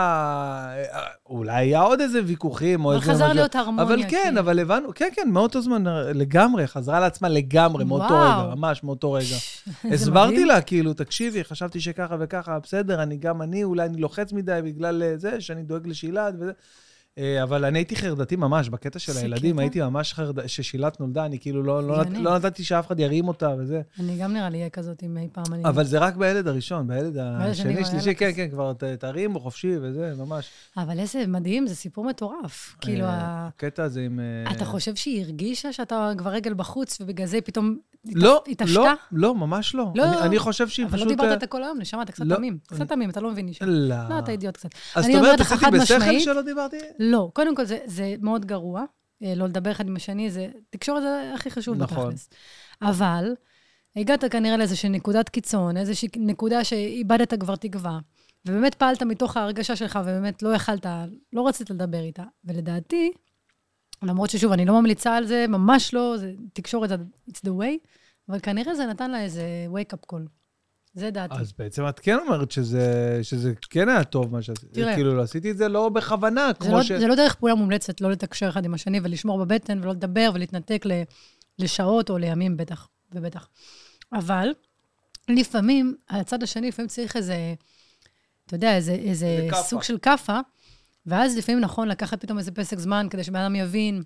S2: אה, אולי היה עוד איזה ויכוחים או
S1: אבל
S2: איזה...
S1: חזר
S2: משהו.
S3: לא-
S1: להיות הרמוניה.
S2: אבל כן,
S1: כאילו.
S2: אבל הבנו, כן, כן, מאותו זמן אה, לגמרי, חזרה לעצמה לגמרי, מאותו
S1: וואו.
S2: רגע, ממש מאותו רגע.
S1: זה
S2: הסברתי
S1: מדהים.
S2: לה, כאילו, תקשיבי, חשבתי שככה וככה, בסדר, אני גם אני, אולי אני לוחץ מדי בגלל אה, זה, שאני דואג לשילת וזה. אה, אבל אני הייתי חרדתי ממש, בקטע של
S1: זה
S2: הילדים,
S1: קטע.
S2: הייתי ממש חרדתי, כששילת נולדה, אני כאילו לא- לא
S1: הגיוני.
S2: לא נתתי שאף אחד ירים אותה וזה.
S1: אני גם נראה לי אהיה כזאת אם אי פעם אני...
S2: אבל זה רק בילד הראשון, בילד
S1: השני כבר
S2: השני,
S1: היה
S2: שלישי,
S1: לך
S2: כן,
S1: כזה.
S2: כן, כבר ת- תרים בו חופשי וזה, ממש.
S1: אבל איזה מדהים, זה סיפור מטורף. כאילו,
S2: אה,
S1: ה-
S2: הקטע הזה עם... אה,
S1: אתה חושב שהיא הרגישה שאתה כבר רגל בחוץ, ובגלל זה היא פתאום התעש-
S2: לא,
S1: התעשתה?
S2: לא, לא, ממש לא.
S1: לא,
S2: אני-
S1: לא,
S2: אני
S1: לא.
S2: חושב שהיא
S1: אבל
S2: פשוט... אה,
S1: לא דיברת איתה כל היום, נשמה, אתה קצת
S2: לא,
S1: תמים.
S2: אני-
S1: קצת תמים, אתה לא מבין אישה.
S2: לא.
S1: לא, אתה אידיוט קצת.
S2: אז
S1: אני
S2: זאת אומרת,
S1: אומרת לך
S2: עשיתי
S1: חד
S2: בשכל
S1: משמעית-
S2: שלא דיברתי?
S1: לא, קודם כל זה, זה מאוד גרוע, אה, לא לדבר אחד עם השני, זה תקשורת זה הכי חשוב
S2: נכון.
S1: בתכלס. אבל הגעת כנראה לאיזושהי נקודת קיצון, איזושהי נקודה שאיבדת כבר תקווה, ובאמת פעלת מתוך ההרגשה שלך, ובאמת לא יכלת, לא רצית לדבר איתה. ולדעתי, למרות ששוב, אני לא ממליצה על זה, ממש לא, זה, תקשורת זה it's the way, אבל כנראה זה נתן לה איזה wake-up call. זה דעתי.
S2: אז בעצם את כן אומרת שזה שזה כן היה טוב מה שעשיתי.
S1: תראה.
S2: כאילו, לא עשיתי את זה לא בכוונה,
S1: זה לא,
S2: כמו ש...
S1: זה לא דרך פעולה מומלצת לא לתקשר אחד עם השני ולשמור בבטן ולא לדבר ולהתנתק ל, לשעות או לימים בטח ובטח. אבל לפעמים, הצד השני לפעמים צריך איזה, אתה יודע, איזה, איזה
S2: זה כאפה.
S1: סוג של כאפה, ואז לפעמים נכון לקחת פתאום איזה פסק זמן כדי שבן אדם יבין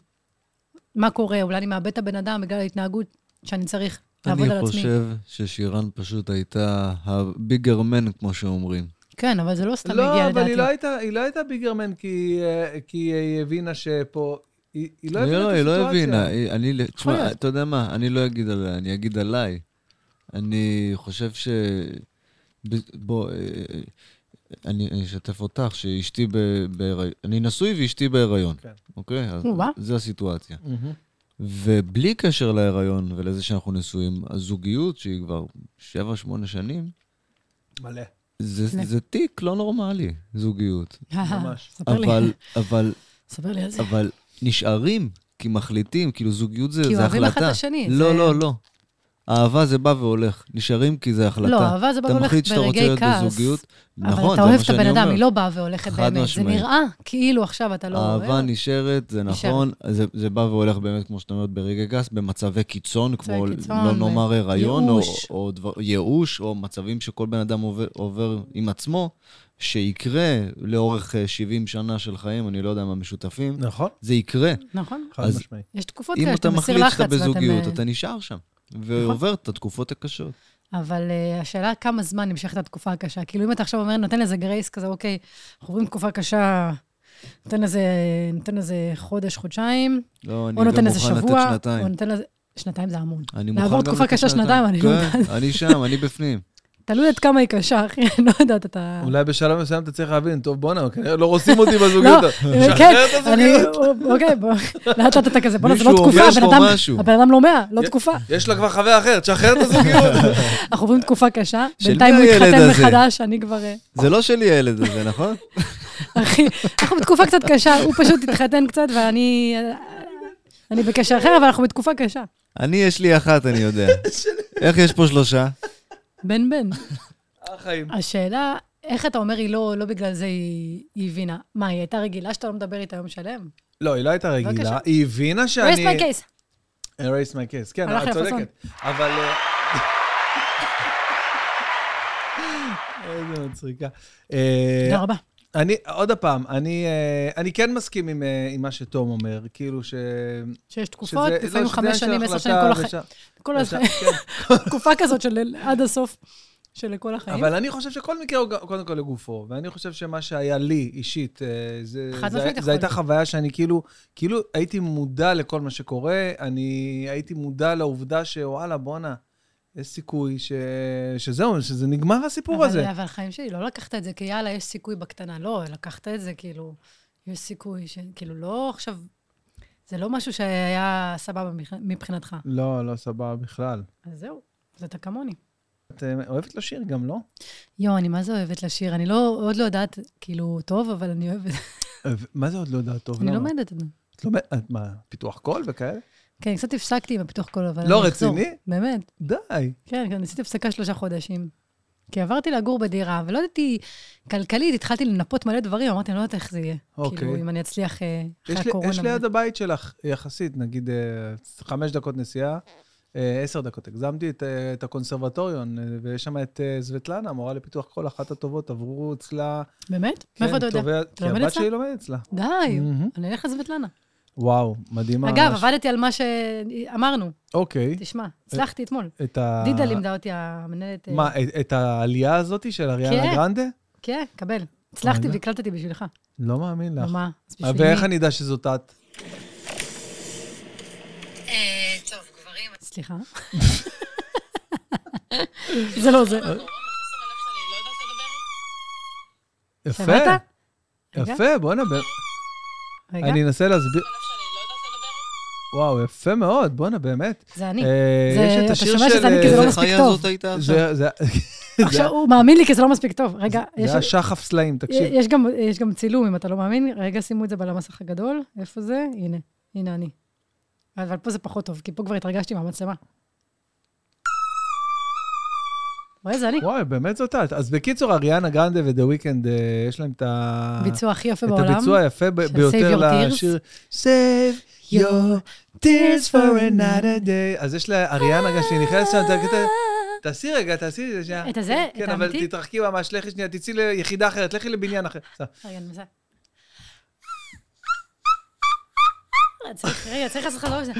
S1: מה קורה, אולי אני מאבד את הבן אדם בגלל ההתנהגות שאני צריך לעבוד על
S3: אני
S1: עצמי.
S3: חושב ששירן פשוט הייתה הביגר מן, כמו שאומרים.
S1: כן, אבל זה לא סתם
S2: לא,
S1: הגיע
S2: אבל
S1: לדעתי.
S2: היא לא הייתה- היא לא הייתה ביגרמן כי אה, כי היא הבינה שפה... היא היא לא הבינה את
S3: לא,
S2: הסיטואציה.
S3: היא לא הבינה. היא- אני, תשמע,
S1: להיות.
S3: אתה יודע מה, אני לא אגיד עליה, אני אגיד עליי. אני חושב ש... ב- בוא, אה, אני אני אשתף אותך, שאשתי בהיריון, אני נשוי ואשתי בהיריון,
S2: כן.
S3: אוקיי? אז
S1: וואו.
S3: זו הסיטואציה. ובלי קשר להיריון ולזה שאנחנו נשואים, הזוגיות, שהיא כבר 7-8 שנים,
S2: מלא.
S3: זה,
S1: מלא.
S3: זה תיק לא נורמלי, זוגיות.
S2: ממש.
S1: ספר לי,
S3: אבל, אבל,
S1: ספר לי על זה.
S3: אבל נשארים, כי מחליטים, כאילו זוגיות זה,
S1: כי
S3: זה החלטה.
S1: אוהבים אחד את השני.
S3: לא,
S1: זה-
S3: לא, לא. אהבה זה בא והולך. נשארים כי זה החלטה.
S1: לא, אהבה זה בא והולך
S3: אתה מחליט שאתה רוצה
S1: ברגעי
S3: להיות
S1: כעס.
S3: בזוגיות.
S1: אבל
S3: נכון,
S1: אתה
S3: זה
S1: אוהב
S3: מה
S1: את
S3: שאני
S1: הבן אדם,
S3: אומר.
S1: היא לא באה והולכת
S3: חד
S1: באמת. זה
S3: משמעית.
S1: נראה כאילו עכשיו אתה לא אוהב.
S3: אהבה נשארת, זה נכון, זה, זה בא והולך באמת, כמו שאת אומרת, ברגע גס, במצבי קיצון, כמו
S1: קיצון,
S3: לא נאמר הריון, או,
S1: ייאוש.
S3: או דבר, ייאוש, או מצבים שכל בן אדם עובר, עובר עם עצמו, שיקרה לאורך אה, 70 שנה של חיים, אני לא יודע מה משותפים,
S2: נכון,
S3: זה יקרה.
S1: נכון.
S2: חד
S3: אז-
S2: משמעי.
S1: יש תקופות
S3: אם
S1: כאלה
S3: אתה
S1: שאתה מסיר
S3: מחליט
S1: לחץ. נכון.
S3: שאתה
S1: ואתם,
S3: בזוגיות,
S1: אה,
S3: אתה נשאר שם, ועובר את התקופות הקשות.
S1: אבל uh, השאלה כמה זמן נמשכת התקופה הקשה. כאילו, אם אתה עכשיו אומר, נותן לזה גרייס כזה, אוקיי, אנחנו עוברים תקופה קשה, נותן לזה, נותן לזה חודש, חודשיים,
S3: לא, אני
S1: או
S3: גם
S1: נותן לזה
S3: מוכן לתת
S1: שבוע, או
S3: שנתיים.
S1: נותן לזה... שנתיים זה המון.
S3: אני מוכן
S1: לעבור
S3: גם
S1: תקופה
S3: לתת
S1: קשה שנתיים, אני לא יודעת.
S3: כן, אני שם, אני בפנים.
S1: תלוי עד כמה היא קשה, אחי, אני לא יודעת, אתה...
S2: אולי בשלב מסוים אתה צריך להבין, טוב, בואנה, כנראה לא רוצים אותי בזוגיות.
S1: לא,
S2: שחרר
S1: כן,
S2: את
S1: אני...
S2: הזוגיות.
S1: אוקיי, בוא, לאט לאט אתה כזה, בוא'נה, זה לא
S3: מישהו
S1: תקופה,
S3: אומר
S1: הבן
S3: פה
S1: אדם...
S3: משהו.
S1: הבן אדם לא מאה, לא תקופה.
S2: יש לה כבר חבר אחר, תשחרר את הזוגיות.
S1: אנחנו עוברים תקופה קשה,
S3: של
S1: בינתיים
S3: מי
S1: הוא
S3: הילד
S1: התחתן
S3: הזה?
S1: מחדש, אני כבר... אה,
S3: זה לא שלי הילד הזה, נכון?
S1: אחי, אנחנו בתקופה קצת קשה, הוא פשוט התחתן קצת ואני... אה, אני בקשר אחר, אבל אנחנו בתקופה קשה.
S3: אני, יש לי אחת, אני יודע. איך יש פה שלושה?
S1: בן בן.
S2: החיים.
S1: השאלה, איך אתה אומר, היא לא, לא בגלל זה היא, היא הבינה. מה, היא הייתה רגילה שאתה לא מדבר איתה יום שלם?
S2: לא, היא לא הייתה רגילה,
S1: בבקשה.
S2: היא הבינה
S1: רייס
S2: שאני...
S1: מיי קייס.
S2: erase my case, כן,
S1: הלך
S2: את
S1: לפאסון.
S2: צודקת. אבל... אה, איזה מצחיקה. אה,
S1: תודה רבה.
S2: אני, עוד פעם, אני, אה, אני כן מסכים עם, אה, עם מה שתום אומר, כאילו ש...
S1: שיש תקופות,
S2: שזה-
S1: לפעמים
S2: לא, שזה
S1: חמש
S2: עניין של
S1: שנים, עשר שנים,
S2: החלטה
S1: כל החיים.
S2: וש-
S1: כל
S2: וש-
S1: החיים.
S2: כן.
S1: תקופה כזאת של עד הסוף, של כל החיים.
S2: אבל אני חושב שכל מקרה הוא ג- קודם כל לגופו, ואני חושב שמה שהיה לי אישית, אה, זה,
S1: חד
S2: זה,
S1: משמעית
S2: זה
S1: יכול
S2: הייתה
S1: להיות.
S2: חוויה שאני כאילו, כאילו הייתי מודע לכל מה שקורה, אני הייתי מודע לעובדה שוואלה, בואנה, יש סיכוי ש, שזהו, שזה נגמר הסיפור
S1: אבל-
S2: הזה.
S1: אבל חיים שלי, לא לקחת את זה כיאללה, יש סיכוי בקטנה. לא, לקחת את זה כאילו, יש סיכוי ש... כאילו, לא עכשיו... זה לא משהו שהיה סבבה מבח- מבחינתך.
S2: לא, לא סבבה בכלל.
S1: אז זהו, אז אתה כמוני.
S2: את אה, אוהבת לשיר גם, לא?
S1: יואו, אני מה זה אוהבת לשיר? אני לא, עוד לא יודעת, כאילו, טוב, אבל אני אוהבת.
S2: אה, ו- מה זה עוד לא יודעת טוב?
S1: אני
S2: למה?
S1: לומדת את זה.
S2: את לומדת, את מה, פיתוח קול וכאלה?
S1: כן, קצת הפסקתי עם הפיתוח קול, אבל
S2: לא
S1: אני אחזור.
S2: רציני?
S1: באמת.
S2: די.
S1: כן, כן, עשיתי הפסקה שלושה חודשים. כי עברתי לגור בדירה, ולא ידעתי, כלכלית, התחלתי לנפות מלא דברים, אמרתי, אני לא יודעת איך זה יהיה.
S2: אוקיי.
S1: כאילו, אם אני אצליח אה, אחרי
S2: יש לי-
S1: הקורונה.
S2: יש ליד הבית שלך, יחסית, נגיד אה, חמש דקות נסיעה, אה, עשר דקות, הגזמתי את, אה, את הקונסרבטוריון, אה, ויש שם את אה, זבטלנה, המורה לפיתוח קול, אחת הטובות, עברו אצלה...
S1: באמת?
S2: כן,
S1: מאיפה אתה יודע?
S2: טובי- כי
S1: לומד
S2: הבת
S1: אצלה?
S2: שלי לומדת אצלה.
S1: די,
S2: מהמם.
S1: אני אלך לזבטלנה.
S2: וואו, מדהימה.
S1: אגב,
S2: ממש.
S1: עבדתי על מה שאמרנו.
S2: אוקיי.
S1: תשמע, הצלחתי אתמול.
S2: את ה...
S1: דידה לימדה אותי, המנהלת... אה,
S2: אה. מה, את- את העלייה הזאת של אריאנה
S1: כן.
S2: גרנדה?
S1: כן, קבל. הצלחתי
S2: אומייגאד.
S1: והקלטתי בשבילך.
S2: לא מאמין לך.
S1: מה? אז
S2: אה,
S1: בשבילי...
S2: ואיך אני אדע שזאת את?
S1: טוב, גברים... סליחה. זה לא זה.
S2: יפה,
S1: שמעת? רגע.
S2: יפה, בוא נדבר.
S1: רגע,
S2: אני אנסה להסביר. וואו, יפה מאוד, בואנה, באמת.
S1: זה אני.
S2: אה,
S1: זה-
S2: יש את
S1: אתה
S2: השיר
S1: שומע שזה אני
S2: של...
S1: כזה לא
S3: איזה
S1: מספיק
S3: חיה
S1: טוב.
S3: זאת הייתה
S2: זה-
S3: עכשיו?
S2: זה-
S1: עכשיו, הוא מאמין לי כי זה לא מספיק טוב. רגע, יש-
S2: זה היה שחף סלעים, תקשיב.
S1: יש גם- יש גם צילום, אם אתה לא מאמין. רגע, שימו את זה במסך הגדול. איפה זה? הנה, הנה אני. אבל פה זה פחות טוב, כי פה כבר התרגשתי מהמצלמה. רואה, זה אני.
S2: וואי, באמת זאת את. אז בקיצור, אריאנה גרנדה ודה וויקנד, אה, יש להם את ה...
S1: ביצוע הכי יפה
S2: את
S1: בעולם.
S2: הביצוע היפה ב-
S1: של
S2: ביותר
S1: Save Your
S2: לשיר Save your tears for another day. אז יש לאריאנה, רגע, שהיא נכנסת שם, אתה- אתה- תעשי רגע, תעשי את זה שנייה.
S1: את הזה?
S2: כן,
S1: את
S2: אבל
S1: האמיתי?
S2: תתרחקי ממש, לכי שנייה, תצאי ליחידה אחרת, לכי לבניין אחר.
S1: רגע, אני מנסה. צריך- רגע, צריך לעשות חזרה בזה.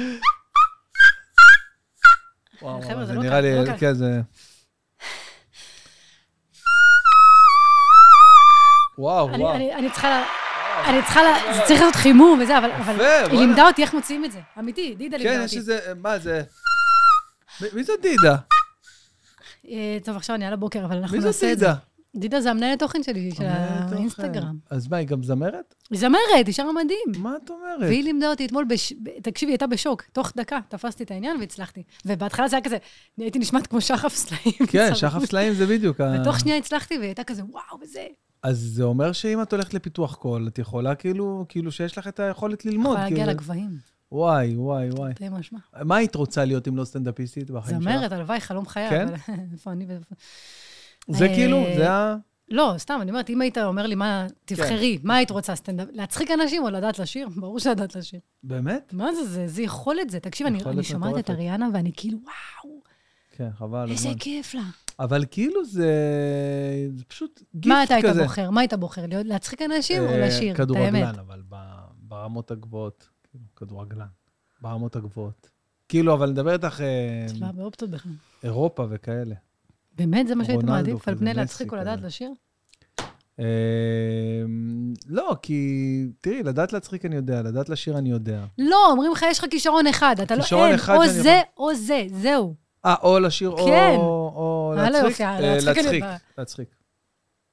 S2: וואו,
S1: חבר'ה, זה
S2: וואו, זה
S1: לא
S2: נראה
S1: קל,
S2: לי,
S1: זה לא קל.
S2: כן, זה... וואו,
S1: אני-
S2: וואו.
S1: אני- אני צריכה ל... אני צריכה ל... זה צריך לעשות חימום וזה, אבל- אבל היא
S2: בואנה.
S1: לימדה אותי איך מוציאים את זה. אמיתי, דידה
S2: כן,
S1: לימדה
S2: יש
S1: אותי.
S2: איזה, מה זה? מ- מי זאת דידה?
S1: אה, טוב, עכשיו אני על הבוקר, אבל אנחנו
S2: מי זאת
S1: נעשה את זה.
S2: דידה?
S1: דידה זה המנהלת תוכן שלי, של
S2: אומרת, אוכל.
S1: האינסטגרם.
S2: אז מה, היא גם זמרת?
S1: היא זמרת, היא שרה מדהים.
S2: מה את אומרת?
S1: והיא לימדה אותי אתמול, בש... ב- תקשיבי, היא הייתה בשוק. תוך דקה תפסתי את העניין והצלחתי. ובהתחלה זה היה כזה, אני הייתי נשמעת כמו שחף סלעים.
S2: כן, שחף סלעים זה בדיוק. ה-
S1: ותוך שנייה הצלחתי, והיא הייתה כזה, וואו, וזה...
S2: אז זה אומר שאם את הולכת לפיתוח קול, את יכולה כאילו, כאילו שיש לך את היכולת ללמוד.
S1: יכולה להגיע
S2: כאילו-
S1: לגבהים,
S2: וואי, וואי, וואי.
S1: תהיה משמע.
S2: מה היית רוצה להיות אם לא סטנדאפיסטית בחיים שלך?
S1: זמרת, הלוואי, חלום חיי,
S2: כן?
S1: אבל איפה אני ואיפה...
S2: זה
S1: אה,
S2: כאילו, זה ה...
S1: לא, סתם, אני אומרת, אם היית אומר לי, מה,
S2: כן.
S1: תבחרי, מה היית רוצה, סטנדאפ? להצחיק אנשים או לדעת לשיר? ברור שלדעת לשיר.
S2: באמת?
S1: מה זה, זה, זה יכולת זה. תקשיב, אני,
S2: יכולת
S1: אני שומעת
S2: מטורפת.
S1: את אריאנה ואני כאילו, וואו,
S2: כן, חבל. על
S1: איזה
S2: הזמן.
S1: כיף לה.
S2: אבל כאילו זה... זה פשוט גיפט כזה.
S1: מה אתה היית בוחר? מה היית בוחר? להיות- להצחיק אנשים או
S2: אה,
S1: לשיר? את האמת.
S2: כדורגלן, אבל ב- ברמות הגבוהות. כאילו, כדורגלן. ברמות הגבוהות. כאילו, אבל נדבר איתך אה,
S1: תשמע, באופציות בכלל.
S2: אירופה וכאלה.
S1: באמת, זה מה שהיית
S2: רונלדו
S1: מעדיף? על
S2: כזה,
S1: פני
S2: מסי
S1: להצחיק או
S2: כזה.
S1: לדעת לשיר?
S2: אה, לא, כי... תראי, לדעת להצחיק אני יודע, לדעת לשיר אני יודע.
S1: לא, אומרים לך, יש לך כישרון אחד, אתה לא,
S2: כישרון
S1: אין,
S2: אחד
S1: או
S2: שאני
S1: זה או זה, זהו.
S2: אה, או לשיר או...
S1: כן.
S2: או
S1: אה, לא,
S2: להצחיק.
S1: יופי,
S2: אה,
S1: להצחיק אני
S2: להצחיק,
S1: באה.
S2: להצחיק.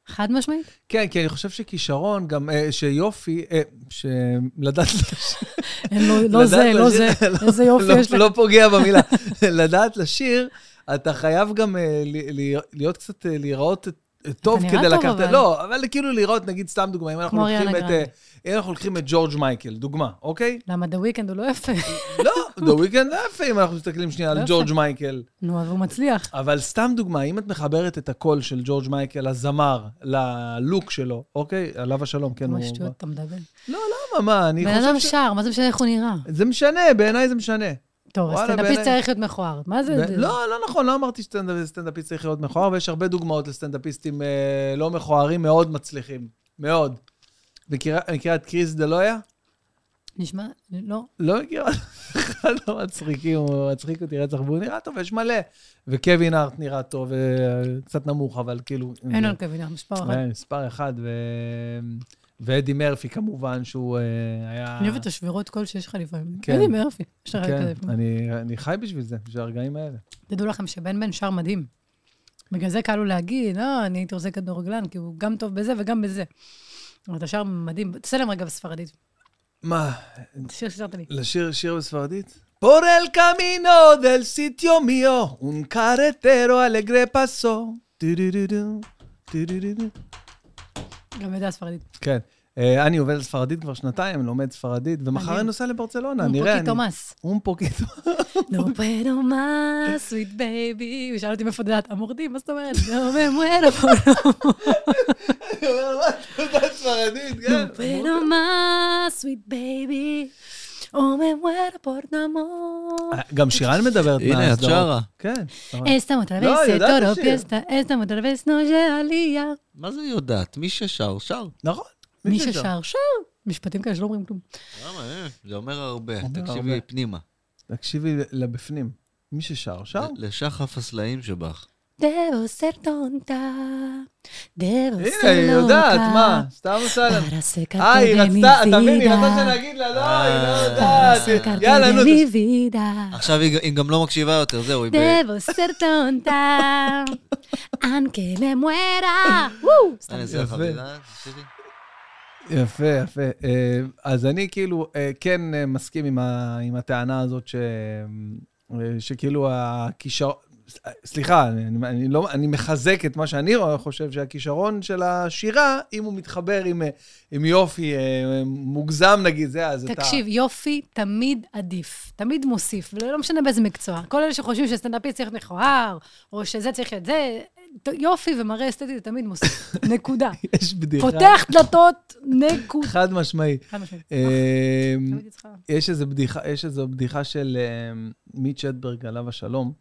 S1: חד משמעית?
S2: כן, כי אני חושב שכישרון, גם אה, שיופי, אה, שלדעת לשיר,
S1: לא, לא זה,
S2: לדעת
S1: לא
S2: לשיר-
S1: זה, איזה יופי יש
S2: לא,
S1: לך.
S2: לא פוגע במילה, לדעת לשיר, אתה חייב גם אה, ל- ל- להיות קצת, אה, להיראות אה, טוב
S1: נראה
S2: כדי
S1: טוב,
S2: לקחת...
S1: אבל.
S2: לא, אבל כאילו להיראות, נגיד, סתם דוגמה, אם אנחנו
S1: כמו
S2: לוקחים
S1: אריאנה
S2: את...
S1: גרנדה.
S2: אה, אם אנחנו לוקחים את ג'ורג' מייקל, דוגמה, אוקיי?
S1: למה, דה וויקנד הוא לא יפה.
S2: לא, דה וויקנד יפה אם אנחנו מסתכלים שנייה על
S1: לא יפה.
S2: ג'ורג' מייקל.
S1: נו, אבל הוא מצליח.
S2: אבל סתם דוגמה, אם את מחברת את הקול של ג'ורג' מייקל, הזמר, ללוק שלו, אוקיי? עליו השלום, כן,
S1: כמה
S2: הוא...
S1: שטויות אתה מדבר.
S2: לא, למה, מה, אני
S1: בן אדם
S2: חושב ש...
S1: שר, מה זה משנה איך הוא נראה?
S2: זה משנה, בעיניי זה משנה.
S1: טוב, אז
S2: וואלה,
S1: סטנדאפיסט
S2: בעיניי-
S1: צריך להיות מכוער. מה זה?
S2: ב- לא, לא נכון, לא אמרתי שסטנדאפ- שסטנדאפיסט צריך להיות מכוער, ויש הרבה דוגמאות לסטנדאפיסטים אה, לא מכוערים מאוד מצליחים. מאוד. מכירה מכירה את קריס דלויה?
S1: נשמע, לא.
S2: לא מכירה, אחד המצחיקים, הוא מצחיק אותי רצח, והוא נראה טוב, יש מלא. וקווין ארט נראה טוב, אה, קצת נמוך, אבל כאילו...
S1: אין על קווינר, מספר אחת.
S2: אה, מספר אחד, ו... ואדי מרפי כמובן, שהוא אה, היה...
S1: אני אוהבת את השבירות קול שיש לך לפעמים.
S2: כן.
S1: כן. אני מרפי. יש לך
S2: כן,
S1: כזה.
S2: אני, אני חי בשביל זה, בשביל הרגעים האלה.
S1: תדעו לכם שבן בן שר מדהים. בגלל זה קל לו להגיד, לא, אני הייתי עושה כדורגלן, כי הוא גם טוב בזה וגם בזה. אבל אתה שר מדהים. תעשה להם רגע בספרדית.
S2: מה,
S1: שיר ששרת לי.
S2: לשיר שיר בספרדית? Por el camino del sitio mío, un carretero alegre pasó. טו-דו-דו-דו, טו-דו-דו-דו.
S1: גם יודע ספרדית.
S2: כן. אה, אני עובד על ספרדית כבר שנתיים, לומד ספרדית, ומחר
S1: מדהים.
S2: אני נוסע לברצלונה,
S1: הוא
S2: נראה.
S1: פוקי תומאס.
S2: אום פוקיטו.
S1: No puedo más, sweet baby. הוא שאל אותי מאיפה את יודעת, המורדים, מה זאת אומרת? No me muero por
S2: אני אומר, מה, אתה יודע ספרדית, כן.
S1: No puedo más, sweet baby. Oh, me muero por tu amor.
S2: אה, גם שירן מדברת מהסדרות.
S3: הנה, את שרה.
S2: כן. נכון.
S1: Esta otra
S2: לא,
S1: vez se
S2: ידעתי
S1: toro
S2: שיר.
S1: fiesta, esta otra vez no llega lía.
S3: מה זה יודעת? מי ששר, שר.
S2: נכון.
S1: מי ששר, שר. משפטים כאלה שלא אומרים כלום.
S3: למה, אה, זה אומר הרבה.
S2: אומר הרבה.
S3: תקשיבי פנימה.
S2: תקשיבי לבפנים. מי ששר, שר.
S3: לשחף הסלעים שבך.
S1: Debo ser tonta, debo
S2: הנה,
S1: ser
S2: היא יודעת, מה?
S1: loca,
S2: סתם עושה לנו.
S1: para
S2: אה,
S1: secarte
S2: היא
S1: de mi
S2: רצתה, אתה מבין, היא רצתה
S1: vida,
S2: שנגיד לה, לא, היא לא
S1: para
S2: יודעת. יאללה,
S1: secarte
S2: נו,
S1: de mi vida.
S3: עכשיו היא היא גם לא מקשיבה יותר, זהו, היא ב... אה,
S1: Debo ser tonta, aunque me muera. Woo! סתם.
S3: אני אעשה
S2: יפה.
S3: לך חבילה, תקשיבי.
S2: יפה, יפה. אה, אז אני כאילו אה, כן אה, מסכים עם ה- עם הטענה הזאת ש- אה, שכאילו הכישרון... סליחה, אני, אני- אני, לא, אני מחזק את מה שאני רואה, חושב שהכישרון של השירה, אם הוא מתחבר עם, אה, עם יופי אה, מוגזם, נגיד, זה, אז אתה...
S1: תקשיב, יופי תמיד עדיף, תמיד מוסיף, ולא משנה באיזה מקצוע. כל אלה שחושבים שסטנדאפיסט צריך להיות מכוער, או שזה צריך להיות זה, יופי ומראה אסתטי זה תמיד מוסיף, נקודה.
S2: יש בדיחה.
S1: פותח דלתות, נקודה.
S2: חד משמעי.
S1: חד משמעית.
S2: אה,
S1: תמיד היא צריכה-
S2: יש איזו בדיחה, יש איזו בדיחה של אה, מיט שטברג, עליו השלום.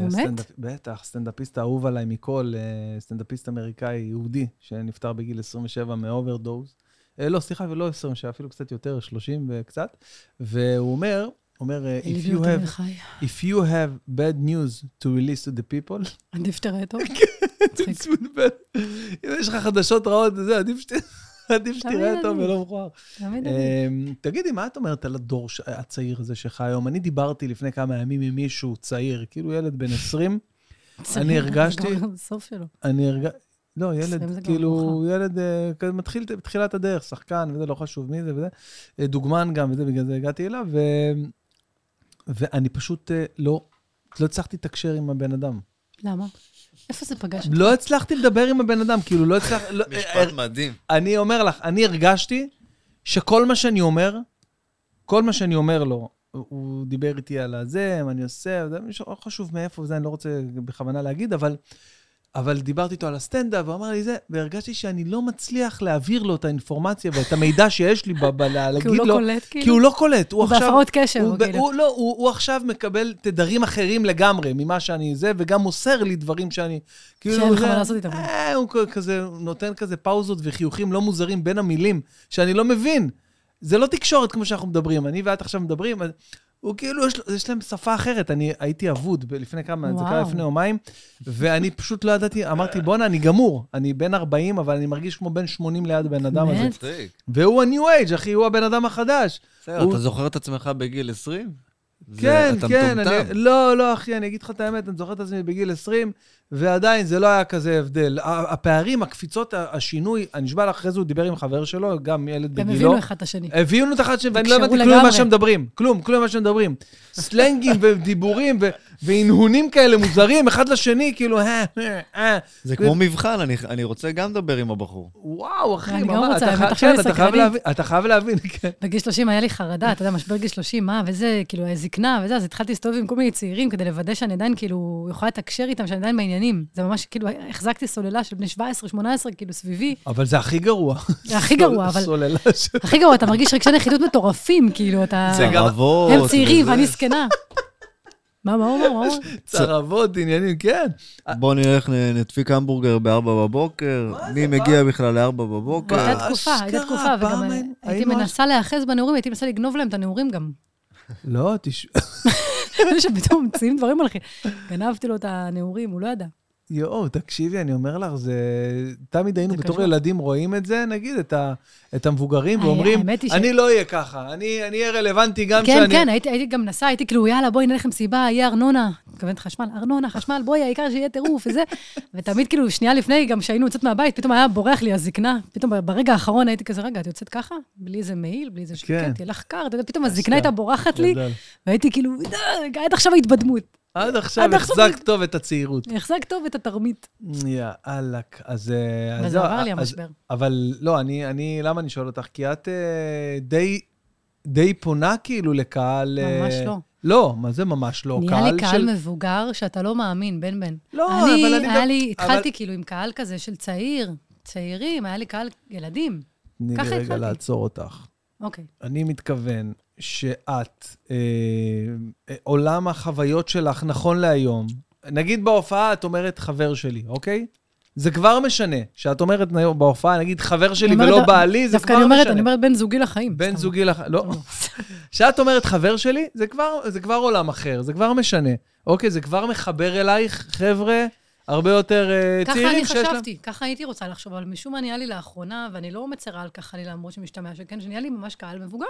S2: הוא
S1: מת?
S2: בטח, סטנדאפיסט האהוב עליי מכל, אה, סטנדאפיסט אמריקאי יהודי, שנפטר בגיל 27 מאוברדוז. אה, לא, סליחה, ולא 27, אפילו קצת יותר, 30 וקצת. והוא אומר, אומר, אה, if
S1: ליבי
S2: you
S1: אותי
S2: have,
S1: מחיי.
S2: if you have bad news to release to the people,
S1: עדיף שתראה טוב. מצחיק.
S2: it's with bad. אם יש לך חדשות רעות, זה עדיף שת- עדיף שתראה
S1: תמיד
S2: אותו
S1: עדיף.
S2: ולא מכוער.
S1: תמיד עדיף.
S2: אמ, תגידי, מה את אומרת על הדור ש- הצעיר הזה שחי היום? אני דיברתי לפני כמה ימים עם מישהו צעיר, כאילו ילד בן 20, אני הרגשתי-
S1: זה כבר הסוף שלו.
S2: אני הרגשתי... לא, ילד,
S1: לפעמים זה גם
S2: כאילו,
S1: מאוחר.
S2: ילד אה, כזה מתחיל בתחילת הדרך, שחקן וזה, לא חשוב מי זה וזה. אה, דוגמן גם, וזה, בגלל זה הגעתי אליו, ו... ואני פשוט אה, לא, לא הצלחתי לתקשר עם הבן אדם.
S1: למה? איפה זה פגש אותך?
S2: לא הצלחתי לדבר עם הבן אדם, כאילו, לא הצלחתי... לא, אה,
S3: משפט מדהים.
S2: אני אומר לך, אני הרגשתי שכל מה שאני אומר, כל מה שאני אומר לו, הוא- הוא דיבר איתי על הזה, מה אני עושה, זה לא חשוב מאיפה זה, אני לא רוצה בכוונה להגיד, אבל, אבל דיברתי איתו על הסטנדאפ, הוא אמר לי זה, והרגשתי שאני לא מצליח להעביר לו את האינפורמציה ואת המידע שיש לי, ב- ב-
S1: כי
S2: לה-
S1: הוא
S2: להגיד
S1: לא
S2: לו,
S1: קולט, כאילו?
S2: כי הוא לא קולט, הוא
S1: הוא
S2: עכשיו...
S1: בהפרעות קשב,
S2: הוא
S1: הוא
S2: ב-
S1: כאילו.
S2: הוא לא, הוא הוא עכשיו מקבל תדרים אחרים לגמרי ממה שאני זה, וגם מוסר לי דברים שאני... כאילו,
S1: שאין לך
S2: זה-
S1: מה לעשות איתם.
S2: אה, הוא כ- כזה, הוא נותן כזה פאוזות וחיוכים לא מוזרים בין המילים, שאני לא מבין. זה לא תקשורת כמו שאנחנו מדברים, אני ואת עכשיו מדברים, אז הוא כאילו, יש, לו- יש להם שפה אחרת. אני הייתי אבוד ב- לפני כמה, זה קרה
S1: וואו.
S2: לפני יומיים, ואני פשוט לא ידעתי, אמרתי, בואנה, אני גמור. אני בן 40, אבל אני מרגיש כמו בן 80 ליד הבן אדם הזה.
S1: באמת?
S3: מצחיק.
S2: והוא ה-new age, אחי, הוא הבן אדם החדש.
S3: בסדר,
S2: הוא-
S3: אתה זוכר את עצמך בגיל 20? זה-
S2: כן,
S3: אתה
S2: כן,
S3: מטומטם.
S2: אני, לא, לא, אחי, אני אגיד לך את האמת, אני זוכר את עצמי בגיל 20, ועדיין זה לא היה כזה הבדל. ה- הפערים, הקפיצות, ה- השינוי, אני נשבע לך, אחרי זה הוא דיבר עם חבר שלו, גם ילד
S1: הם
S2: בגילו.
S1: הבינו אחד את השני.
S2: הביאו את אחד שני, ואני לא
S1: תקשרו
S2: הבנתי כלום ממה
S1: לגמרי.
S2: שהם מדברים. כלום, כלום ממה שהם מדברים. סלנגים ודיבורים ו- והנהונים כאלה מוזרים, אחד לשני, כאילו, אה, אה, אה.
S3: זה כמו מבחן, אני- אני רוצה גם לדבר עם הבחור.
S1: אה.
S2: וואו, אחי,
S1: אני גם
S2: ממש,
S1: רוצה,
S2: אתה
S1: אבל
S2: חי-
S1: תחשוב
S2: כן,
S1: אני
S2: אתה חייב
S1: סקרנית.
S2: להבין, אתה חייב להבין, כן.
S1: בגיל 30 היה לי חרדה, אתה יודע, משבר גיל 30, מה, וזה, כאילו, זקנה וזה, אז התחלתי להסתובב עם כל מיני צעירים כדי לוודא שאני עדיין, כאילו, יכולה לתקשר איתם, שאני עדיין בעניינים. זה ממש, כאילו, החזקתי סוללה של בני 17-18, כאילו, סביבי.
S2: אבל זה הכי גרוע.
S1: זה הכי גרוע, אבל...
S2: סוללה של...
S1: הכי גרוע, אתה מרגיש רגשי נחיתות מטורפים, כאילו, אתה...
S2: זה גם-
S3: צרבות.
S1: הם צעירים
S3: וזה.
S1: ואני זקנה. מה, מה הוא אומר? מה הוא אומר?
S2: צרבות, עניינים, כן.
S3: בוא נלך, נ- נדפיק המבורגר ב-4 בבוקר. מי מגיע בכלל ל-4 בבוקר? אה,
S1: הייתה תקופה, הייתה
S2: אשכרה,
S1: תקופה, וגם
S2: פעם היינו-
S1: הייתי
S2: היינו
S1: מנסה להיאחז בנעורים, הייתי מנסה לגנוב להם את הנעורים גם.
S2: לא, תש...
S1: זה שפתאום ממציאים דברים מלכים. גנבתי לו את הנעורים, הוא לא ידע.
S2: יואו, תקשיבי, אני אומר לך, זה... תמיד היינו
S1: זה
S2: בתור
S1: קשור.
S2: ילדים רואים את זה, נגיד, את, ה... את המבוגרים,
S1: אה,
S2: ואומרים,
S1: האמת היא ש-
S2: אני לא אהיה ככה, אני אני אהיה רלוונטי גם
S1: כן,
S2: כשאני...
S1: כן, הייתי הייתי גם נסעה, הייתי כאילו, יאללה, בואי נלך למסיבה, יהיה ארנונה. מתכוונת חשמל, ארנונה, חשמל, בואי, העיקר שיהיה טירוף וזה. ותמיד כאילו, שנייה לפני, גם כשהיינו יוצאות מהבית, פתאום היה בורח לי הזקנה. פתאום ברגע האחרון הייתי כזה, רגע, את יוצאת ככה? בלי איזה מעיל, בלי איזה
S2: כן. אה,
S1: שקט, יהיה לך קר, אתה יודע, פתאום הזקנה הייתה בורחת לי,
S2: גדל.
S1: והייתי כאילו, "אה, עד עכשיו ההתבדמות.
S2: עד עכשיו
S1: עד עכשיו-
S2: החזקת טוב את הצעירות.
S1: החזק טוב את התרמית.
S2: יאלק, אז... אה, אז
S1: וזה
S2: לא,
S1: עבר לי
S2: אז-
S1: המשבר.
S2: אבל לא, אני, אני, למה אני שואל אותך? כי את אה, די, די פונה כאילו לקהל... אה,
S1: ממש לא.
S2: לא, מה זה ממש לא?
S1: נהיה לי קהל
S2: של-
S1: מבוגר שאתה לא מאמין, בן בן.
S2: לא,
S1: אני,
S2: אבל אני
S1: היה
S2: גם-
S1: לי,
S2: אבל-
S1: התחלתי כאילו עם קהל כזה של צעיר, צעירים, היה לי קהל ילדים.
S2: תני לי
S1: ככה
S2: רגע
S1: התחלתי.
S2: לעצור אותך.
S1: אוקיי.
S2: אני מתכוון שאת, אה, אה, עולם החוויות שלך נכון להיום, נגיד בהופעה את אומרת חבר שלי, אוקיי? זה כבר משנה. שאת אומרת היום בהופעה, נגיד חבר שלי
S1: אני אומרת,
S2: ולא בעלי, זה
S1: דווקא
S2: כבר לא
S1: אני אומרת,
S2: משנה.
S1: אני אומרת בן זוגי לחיים.
S2: בן
S1: סתם.
S2: זוגי לח... לא. כשאת אומרת חבר שלי, זה כבר, זה כבר עולם אחר, זה כבר משנה. אוקיי, זה כבר מחבר אלייך, חבר'ה, הרבה יותר אה,
S1: ככה
S2: צעירים
S1: אני
S2: שיש להם...
S1: חשבתי, ככה הייתי רוצה לחשוב, אבל משום מה נהיה לי לאחרונה, ואני לא מצרה על כך חלילה, למרות שמשתמע שכן, שנהיה לי ממש קהל מבוגר.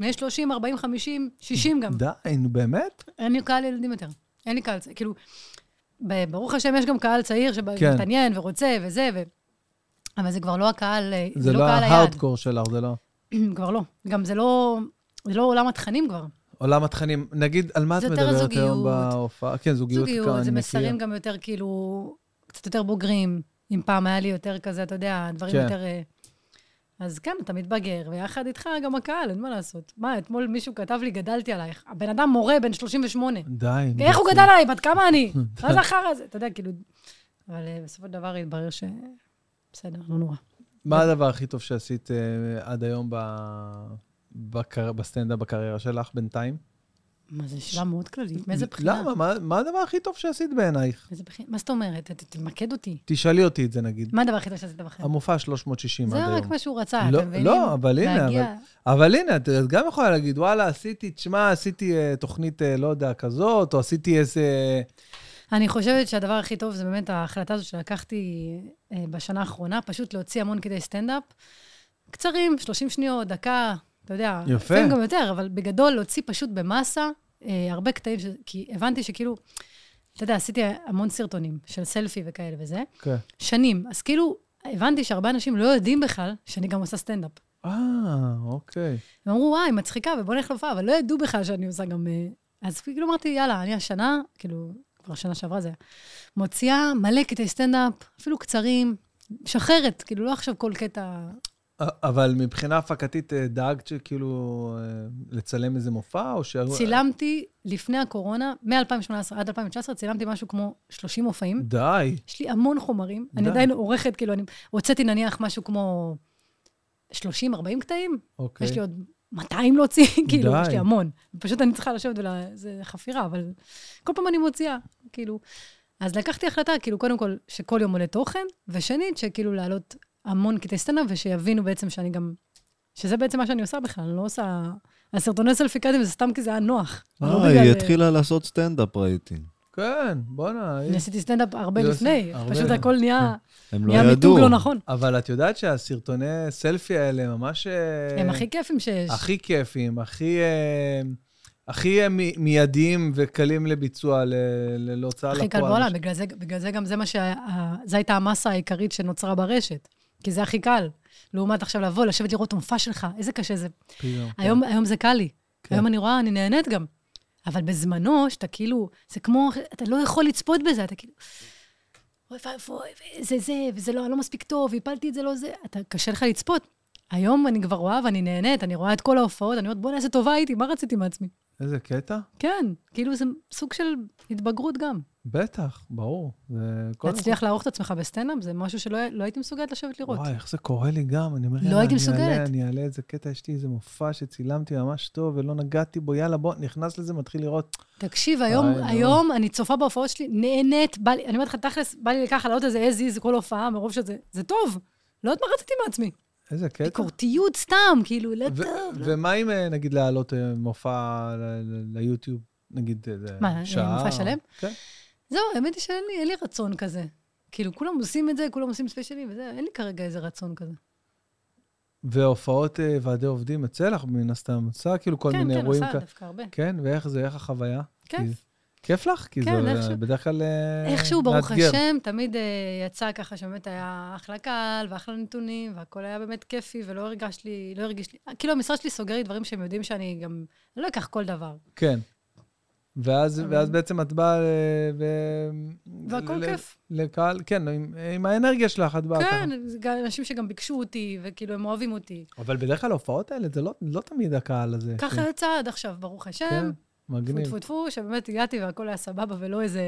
S1: בני 30, 40, 50, 60 גם.
S2: די, נו באמת?
S1: אין לי קהל ילדים יותר. אין לי קהל צעיר. כאילו, ב- ברוך השם, יש גם קהל צעיר
S2: כן.
S1: שמתעניין ורוצה וזה, ו... אבל זה כבר לא הקהל, אה,
S2: זה לא
S1: קהל היעד.
S2: ההארדקור שלך, זה לא...
S1: כבר לא. גם זה לא, זה לא עולם התכנים כבר.
S2: עולם התכנים, נגיד, על מה את
S1: זה יותר
S2: מדברת היום
S1: זוגיות.
S2: בהופעה? כן, זוגיות כאן,
S1: זוגיות, זה
S2: אני
S1: מסרים
S2: מכיר.
S1: גם יותר כאילו, קצת יותר בוגרים. אם פעם היה לי יותר כזה, אתה יודע, דברים
S2: כן.
S1: יותר... אה, אז כן, אתה מתבגר, ויחד איתך גם הקהל, אין מה לעשות. מה, אתמול מישהו כתב לי, גדלתי עלייך. הבן אדם מורה, בן 38.
S2: די. נו,
S1: איך הוא
S2: בחור.
S1: גדל עליי? בת כמה אני? מה זה החרא הזה? אתה יודע, כאילו... אבל אה, בסופו של דבר התברר ש... בסדר, לא נורא.
S2: מה הדבר הכי טוב שעשית אה, עד היום ב- בקר- בסטנדאפ בקריירה שלך בינתיים?
S1: מה, זה שאלה מאוד כללית. מאיזה בחינה?
S2: למה? מה- מה הדבר הכי טוב שעשית בעינייך?
S1: מאיזה בחינה? מה זאת אומרת? ת- תמקד אותי.
S2: תשאלי אותי את זה, נגיד.
S1: מה הדבר הכי טוב שעשית בחיים?
S2: המופע 360
S1: זה
S2: עד
S1: רק
S2: היום.
S1: מה שהוא רצה,
S2: לא-
S1: אתם מבינים?
S2: לא, אבל הנה,
S1: להגיע-
S2: אבל- אבל הנה, את את גם יכולה להגיד, וואלה, עשיתי, תשמע, עשיתי אה, תוכנית, אה, לא יודע, כזאת, או עשיתי איזה...
S1: אני חושבת שהדבר הכי טוב זה באמת ההחלטה הזו שלקחתי אה, בשנה האחרונה, פשוט להוציא המון כדי סטנדאפ. קצרים, 30 שניות, דקה, אתה יודע.
S2: יפה.
S1: לפעמים גם יותר, אבל בגדול להוציא פשוט במאסה אה, הרבה קטעים, ש... כי הבנתי שכאילו, אתה יודע, עשיתי המון סרטונים של סלפי וכאלה וזה,
S2: כן.
S1: שנים. אז כאילו, הבנתי שהרבה אנשים לא יודעים בכלל שאני גם עושה סטנדאפ.
S2: אה, אוקיי.
S1: הם אמרו, וואי, מצחיקה, ובוא נלך להופעה, אבל לא ידעו בכלל שאני עושה גם... אה, אז כאילו אמרתי, יאללה, אני השנה, כאילו, כבר שנה שעברה זה היה, מוציאה מלא קטעי סטנדאפ, אפילו קצרים, משחררת, כאילו, לא עכשיו כל קטע...
S2: א- אבל מבחינה הפקתית אה, דאגת שכאילו אה, לצלם איזה מופע, או ש...
S1: צילמתי לפני הקורונה, מ-2018 עד 2019, צילמתי משהו כמו 30 מופעים.
S2: די.
S1: יש לי המון חומרים, אני
S2: די.
S1: עדיין עורכת, כאילו, אני הוצאתי נניח משהו כמו 30-40 קטעים,
S2: אוקיי.
S1: יש לי עוד 200 להוציא, כאילו,
S2: די.
S1: יש לי המון. פשוט אני צריכה לשבת ולה... זה חפירה, אבל כל פעם אני מוציאה, כאילו. אז לקחתי החלטה, כאילו, קודם כל, שכל יום עולה תוכן, ושנית, שכאילו להעלות המון קטעי סטנדאפ, ושיבינו בעצם שאני גם... שזה בעצם מה שאני עושה בכלל, אני לא עושה... הסרטוני סלפי קאדים זה סתם כי זה היה נוח. לא
S3: אה,
S1: בגלל-
S3: היא התחילה לעשות סטנדאפ, ראיתי.
S2: כן, בואנה. היא-
S1: אה, אני עשיתי סטנדאפ הרבה
S2: היא
S1: לפני,
S2: עושה-
S1: פשוט
S2: הרבה.
S1: הכל נהיה
S3: הם לא
S1: נהיה
S3: ידעו.
S1: מיתוג לא נכון.
S2: אבל את יודעת שהסרטוני סלפי האלה הם ממש... אה,
S1: הם הכי כיפים שיש.
S2: הכי כיפים, הכי... אה, הכי אה, מי- מיידיים וקלים לביצוע, ל- ל- להוצאה לפועל.
S1: הכי קל בעולם, בגלל זה, בגלל זה גם זה מה שה... ה- זה הייתה המסה העיקרית שנוצרה ברשת, כי זה הכי קל. לעומת עכשיו לבוא, לשבת לראות את המופע שלך, איזה קשה זה.
S2: פתאום, כן.
S1: היום, היום זה קל לי.
S2: כן.
S1: היום אני רואה, אני נהנית גם. אבל בזמנו, שאתה כאילו, זה כמו, אתה לא יכול לצפות בזה, אתה כאילו... אוי ואבוי, זה זה, וזה לא, לא מספיק טוב, הפלתי את זה, לא זה, אתה, קשה לך לצפות. היום אני כבר רואה ואני נהנית, אני רואה את כל ההופעות, אני אומרת, בוא'נה, איזה טובה הייתי, מה רציתי מעצמי?
S2: איזה קטע?
S1: כן, כאילו זה סוג של התבגרות גם.
S2: בטח, ברור. זה כל-
S1: להצליח לערוך את עצמך בסטנדאפ זה משהו שלא לא הייתי מסוגלת לשבת לראות.
S2: וואי, איך זה קורה לי גם, אני אומר,
S1: לא
S2: יאללה,
S1: הייתי
S2: אני אעלה-
S1: מסוגלת.
S2: אני אעלה איזה קטע, יש לי איזה מופע שצילמתי ממש טוב ולא נגעתי בו, יאללה, בוא, נכנס לזה, מתחיל לראות.
S1: תקשיב, היום,
S2: וואי, נו.
S1: היום אני צופה בהופעות שלי, נהנית, בא לי, אני אומרת לך, תכלס, בא לי ככה לעלות איזה as is כל הופעה, מרוב שזה, זה טוב. לא יודעת מה רציתי מעצמי.
S2: איזה קטע.
S1: ביקורתיות סתם, כאילו, לא
S2: ו-
S1: טוב. לא-
S2: ומה אם, אה, נגיד, להעלות אה, מופע ל- ל- ליוטיוב, נגיד, איזה
S1: מה, אה,
S2: שעה?
S1: מופע שלם?
S2: כן.
S1: זהו, האמת היא שאין לי, אין לי רצון כזה. כאילו, כולם עושים את זה, כולם עושים ספיישלים וזה, אין לי כרגע איזה רצון כזה.
S2: והופעות אה, ועדי עובדים אצל לך, מן הסתם, עושה כאילו כל
S1: כן,
S2: מיני
S1: כן,
S2: אירועים.
S1: עושה
S2: כ-
S1: דווקא הרבה. כן.
S2: כן, ואיך זה, איך החוויה?
S1: כיף.
S2: כי- כיף לך? כי
S1: כן,
S2: זה
S1: איכשהו-
S2: בדרך כלל אה,
S1: איכשהו, ברוך
S2: מאתגר.
S1: השם, תמיד אה, יצא ככה שבאמת היה אחלה קהל ואחלה נתונים, והכל היה באמת כיפי, ולא הרגש לי, לא הרגיש לי... כאילו, המשרד שלי סוגר לי דברים שהם יודעים שאני גם... אני לא אקח כל דבר.
S2: כן. ואז,
S1: אבל-
S2: ואז בעצם את באה אה, ו...
S1: והכל
S2: ל-
S1: כיף.
S2: לקהל, כן, עם, עם האנרגיה שלך את באה
S1: כן,
S2: ככה.
S1: זה גם אנשים שגם ביקשו אותי, וכאילו, הם אוהבים אותי.
S2: אבל בדרך כלל ההופעות האלה, זה לא, לא תמיד הקהל הזה.
S1: ככה יצא עד עכשיו, ברוך
S2: כן,
S1: השם. טפו
S2: מגניב.
S1: טפו טפו, שבאמת הגעתי והכל היה סבבה, ולא איזה...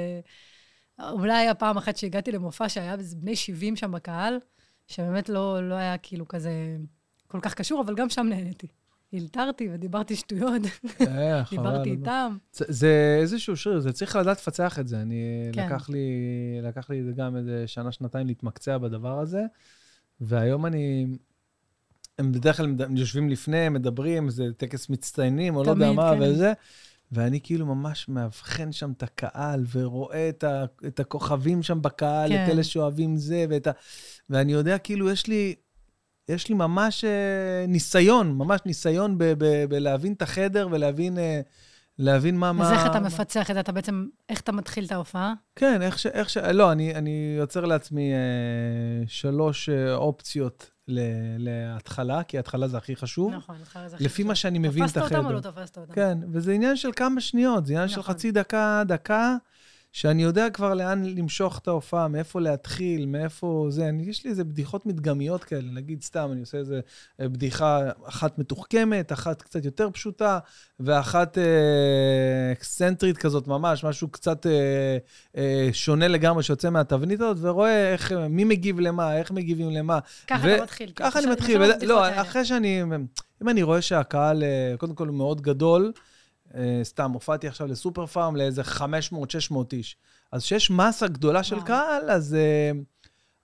S1: אולי היה פעם אחת שהגעתי למופע שהיה איזה בני 70 שם בקהל, שבאמת לא, לא היה כאילו כזה כל כך קשור, אבל גם שם נהניתי. הילתרתי ודיברתי שטויות,
S2: אה, חבל,
S1: דיברתי
S2: לא.
S1: איתם.
S2: זה- זה איזשהו שריר, זה צריך לדעת לפצח את זה. אני,
S1: כן.
S2: לקח לי, לקח לי גם איזה שנה, שנתיים להתמקצע בדבר הזה, והיום אני... הם בדרך כלל מד- יושבים לפני, מדברים, זה טקס מצטיינים, או לא
S1: תמיד,
S2: יודע מה,
S1: כן.
S2: וזה, ואני כאילו ממש מאבחן שם את הקהל, ורואה את, ה, את הכוכבים שם בקהל,
S1: כן.
S2: את אלה שאוהבים זה, ואת ה... ואני יודע, כאילו, יש לי, יש לי ממש אה, ניסיון, ממש ניסיון ב, ב, בלהבין את החדר ולהבין אה, להבין מה...
S1: אז
S2: מה-
S1: איך אתה
S2: מה-
S1: מפצח את זה? אתה בעצם, איך אתה מתחיל את ההופעה?
S2: כן, איך ש... איך ש... לא, אני, אני יוצר לעצמי אה, שלוש אה, אופציות ל, להתחלה, כי ההתחלה זה הכי חשוב.
S1: נכון, אחרי זה...
S2: לפי מה שאני מבין את
S1: תפסת
S2: החדר.
S1: אותם או לא תפסת אותם?
S2: כן, וזה עניין של כמה שניות, זה עניין של
S1: נכון.
S2: חצי דקה, דקה, שאני יודע כבר לאן למשוך את ההופעה, מאיפה להתחיל, מאיפה זה. אני, יש לי איזה בדיחות מדגמיות כאלה, נגיד סתם, אני עושה איזה אה, בדיחה, אחת מתוחכמת, אחת קצת יותר פשוטה, ואחת אה, אקסצנטרית כזאת ממש, משהו קצת אה, אה, שונה לגמרי שיוצא מהתבנית הזאת, ורואה איך, אה, מי מגיב למה, איך מגיבים למה.
S1: ככה
S2: ו-
S1: אתה מתחיל. כאילו.
S2: ככה אני
S1: למשל-
S2: מתחיל.
S1: למשל
S2: ולא-
S1: הבדיחות
S2: לא,
S1: האלה.
S2: אחרי שאני... אם אני רואה שהקהל, אה, קודם כל, הוא מאוד גדול, אה, סתם, הופעתי עכשיו לסופר פארם לאיזה 500-600 איש. אז כשיש מסה גדולה של
S1: וואו.
S2: קהל, אז... אה,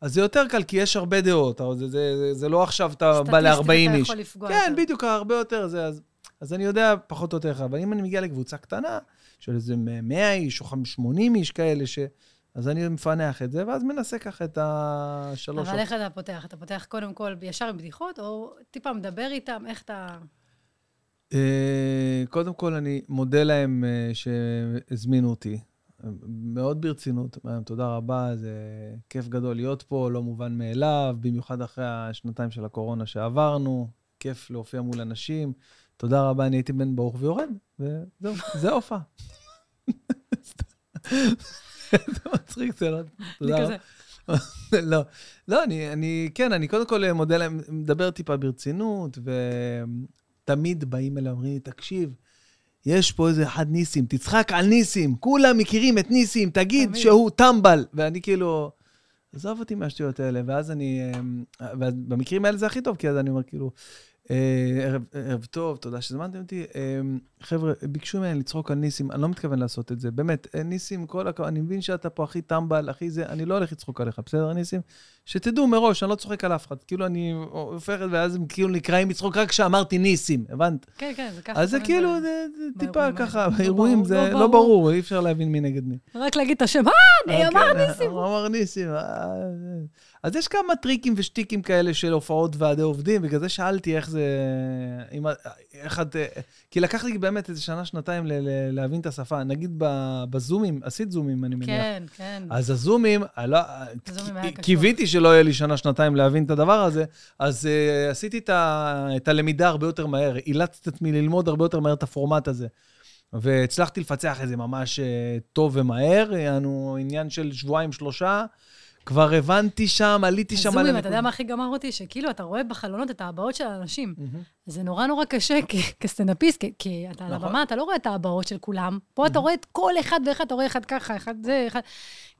S2: אז זה יותר קל, כי יש הרבה דעות, אבל זה, זה, זה, זה לא עכשיו אתה בא ל-40
S1: סטטיסטית אתה
S2: איש.
S1: יכול לפגוע
S2: כן,
S1: יותר.
S2: בדיוק, הרבה יותר זה, אז, אז אני יודע פחות או יותר איך, אבל אם אני מגיע לקבוצה קטנה, של איזה 100 איש או 80 איש כאלה, ש... אז אני מפענח את זה, ואז מנסה ככה את השלוש...
S1: אבל איך אתה פותח? אתה פותח קודם כל ישר עם בדיחות, או טיפה מדבר איתם, איך אתה...
S2: לא. אה, קודם כל, אני מודה להם אה, שהזמינו אותי. מאוד ברצינות, מרים, תודה רבה, זה כיף גדול להיות פה, לא מובן מאליו, במיוחד אחרי השנתיים של הקורונה שעברנו, כיף להופיע מול אנשים. תודה רבה, אני הייתי בן ברוך ויורד, וזהו, זה ההופעה. זה מצחיק, זה לא...
S1: אני
S2: תודה רבה.
S1: כזה,
S2: לא, לא, אני, אני, כן, אני קודם כל מודה להם, מדבר טיפה ברצינות, ותמיד באים אליי, אומרים לי, תקשיב, יש פה איזה אחד ניסים, תצחק על ניסים, כולם מכירים את ניסים, תגיד
S1: תמיד.
S2: שהוא טמבל. ואני כאילו, עזוב אותי מהשטויות האלה, ואז אני, אמ, ואז במקרים האלה זה הכי טוב, כי אז אני אומר, כאילו, אה, ערב, ערב טוב, תודה שהזמנתם אותי. אמ, חבר'ה, ביקשו ממני לצחוק על ניסים, אני לא מתכוון לעשות את זה. באמת, אה, ניסים, כל הכבוד, אני מבין שאתה פה הכי טמבל, הכי זה, אני לא הולך לצחוק עליך, בסדר, ניסים? שתדעו מראש, אני לא צוחק על אף אחד. כאילו, אני הופך, ואז הם כאילו נקרעים מצחוק רק כשאמרתי ניסים, הבנת?
S1: כן, כן, זה ככה.
S2: אז זה
S1: תמיד
S2: כאילו,
S1: ב-
S2: זה זה טיפה
S1: באירועים
S2: ככה,
S1: האלה. לא
S2: באירועים
S1: ברור,
S2: זה
S1: לא
S2: לא
S1: ברור.
S2: ברור, אי אפשר להבין מי נגד מי.
S1: רק להגיד את השם, אה, אני
S2: אה,
S1: אמר
S2: כן,
S1: ניסים.
S2: הוא אמר ניסים. אה, זה. אז יש כמה טריקים ושטיקים כאלה של הופעות ועדי עובדים, בגלל זה שאלתי איך זה... אם, ה- איך את... אה, כי לקח לי באמת איזה שנה, שנתיים ל- ל- להבין את השפה. נגיד ב- בזומים, עשית זומים, אני מניח.
S1: כן, כן.
S2: אז הזומים, אה, לא, אה,
S1: הזומים
S2: כי-
S1: היה קשוח.
S2: קיוויתי שלא יהיה לי שנה, שנתיים להבין את הדבר הזה, אז אה, עשיתי את ה- את הלמידה הרבה יותר מהר, אילצתי את עצמי ללמוד הרבה יותר מהר את הפורמט הזה. והצלחתי לפצח את זה ממש אה, טוב ומהר, יענו עניין של שבועיים-שלושה. כבר הבנתי שם, עליתי שם
S1: הזומים, אתה יודע
S2: הנקודה.
S1: מה הכי גמר אותי? שכאילו, אתה רואה בחלונות את ההבעות של האנשים.
S2: מהמם.
S1: זה נורא נורא קשה כ- כסטנדאפיסט, כי- כי אתה על
S2: נכון.
S1: הבמה, אתה לא רואה את ההבעות של כולם. פה אתה רואה את כל אחד ואחד, אתה רואה אחד ככה, אחד זה, אחד...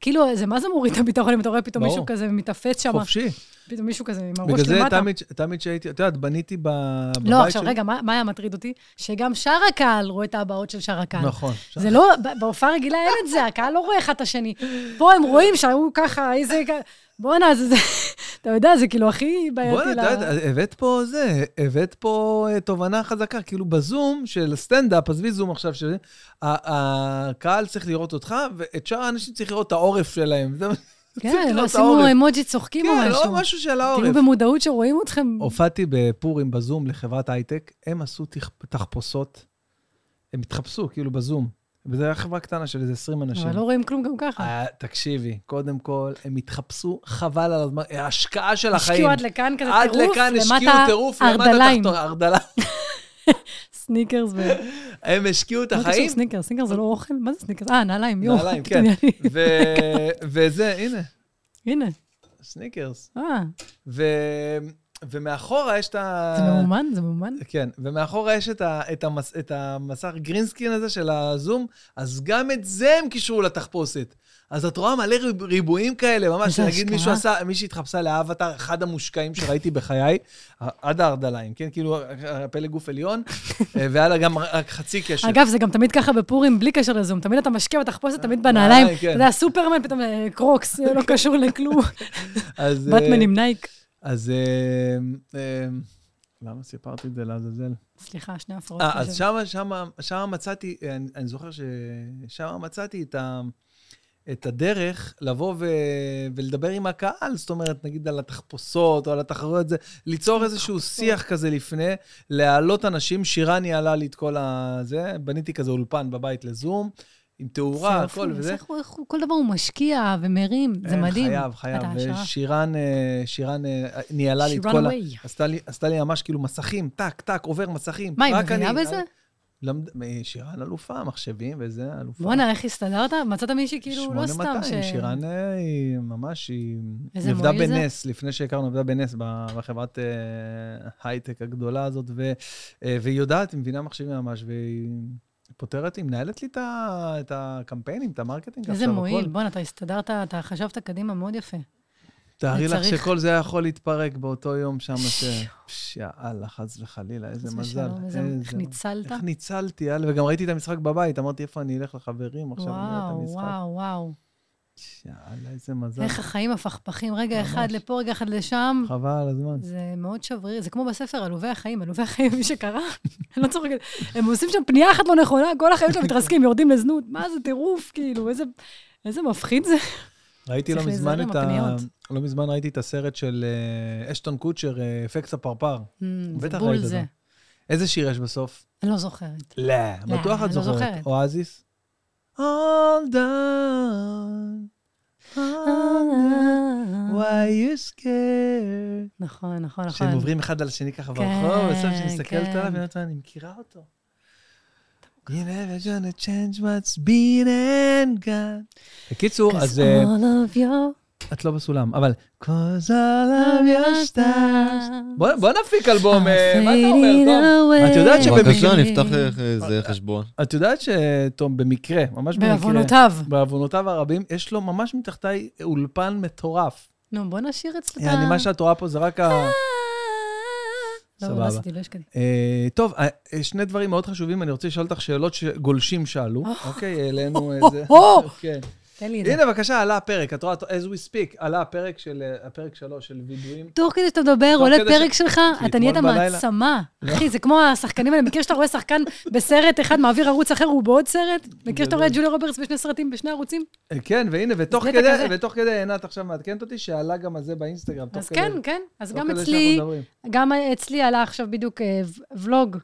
S1: כאילו, זה מה זה מוריד את הביטחון אם אתה רואה פתאום
S2: ברור.
S1: מישהו כזה מתאפץ שם,
S2: חופשי.
S1: פתאום מישהו כזה עם הראש
S2: בגלל זה
S1: למטה.
S2: תמיד ש- תמיד שהייתי, את יודעת, בניתי ב- בבית שלי.
S1: לא, עכשיו, רגע, מה מה היה מטריד אותי? שגם שאר הקהל רואה את ההבעות של שאר הקהל.
S2: נכון.
S1: זה לא, ב- בהופעה רגילה אין את זה, הקהל לא רואה אחד את השני. פה הם רואים שהיו ככה, איזה... כ- בואנה, זה... זה- אתה יודע, זה כאילו הכי
S2: בוא'נה,
S1: בעייתי
S2: את
S1: ל...
S2: יודעת, הבאת פה זה, הבאת פה אה, תובנה חזקה, כאילו בזום של סטנדאפ, עזבי זום עכשיו, שזה, ה- הקהל צריך לראות אותך, ואת שאר האנשים צריך לראות את העורף שלהם. זה מה- צריך
S1: כן,
S2: לראות
S1: לא
S2: את העורף.
S1: שימו אמוג'י צוחקים או
S2: כן,
S1: משהו.
S2: לא משהו של העורף.
S1: תראו במודעות שרואים אתכם.
S2: הופעתי בפורים בזום לחברת הייטק, הם עשו תכ- תחפושות, הם התחפשו, כאילו בזום. וזו הייתה חברה קטנה של איזה 20 אנשים.
S1: אבל לא רואים כלום גם ככה.
S2: אה, תקשיבי, קודם כל, הם התחפשו חבל על הזמן, ההשקעה של החיים.
S1: השקיעו עד לכאן כזה
S2: עד
S1: טירוף,
S2: לכאן השקיעו
S1: למטה
S2: טירוף, למטה
S1: ארדליים,
S2: תחתון, ארדלה.
S1: סניקרס. ו-
S2: הם השקיעו את
S1: מה קשור
S2: החיים.
S1: סניקרס? סניקרס זה לא אוכל? מה זה סניקרס? אה, נעליים, יואו.
S2: נעליים,
S1: פתאום
S2: כן.
S1: נהיה לי-
S2: ו- וזה, הנה,
S1: הנה,
S2: סניקרס.
S1: אה,
S2: ו- ומאחורה יש את ה...
S1: זה מאומן? זה מאומן?
S2: כן, ומאחורה יש את, ה, את, המס, את המסך גרינסקין הזה של הזום, אז גם את זה הם קישרו לתחפושת. אז את רואה מלא ריב- ריבועים כאלה, ממש,
S1: איזה
S2: נגיד
S1: השקעה.
S2: מישהו עשה, מישהי התחפשה לאבטר, אחד המושקעים שראיתי בחיי, עד הארדליים, כן? כאילו, הפלג גוף עליון, אה, והיה לה גם רק חצי קשר.
S1: אגב, זה גם תמיד ככה בפורים, בלי קשר לזום. תמיד אתה משקיע בתחפושת, תמיד בנעליים.
S2: נעליים, כן.
S1: אתה יודע, סופרמן, פתאום אה, קרוקס, לא קשור לכלום.
S2: אז, אה,
S1: בטמן עם נייק.
S2: אז... אה, אה, למה סיפרתי את זה לעזאזל?
S1: סליחה, שני הפרעות.
S2: אה, אז
S1: קשב.
S2: שמה, שמה, שמה מצאתי, אני, אני זוכר ששמה מצאתי את, ה, את הדרך לבוא ו, ולדבר עם הקהל, זאת אומרת, נגיד על התחפושות או על התחרויות, זה, ליצור איזשהו שיח כזה לפני, להעלות אנשים, שירה ניהלה לי את כל ה... זה, בניתי כזה אולפן בבית לזום, עם תאורה,
S1: זה
S2: הכל
S1: יופי,
S2: וזה.
S1: איך הוא- איך הוא- כל דבר הוא משקיע ומרים, זה
S2: אה,
S1: מדהים.
S2: חייב, חייב.
S1: אתה השראה.
S2: ושירן אה, שירן, אה, ניהלה לי את
S1: שירן
S2: כל ה...
S1: ווי.
S2: עשתה לי- עשתה לי ממש כאילו מסכים, טק, טק, עובר מסכים.
S1: מה, היא
S2: רק
S1: מבינה
S2: אני- אה,
S1: בזה?
S2: למד... שירן אלופה, מחשבים וזה, אלופה.
S1: בואנה, איך הסתדרת? מצאת מישהי כאילו לא סתם
S2: 8200,
S1: ש...
S2: שירן אה, היא ממש, היא
S1: איזה
S2: עבדה
S1: מועיל זה.
S2: בנס, לפני שהכרנו, עבדה בנס ב- בחברת אה, הייטק הגדולה הזאת, ו, אה, והיא יודעת, היא מבינה מחשבים ממש, והיא פותרת, היא מנהלת לי את ה- את הקמפיינים, את המרקטינג
S1: איזה
S2: עכשיו,
S1: מועיל.
S2: הכל.
S1: בואנה, אתה הסתדרת, אתה חשבת קדימה מאוד יפה.
S2: תארי לך
S1: צריך.
S2: שכל זה היה יכול להתפרק באותו יום שם, ש... פש, יאללה, חס וחלילה, איזה
S1: חס
S2: מזל.
S1: ושלום, איזה- איך
S2: איזה...
S1: ניצלת?
S2: איך ניצלתי, יאללה, וגם ראיתי את המשחק בבית, אמרתי, איפה אני אלך לחברים עכשיו, אני אראה את
S1: וואו,
S2: המשחק.
S1: וואו, וואו.
S2: יאללה, איזה מזל.
S1: איך החיים הפכפכים, רגע
S2: ממש.
S1: אחד לפה, רגע אחד לשם.
S2: חבל על הזמן.
S1: זה מאוד שברירי, זה כמו בספר עלובי החיים, עלובי החיים, מי שקרא, אני לא צוחקת, הם עושים שם פנייה אחת לא נכונה, כל החיים שלהם מתרסקים, יורדים לזנות, מה זה טירוף, כאילו, איזה, איזה מפחיד זה.
S2: ראיתי לא
S1: צריך
S2: מזמן
S1: להיזהר
S2: את
S1: עם
S2: ה...
S1: הפניות.
S2: לא מזמן ראיתי את הסרט של אה, אשטון קוצ'ר, אה, אפקט הפרפר.
S1: זה
S2: בטח
S1: בול
S2: ראית את
S1: זה.
S2: זה. איזה שיר יש בסוף?
S1: אני לא זוכרת.
S2: לא. בטוח
S1: אני
S2: את
S1: לא
S2: זוכרת.
S1: זוכרת.
S2: אואזיס? all done. all done. Why you scared?
S1: נכון, נכון, נכון.
S2: שהם עוברים אחד על השני
S1: כן,
S2: ככה ברחוב, בסוף כשאני מסתכלת
S1: כן.
S2: עליו, אני אומרת, אני מכירה אותו. You never gonna change what's been and gone. בקיצור, אז אה,
S1: All of your...
S2: את לא בסולם, אבל... Cause all of your stars. בוא בוא נפיק אלבום, אה, מה אתה אומר, תום? את יודעת שבמקרה-
S3: בבקשה, נפתח אה, איזה חשבון.
S2: את יודעת שתום, במקרה, ממש במקרה,
S1: בעוונותיו.
S2: בעוונותיו הרבים, יש לו ממש מתחתיי אולפן מטורף.
S1: נו, בוא נשאיר אצלך.
S2: יעני, אה, מה שאת רואה פה זה רק ה...
S1: לא,
S2: סבבה.
S1: לא עשיתי, לא השקעתי.
S2: אה, טוב, אה, אה, שני דברים מאוד חשובים, אני רוצה לשאול אותך שאלות שגולשים שאלו.
S1: אה.
S2: אוקיי, העלינו איזה...
S1: או,
S2: כן.
S1: תן לי את זה.
S2: הנה, בבקשה, עלה הפרק, את רואה, as we speak, עלה הפרק של, אה, הפרק שלוש של וידויים.
S1: תוך כדי שאתה מדבר,
S2: תוך
S1: עולה
S2: כדי
S1: פרק
S2: ש-
S1: שלך,
S2: כי
S1: אתה נהיית
S2: אתמול בלילה- לא.
S1: מעצמה. אחי, זה כמו השחקנים האלה. מכיר שאתה רואה שחקן בסרט אחד, מעביר ערוץ אחר, הוא בעוד סרט? מכיר
S2: לא
S1: שאתה רואה את ג'וליה רוברטס בשני סרטים, בשני ערוצים?
S2: אה, כן, והנה, ותוך
S1: זה
S2: כדי,
S1: כזה.
S2: ותוך כדי, עינת עכשיו מעדכנת אותי, שעלה גם הזה באינסטגרם. תוך
S1: אז
S2: כדי-
S1: כן, כן. אז
S2: תוך
S1: גם
S2: כדי
S1: אצלי,
S2: שאנחנו מדברים.
S1: גם אצלי עלה עכשיו בדיוק אה, ו- ולוג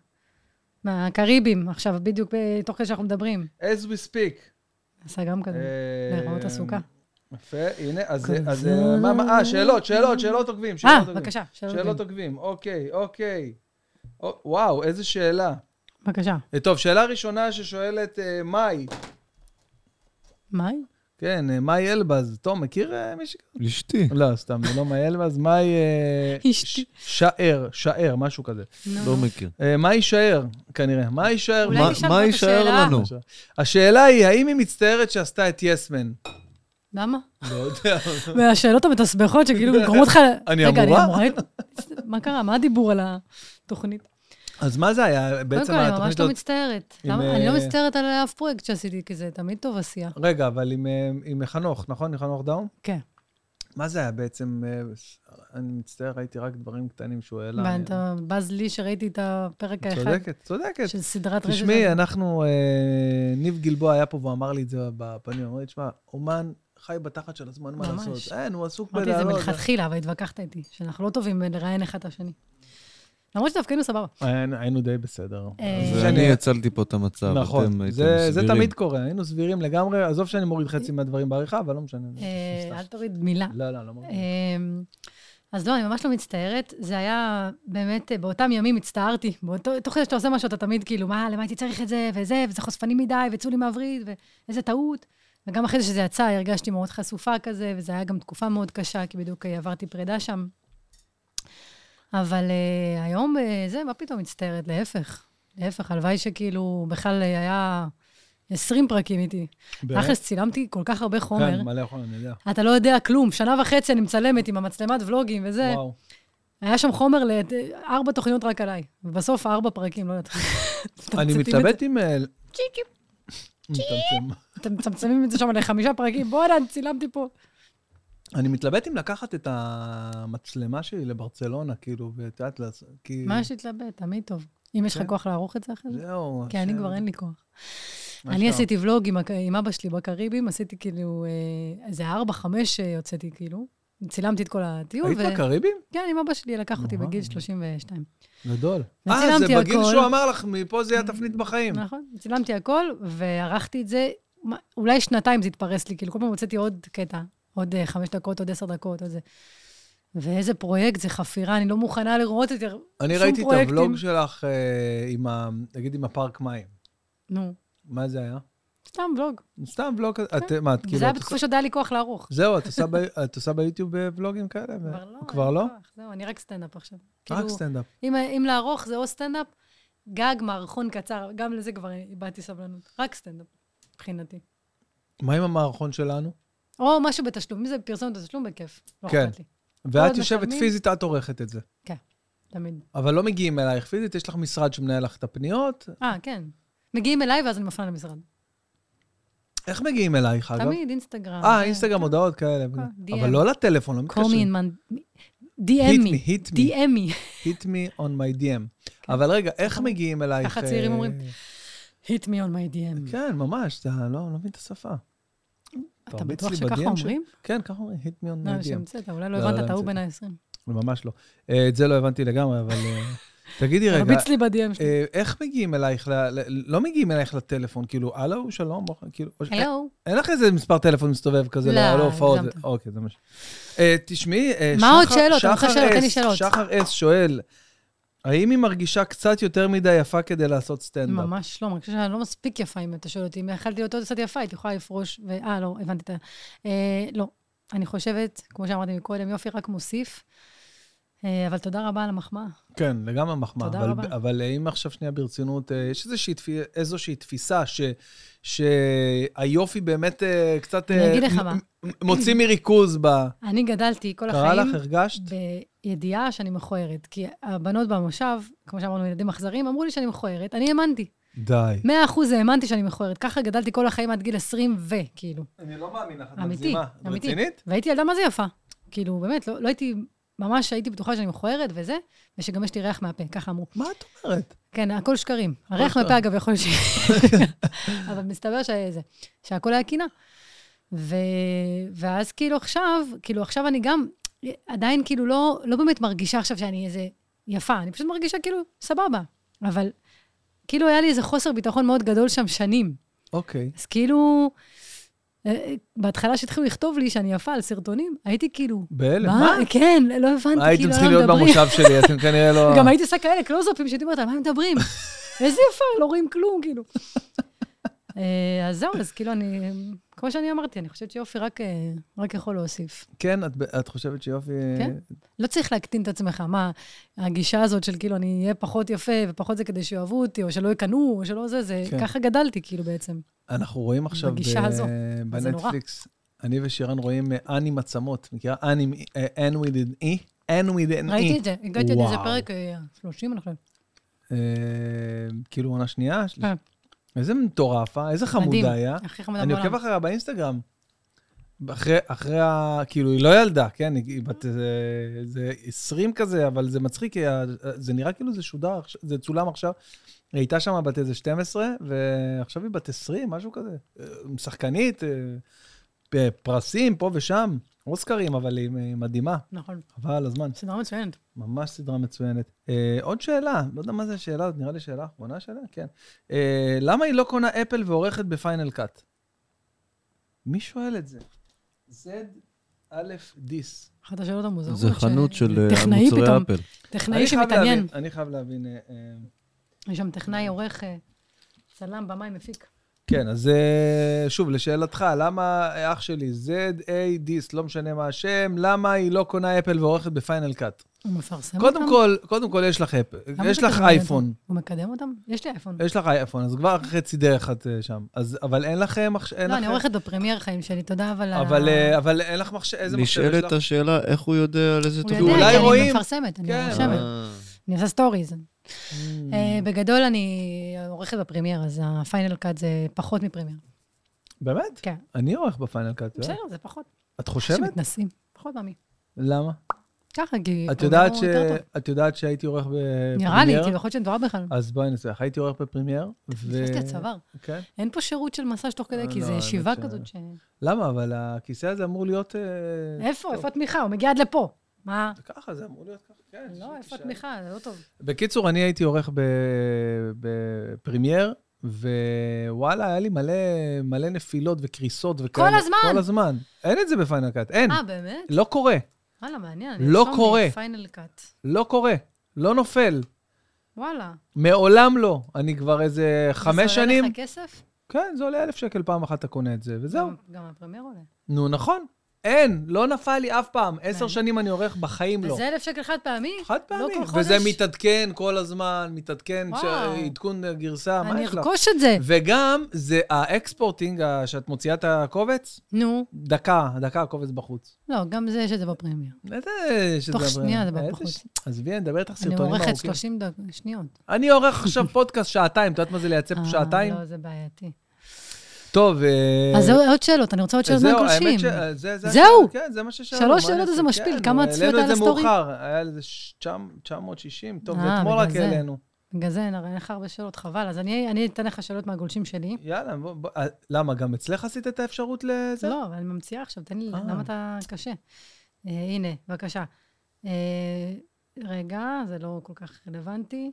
S1: מהקריבים, עכשיו, בדיוק אה, תוך כדי שאנחנו מדברים.
S2: as we speak.
S1: עשה גם כזה.
S2: אה,
S1: להיראות עסוקה.
S2: יפה, הנה, אז-
S1: כזה.
S2: אז... אה, מה- מה- אה, שאלות, שאלות, שאלות עוקבים. שאלות
S1: אה,
S2: עוקבים.
S1: בבקשה, שאלות.
S2: שאלות
S1: לי.
S2: עוקבים, אוקיי, אוקיי. או- וואו, איזה שאלה.
S1: בבקשה.
S2: אה, טוב, שאלה ראשונה ששואלת אה, מאי.
S1: מאי?
S2: כן, אה, מאי אלבז. תום, מכיר אה, מישהו?
S3: אשתי.
S2: לא, סתם, זה לא מאי אלבז, מאי... אה,
S1: אשתי.
S2: ש- שער, שער, משהו כזה.
S3: לא
S1: נו.
S3: מכיר.
S2: אה, מה יישאר, כנראה? מה יישאר?
S1: אולי לא.
S2: מה-
S1: נשאל
S3: מה
S1: זאת
S3: יישאר
S1: השאלה.
S3: לנו?
S2: השאלה היא, האם היא מצטערת שעשתה את יסמן?
S1: למה?
S2: לא יודע.
S1: מהשאלות המתסבכות שכאילו גורמות לך...
S2: אני
S1: רגע,
S2: אמורה?
S1: לת- מה קרה? מה הדיבור על התוכנית?
S2: אז מה זה היה?
S1: קודם
S2: בעצם
S1: כל, אני ממש
S2: התוכנית
S1: לא
S2: הזאת...
S1: מצטערת.
S2: עם,
S1: למה- אני לא
S2: אה,
S1: מצטערת על אף פרויקט שעשיתי, כי זה תמיד טוב עשייה.
S2: רגע, אבל עם, אה, עם חנוך, נכון? עם חנוך דאום?
S1: כן.
S2: מה זה היה בעצם? אה, אני מצטער, ראיתי רק דברים קטנים שהוא העלה.
S1: ואתה בז לי שראיתי את הפרק
S2: לא, את
S1: האחד
S2: צודקת, צודקת.
S1: של סדרת רשת.
S2: תשמעי, אנחנו, אה, ניב גלבוע היה פה והוא אמר לי את זה בפנים, הוא אמר לי, תשמע, אומן חי בתחת של הזמן, מה
S1: ממש.
S2: לעשות? אין, הוא עסוק
S1: אמרתי את זה
S2: בלעלות.
S1: מלכתחילה, אבל התווכחת איתי, שאנחנו לא טובים בלראיין אחד את השני. למרות שדווקא היינו סבבה.
S2: היינו- היינו די בסדר.
S1: אה,
S2: אז
S3: אז אני הצלתי פה את המצב, אתם
S2: נכון,
S3: הייתם
S2: זה- זה
S3: סבירים.
S2: תמיד קורה, היינו סבירים לגמרי, עזוב שאני מוריד חצי מהדברים בעריכה, אבל לא משנה.
S1: אה, אל תוריד מילה.
S2: לא, לא, לא מוריד.
S1: אמ, אז לא, אני ממש לא מצטערת. זה היה באמת, אה, באותם ימים הצטערתי. באותו, תוך כדי שאתה עושה משהו, אתה תמיד כאילו, מה, למה הייתי צריך את זה, וזה, וזה חושפני מדי, ויצאו לי מהווריד, ואיזה טעות. וגם אחרי זה שזה יצא, הרגשתי מאוד חשופה כזה, וזו הייתה גם תקופה מאוד קשה, כי בדיוק אה, עברתי פרידה שם. אבל uh, היום uh, זה, מה פתאום מצטערת? להפך. להפך, הלוואי שכאילו בכלל אה, היה 20 פרקים איתי.
S2: באמת?
S1: תכלס, צילמתי כל כך הרבה חומר.
S2: כן, מלא יכול, אני יודע.
S1: אתה לא יודע כלום. שנה וחצי אני מצלמת עם המצלמת ולוגים וזה. וואו.
S2: וואו.
S1: היה שם חומר לארבע תוכניות רק עליי. ובסוף ארבע פרקים, לא יודעת.
S2: אני
S1: מצמצמים את זה-
S2: מתלבט עם... אה,
S1: צ'יק.
S2: מצמצם.
S1: אתם מצמצמים את זה שם לחמישה פרקים, בואנה, צילמתי פה.
S2: אני מתלבט אם לקחת את המצלמה שלי לברצלונה, כאילו, ואת יודעת, לעשות- כי...
S1: מה יש להתלבט? תמיד טוב. אם יש לך
S2: כן.
S1: כוח לערוך את זה אחרי זה?
S2: זהו.
S1: כי כן, אני
S2: השם.
S1: כבר אין לי כוח.
S2: מה
S1: אני
S2: שם?
S1: עשיתי ולוג עם הק- עם אבא שלי בקריבים, עשיתי כאילו, אה, איזה ארבע, חמש אה, הוצאתי כאילו. צילמתי את כל הטיול.
S2: היית
S1: ו-
S2: בקריבים?
S1: כן, עם אבא שלי, לקח אותי
S2: וואו.
S1: בגיל 32.
S2: גדול. אה, זה
S1: וצילמתי
S2: בגיל
S1: הכל.
S2: שהוא אמר לך, מפה זה יהיה התפנית בחיים.
S1: נכון, צילמתי הכל, וערכתי את זה, מה- אולי שנתיים זה התפרס לי, כאילו כל פעם הוצאתי עוד קטע, עוד אה, חמש דקות, עוד עשר דקות, עוד זה. ואיזה פרויקט, זה חפירה, אני לא מוכנה לראות את זה.
S2: אני
S1: שום
S2: ראיתי את
S1: פרויקטים.
S2: הוולוג שלך אה, עם ה... נגיד, עם הפארק מים.
S1: נו,
S2: מה זה היה?
S1: סתם ולוג.
S2: סתם ולוג כזה. את- מה, את כאילו...
S1: כן. זה היה
S2: את
S1: בתקופה שעוד היה לי כוח לערוך.
S2: זהו, את עושה ב- את עושה ביוטיוב אה, ולוגים כאלה? ו-
S1: כבר לא. אין
S2: כבר
S1: לי
S2: לא?
S1: כוח. זהו, אני רק סטנדאפ עכשיו.
S2: רק
S1: כאילו,
S2: סטנדאפ.
S1: אם- אם לערוך זה או סטנדאפ, גג, מערכון קצר, גם לזה כבר איבדתי סבלנות. רק סטנדאפ, מבחינתי.
S2: מה עם המערכון שלנו?
S1: או משהו בתשלום, אם זה פרסומת בתשלום, בכיף. לא
S2: כן.
S1: אכפת לי,
S2: ואת
S1: עוד
S2: יושבת
S1: משלמים.
S2: פיזית, את עורכת את זה.
S1: תמיד.
S2: אבל לא מגיעים אלייך פיזית, יש לך משרד שמנהל לך את הפניות.
S1: אה, כן. מגיעים אליי ואז אני מפנה למשרד.
S2: איך מגיעים אלייך, אגב?
S1: תמיד אינסטגרם.
S2: אה, אינסטגרם הודעות כאלה.
S1: כן,
S2: אבל
S1: DM.
S2: לא לטלפון, לא מתקשרים.
S1: קומין,
S2: hit
S1: DMי.
S2: me, hit me,
S1: DMי.
S2: hit me on my DM. אבל רגע, איך
S1: נכון.
S2: מגיעים אלייך?
S1: ככה צעירים
S2: אה,
S1: אומרים. hit me on my DM.
S2: כן, ממש, אתה לא לא מבין את השפה.
S1: אתה
S2: מרביץ
S1: בטוח
S2: לי
S1: שככה
S2: ב-DM ש-
S1: אומרים?
S2: כן, ככה אומרים, hit me on
S1: לא,
S2: my DM.
S1: שהמצאת, אולי לא
S2: לא, לא
S1: הבנת את ההוא
S2: המצאתי.
S1: בן ה-20.
S2: ממש לא. אה, את זה לא הבנתי לגמרי, אבל... אה, תגידי רגע,
S1: מרביץ לי ב-DM שלי.
S2: אה, איך מגיעים אלייך, ל- ל- לא מגיעים אלייך לטלפון, כאילו, הלו, שלום, בוא, כאילו, או ש-
S1: הלו.
S2: אין לך איזה מספר טלפון מסתובב כזה,
S1: לא,
S2: לא, לא הופעות.
S1: הגזמת.
S2: אוקיי, זה מה ש... אה, תשמעי, אה,
S1: מה עוד
S2: שחר-
S1: שאלות? אני רוצה
S2: שחר
S1: שאלות, תן לי
S2: אס-
S1: שאלות.
S2: שחר אס שואל, האם היא מרגישה קצת יותר מדי יפה כדי לעשות סטנדאפ?
S1: ממש לא, אני חושבת שאני לא מספיק יפה, אם אתה שואל אותי. אם יכלתי להיות עוד קצת יפה, הייתי יכולה לפרוש, ו... אה, לא, הבנתי את ה... אה, לא. אני חושבת, כמו שאמרתי מקודם, יופי רק מוסיף. אה, אבל תודה רבה על המחמאה.
S2: כן, לגמרי מחמאה.
S1: תודה
S2: אבל-
S1: רבה.
S2: אבל אה, אם עכשיו שנייה ברצינות, אה, יש איזושהי תפי- איזושהי תפיסה ש- שהיופי באמת אה, קצת...
S1: אני
S2: אה,
S1: אגיד לך
S2: מ-
S1: מה.
S2: מ- מוציא מריכוז ב...
S1: אני גדלתי כל
S2: קרה
S1: החיים
S2: לך, הרגשת?
S1: בידיעה שאני מכוערת. כי הבנות במושב, כמו שאמרנו, ילדים אכזרים, אמרו לי שאני מכוערת. אני האמנתי.
S2: די.
S1: מאה אחוז האמנתי שאני מכוערת. ככה גדלתי כל החיים עד גיל 20 ו, כאילו.
S2: אני לא מאמין לך, את
S1: אמיתי,
S2: מגזימה. את
S1: אמיתי.
S2: רצינית?
S1: והייתי ילדה מה זה יפה. כאילו, באמת, לא, לא הייתי, ממש הייתי בטוחה שאני מכוערת וזה, ושגם יש לי ריח מהפה, ככה אמרו.
S2: מה את אומרת?
S1: כן, הכל שקרים. הריח
S2: שקרים.
S1: מהפה, אגב, יכול להיות ש... אבל מסתבר שזה, שהכל היה קינה. ו... ואז כאילו עכשיו, כאילו עכשיו אני גם עדיין כאילו לא, לא באמת מרגישה עכשיו שאני איזה יפה, אני פשוט מרגישה כאילו סבבה. אבל כאילו היה לי איזה חוסר ביטחון מאוד גדול שם שנים.
S2: אוקיי.
S1: אז כאילו, אה, אה, בהתחלה שהתחילו לכתוב לי שאני יפה על סרטונים, הייתי כאילו,
S2: בהלם,
S1: מה?
S2: מה?
S1: כן, לא הבנתי,
S2: הייתם
S1: כאילו,
S2: צריכים
S1: לא
S2: להיות
S1: מדברים.
S2: במושב שלי, אתם כנראה לא...
S1: גם הייתי עושה כאלה קלוזאפים שהייתי אומרת, על מה הם מדברים? איזה יפה, לא רואים כלום, כאילו. אה, אז זהו, אז כאילו אני, כמו שאני אמרתי, אני חושבת שיופי רק, אה, רק יכול להוסיף.
S2: כן, את- את חושבת שיופי...
S1: כן. לא צריך להקטין את עצמך, מה, הגישה הזאת של כאילו אני אהיה פחות יפה ופחות זה כדי שאוהבו אותי, או שלא יקנאו, או שלא זה, זה,
S2: כן.
S1: ככה גדלתי כאילו בעצם.
S2: אנחנו רואים עכשיו
S1: בגישה
S2: ב-
S1: הזו, אז זה נורא.
S2: בנטפליקס, אני ושירן רואים אה, אנים עצמות, מכירה? אנים, אה, Anne with an E? Anne with an E.
S1: ראיתי את זה, הגעתי עד איזה
S2: וואו.
S1: פרק אה, 30, אני חושבת.
S2: אה, כאילו עונה שנייה? של-
S1: כן.
S2: איזה מטורף, אה? איזה
S1: מדהים.
S2: חמודה היה.
S1: הכי חמודה
S2: אני עוקב
S1: בעולם.
S2: אחריה באינסטגרם. אחרי, אחרי ה... כאילו, היא לא ילדה, כן? היא היא בת איזה איזה 20 כזה, אבל זה מצחיק, כי ה- זה נראה כאילו זה שודר, עכש- זה צולם עכשיו. היא הייתה שם בת איזה 12, ועכשיו היא בת 20, משהו כזה. אה, שחקנית, אה, אה, פרסים פה ושם, אוסקרים, אבל היא היא מדהימה.
S1: נכון,
S2: חבל על הזמן.
S1: סדרה מצוינת.
S2: ממש סדרה מצוינת. אה, עוד שאלה, לא יודע מה זה השאלה, נראה לי שאלה אחרונה שלה, כן. אה, למה היא לא קונה אפל ועורכת בפיינל קאט? מי שואל את זה? Z א' דיס.
S1: אחת השאלות המוזרות.
S3: זה
S1: ש-
S3: חנות של אה,
S1: טכנאי
S3: מוצרי
S1: פתאום,
S3: אפל.
S1: טכנאי שמתעניין.
S2: אני חייב להבין. אה, אה,
S1: יש שם טכנאי, עורך, אה, צלם, במאי, מפיק.
S2: כן, אז אה, שוב, לשאלתך, למה אח שלי Z A דיס, לא משנה מה השם, למה היא לא קונה אפל ועורכת בפיינל קאט?
S1: הוא מפרסם אותם?
S2: קודם כל, קודם כל יש לך אפל,
S1: למה
S2: יש
S1: אתה
S2: לך
S1: כזה מעניין?
S2: אייפון.
S1: הוא מקדם אותם? יש לי אייפון.
S2: יש לך אייפון, אז כבר חצי דרך את אה, שם. אז, אבל אין לך מחשב...
S1: לא, אני עורכת בפרמייר חיים שלי, תודה, אבל... ה-
S2: אבל, אה, אבל אין לך מחשב, איזה מחשב יש
S3: נשאלת
S2: לך?
S3: השאלה, איך הוא יודע על איזה
S1: הוא
S2: אולי
S1: יודע, כי אני
S2: רואים.
S1: מפרסמת, אני
S2: כן.
S1: רושמת.
S3: אה,
S1: אני עושה סטוריז.
S2: Mm.
S1: אה, בגדול, אני עורכת בפרמייר, אז הפיינל קאט זה פחות מפרמייר.
S2: באמת?
S1: כן.
S2: אני עורך בפיינל קאט, לא?
S1: בסדר, זה פחות.
S2: את חושבת?
S1: שמתנסים. פחות מאמי.
S2: למה?
S1: ככה, כי...
S2: את יודעת
S1: הוא
S2: ש... אה,
S1: יותר טוב.
S2: את יודעת שהייתי עורך בפרמייר?
S1: נראה לי, כאילו, יכול להיות שאני טועה בכלל.
S2: אז בואי נצליח, הייתי עורך בפרמייר, אה, ו...
S1: נכנסתי לצוואר.
S2: כן.
S1: אין פה שירות של מסאז' תוך כדי,
S2: אה,
S1: כי
S2: לא,
S1: זה
S2: האמת
S1: ישיבה
S2: ש-
S1: כזאת ש...
S2: למה? אבל הכיסא הזה אמור להיות... אה,
S1: איפה?
S2: טוב.
S1: איפה התמיכה? הוא מגיע עד לפה. מה?
S2: ככה, זה אמור להיות ככה, כן.
S1: לא, איפה
S2: שתישאר.
S1: התמיכה? זה לא טוב.
S2: בקיצור, אני הייתי עורך ב- בפרמייר, ווואלה, היה לי מלא, מלא נפילות וקריסות וכאלה.
S1: כל הזמן.
S2: כל הזמן. אין את זה בפיינל קאט, אין.
S1: אה, באמת?
S2: לא קורה,
S1: וואלה, מעניין. אני
S2: לא
S1: ארשום לי
S2: קורה.
S1: פיינל קאט.
S2: לא קורה, לא נופל.
S1: וואלה.
S2: מעולם לא. אני כבר איזה חמש
S1: זה
S2: שנים...
S1: עולה לך כסף?
S2: כן, זה עולה אלף שקל פעם אחת אתה קונה את זה, וזהו.
S1: גם- גם הפרמייר עולה.
S2: נו, נכון. אין, לא נפל לי אף פעם. עשר
S1: מעניין.
S2: שנים אני עורך, בחיים לא.
S1: וזה אלף שקל חד פעמי?
S2: חד פעמי.
S1: לא כל חודש?
S2: וזה מתעדכן כל הזמן, מתעדכן,
S1: וואו.
S2: ש- עדכון גרסה, מה
S1: אני
S2: יש לך?
S1: ארכוש את זה.
S2: וגם, זה האקספורטינג, ה- שאת מוציאה את הקובץ,
S1: נו.
S2: דקה, דקה הקובץ בחוץ.
S1: לא, גם זה יש את זה בפרמייר.
S2: איזה שזה...
S1: תוך שנייה זה
S2: איזה
S1: בחוץ.
S2: ש- עזבי, אני מדבר איתך
S1: אני
S2: סרטונים ארוכים.
S1: עורכת 30 דק- שניות.
S2: אני עורך עכשיו פודקאסט שעתיים, את יודעת מה זה לייצב
S1: אה,
S2: שעתיים?
S1: לא, זה בעייתי.
S2: טוב, אה,
S1: אז זהו, עוד שאלות, אני רוצה עוד שאלות
S2: זהו, האמת
S1: מהגולשים.
S2: ש- אה, זה- זה
S1: זהו.
S2: השאלה, כן, זה מה ששאלנו.
S1: שלוש
S2: מה
S1: שאלות,
S2: אני
S1: אז זה
S2: אעשה?
S1: משפיל.
S2: כן,
S1: כמה
S2: העלינו
S1: צפיות
S2: את
S1: על
S2: זה
S1: הסטורי?
S2: מאוחר, היה לזה ש- 900, 960, טוב, זה
S1: אה,
S2: אתמול רק
S1: בגלל זה.
S2: העלינו.
S1: בגלל זה אין אין לך הרבה שאלות, חבל. אז אני אני אתן לך שאלות מהגולשים שלי.
S2: יאללה, בוא, בוא, אה, למה, גם אצלך עשית את אה. האפשרות לזה?
S1: לא, אבל אני ממציאה עכשיו, תן לי,
S2: אה.
S1: למה אתה קשה? אה, הנה, בבקשה. אה, רגע, זה לא כל כך רלוונטי.